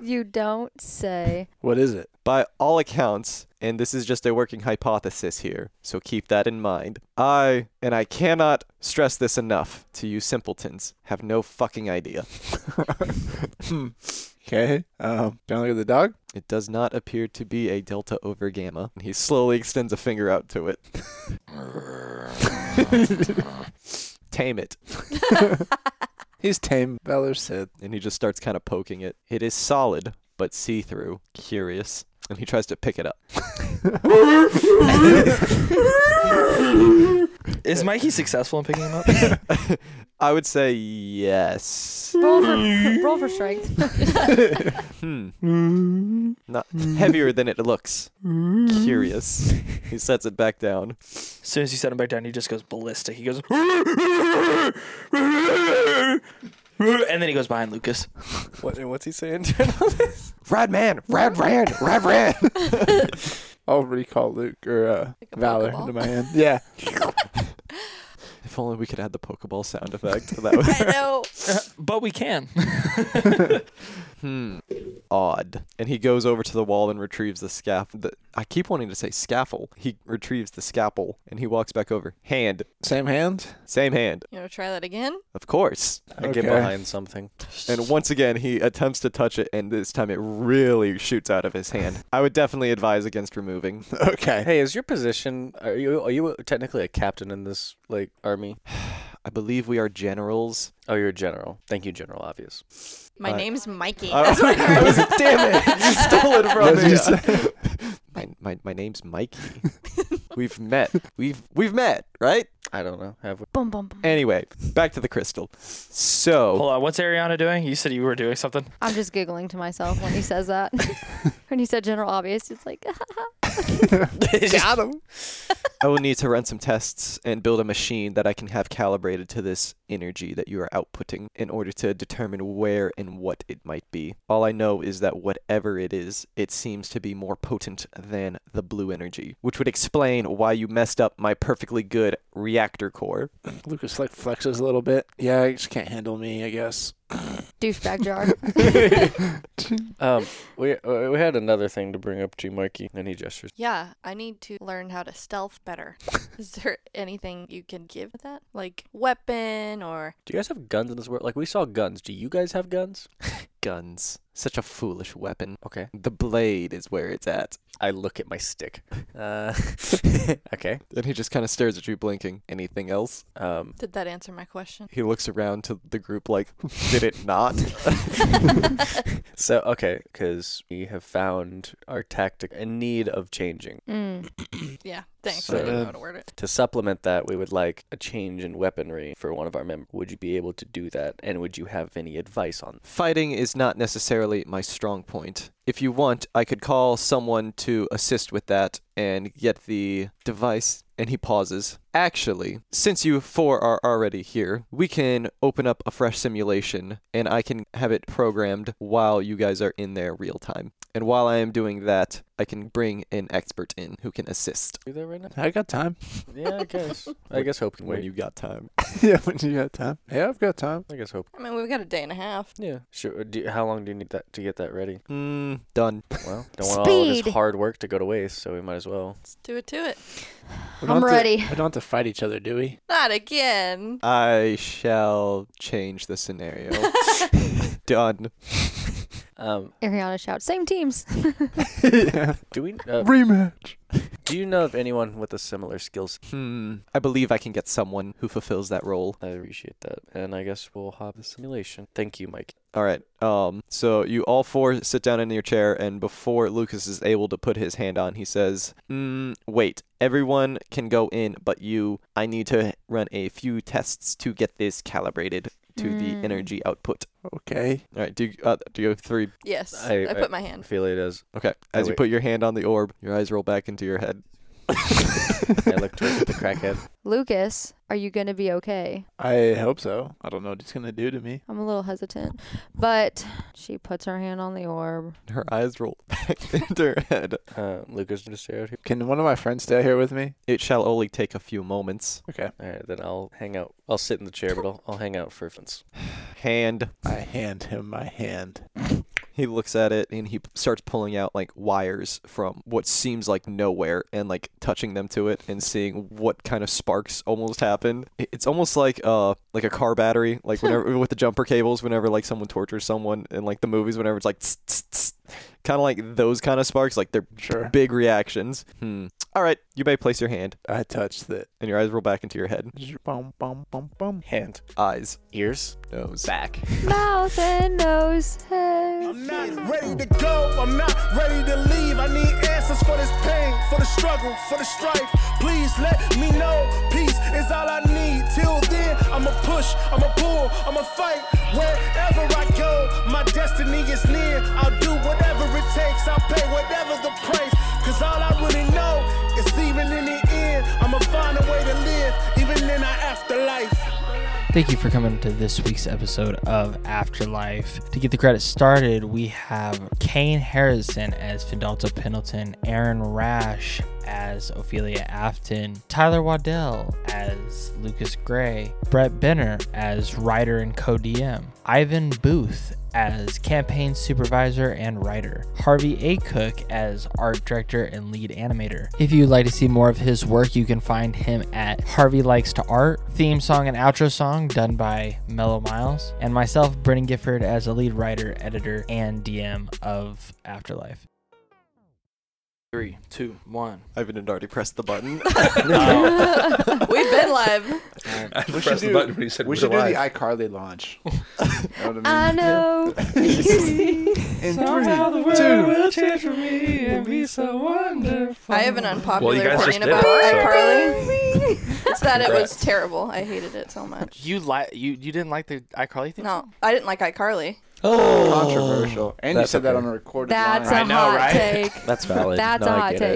Speaker 4: You don't say.
Speaker 5: What is it? By all accounts, and this is just a working hypothesis here, so keep that in mind. I, and I cannot stress this enough to you simpletons, have no fucking idea.
Speaker 7: Hmm.
Speaker 8: Okay. Um, can I look at the dog?
Speaker 5: It does not appear to be a delta over gamma. He slowly extends a finger out to it. Tame it. He's tame, Valor said. And he just starts kind of poking it. It is solid, but see through. Curious. And he tries to pick it up.
Speaker 1: Is Mikey successful in picking him up?
Speaker 5: I would say yes.
Speaker 4: Roll for, roll for strength.
Speaker 5: Hmm. Not heavier than it looks. Curious. He sets it back down.
Speaker 1: As soon as you set him back down, he just goes ballistic. He goes, and then he goes behind Lucas.
Speaker 5: What, what's he saying?
Speaker 8: Rad man, rad ran, rad ran. I'll recall Luke or uh, Valor into my hand. Yeah.
Speaker 5: If only we could add the Pokeball sound effect. That would
Speaker 1: know, but we can.
Speaker 5: hmm. Odd. And he goes over to the wall and retrieves the scaffold. The, I keep wanting to say scaffold. He retrieves the scalpel and he walks back over. Hand. Same hand? Same hand.
Speaker 2: You want to try that again?
Speaker 5: Of course.
Speaker 2: I get Okay.
Speaker 6: behind something.
Speaker 5: And once again, he attempts to touch it, and this time it really shoots out of his hand. I would definitely advise against removing.
Speaker 6: Okay. Hey, is your position are you are you technically a captain in this like army?
Speaker 5: I believe we are generals.
Speaker 6: Oh, you're a general. Thank you, General Obvious.
Speaker 2: My name's Mikey.
Speaker 5: I-
Speaker 2: That's what I
Speaker 5: I
Speaker 2: heard.
Speaker 5: was- Oh. damn it! You stole it from
Speaker 8: What did
Speaker 5: me.
Speaker 8: you say?
Speaker 5: my, my, my name's Mikey. we've met. We've we've met, right?
Speaker 6: I don't know. Have we?
Speaker 4: Boom, boom, boom.
Speaker 5: Anyway, back to the crystal. So
Speaker 1: Hold on, what's Ariana doing? You said you were doing something.
Speaker 4: I'm just giggling to myself when he says that. when he said general obvious, it's like,
Speaker 5: Got him. I will need to run some tests and build a machine that I can have calibrated to this energy that you are outputting in order to determine where and what it might be. All I know is that whatever it is, it seems to be more potent than the blue energy, which would explain why you messed up my perfectly good reactor core.
Speaker 8: Lucas like flexes a little bit. Yeah, I just can't handle me. I guess.
Speaker 4: douchebag jar.
Speaker 6: Um, we uh, we had another thing to bring up to you, Mikey, and he gestures.
Speaker 2: Yeah, I need to learn how to stealth better. Is there anything you can give with that? Like weapon or
Speaker 6: Do you guys have guns in this world? Like we saw guns. Do you guys have guns?
Speaker 5: Guns. Such a foolish weapon.
Speaker 6: Okay.
Speaker 5: The blade is where it's at.
Speaker 6: I look at my stick. Uh, okay.
Speaker 5: And he just kind of stares at you, blinking. Anything else?
Speaker 6: Um,
Speaker 2: did that answer my question?
Speaker 5: he looks around to the group like, did it not?
Speaker 6: So okay, because we have found our tactic in need of changing.
Speaker 4: Mm.
Speaker 2: Yeah, thanks. I didn't know how to word it.
Speaker 6: To supplement that, we would like a change in weaponry for one of our members. Would you be able to do that? And would you have any advice on?
Speaker 5: Fighting is not necessarily my strong point. If you want, I could call someone to assist with that and get the device. And he pauses. Actually, since you four are already here, we can open up a fresh simulation and I can have it programmed while you guys are in there real time. And while I am doing that, I can bring an expert in who can assist.
Speaker 6: Do that right now?
Speaker 8: I got time.
Speaker 6: Yeah, I guess. I guess hope can
Speaker 5: when
Speaker 6: wait.
Speaker 5: you got time.
Speaker 8: yeah, when you got time. Yeah, I've got time.
Speaker 6: I guess hope.
Speaker 2: I mean, we've got a day and a half.
Speaker 6: Yeah. Sure. uh, Do you- how long do you need that to get that ready?
Speaker 5: Mm, done.
Speaker 6: Well, don't want all of
Speaker 4: Speed.
Speaker 6: this hard work to go to waste, so we might as well.
Speaker 2: Let's do it to it.
Speaker 8: We
Speaker 4: I'm
Speaker 8: don't have to-
Speaker 4: ready.
Speaker 8: we don't have to fight each other, do we?
Speaker 2: Not again.
Speaker 5: I shall change the scenario. Done.
Speaker 6: Um,
Speaker 4: Ariana shouts, same teams.
Speaker 6: do we uh,
Speaker 8: rematch?
Speaker 6: Do you know of anyone with a similar skill set?
Speaker 5: Hmm. I believe I can get someone who fulfills that role.
Speaker 6: I appreciate that, and I guess we'll have the simulation. Thank you, Mike.
Speaker 5: All right. Um. So you all four sit down in your chair, and before Lucas is able to put his hand on, he says, mm, "Wait. Everyone can go in, but you. I need to run a few tests to get this calibrated to the
Speaker 2: Mm.
Speaker 5: energy output."
Speaker 8: Okay.
Speaker 5: All right. Do you, uh, do you have three?
Speaker 2: Yes, I, put my hand.
Speaker 6: Feel it as
Speaker 5: Okay.
Speaker 6: I
Speaker 5: As you
Speaker 6: wait.
Speaker 5: put your hand on the orb, your eyes roll back into your head.
Speaker 6: I looked right at the crackhead.
Speaker 4: Lucas, are you going to be okay?
Speaker 3: I hope so. I don't know what he's gonna do to me.
Speaker 4: I'm a little hesitant. But she puts her hand on the orb.
Speaker 5: Her eyes roll back into her head.
Speaker 6: Uh, Lucas just here.
Speaker 3: Can one of my friends stay out here with me?
Speaker 5: It shall only take a few moments.
Speaker 3: Okay.
Speaker 6: All right, then I'll hang out. I'll sit in the chair, but I'll, I'll hang out for fence.
Speaker 5: Hand.
Speaker 3: I hand him my hand.
Speaker 5: He looks at it and he starts pulling out like wires from what seems like nowhere and like touching them to it and seeing what kind of sparks almost happen. I- It's almost like uh like a car battery, like whenever with the jumper cables, whenever like someone tortures someone in like the movies, whenever it's like kind of like those kind of sparks, like they're big reactions. Hmm. All right, you may place your hand.
Speaker 3: I touched it,
Speaker 5: and your eyes roll back into your head.
Speaker 3: Bum bum bum bum.
Speaker 6: Hand,
Speaker 5: eyes,
Speaker 6: ears,
Speaker 5: nose,
Speaker 6: back.
Speaker 4: Mouth and nose. I'm
Speaker 12: not ready to go. I'm not ready to leave. I need answers for this pain, for the struggle, for the strife. Please let me know. Peace is all I need. Till then, I'ma push, I'ma pull, I'ma fight. Wherever I go, my destiny is near. I'll do whatever it takes. I'll pay whatever the price. Cause all I really know is even in the end, I'ma find a way to live, even in our afterlife.
Speaker 1: Thank you for coming to this week's episode of Afterlife. To get the credit started, we have Kane Harrison as Fidalto Pendleton, Aaron Rash as Ophelia Afton, Tyler Waddell as Lucas Gray, Brett Benner as writer and co DM, Ivan Booth as campaign supervisor and writer, Harvey A. Cook as art director and lead animator. If you'd like to see more of his work, you can find him at Harvey Likes to Art, theme song and outro song done by Mellow Miles, and myself, Brennan Gifford, as the lead writer, editor, and DM of Afterlife.
Speaker 13: Three, two, one.
Speaker 5: Ivan had already pressed the button.
Speaker 13: Um,
Speaker 2: We've been live.
Speaker 7: I had to press the button when he said
Speaker 14: we
Speaker 7: we're
Speaker 14: should do the
Speaker 7: alive.
Speaker 14: iCarly launch.
Speaker 4: I know.
Speaker 2: Somehow
Speaker 14: the world two.
Speaker 2: will change for me and be so wonderful. I have an unpopular
Speaker 13: Well, you guys just
Speaker 2: opinion
Speaker 13: did
Speaker 2: about
Speaker 13: it, so-
Speaker 2: iCarly. it's that it was
Speaker 13: Congrats.
Speaker 2: terrible. I hated it so much.
Speaker 13: You like you you didn't like the iCarly thing?
Speaker 2: No, I didn't like iCarly.
Speaker 6: Oh.
Speaker 14: Controversial. And you
Speaker 13: That's
Speaker 14: said that
Speaker 13: okay.
Speaker 14: on a recorded
Speaker 2: That's
Speaker 14: line.
Speaker 2: a I know, hot right? take.
Speaker 6: That's valid.
Speaker 2: That's
Speaker 6: no,
Speaker 2: a
Speaker 6: I
Speaker 2: hot
Speaker 6: get
Speaker 2: take.
Speaker 6: It.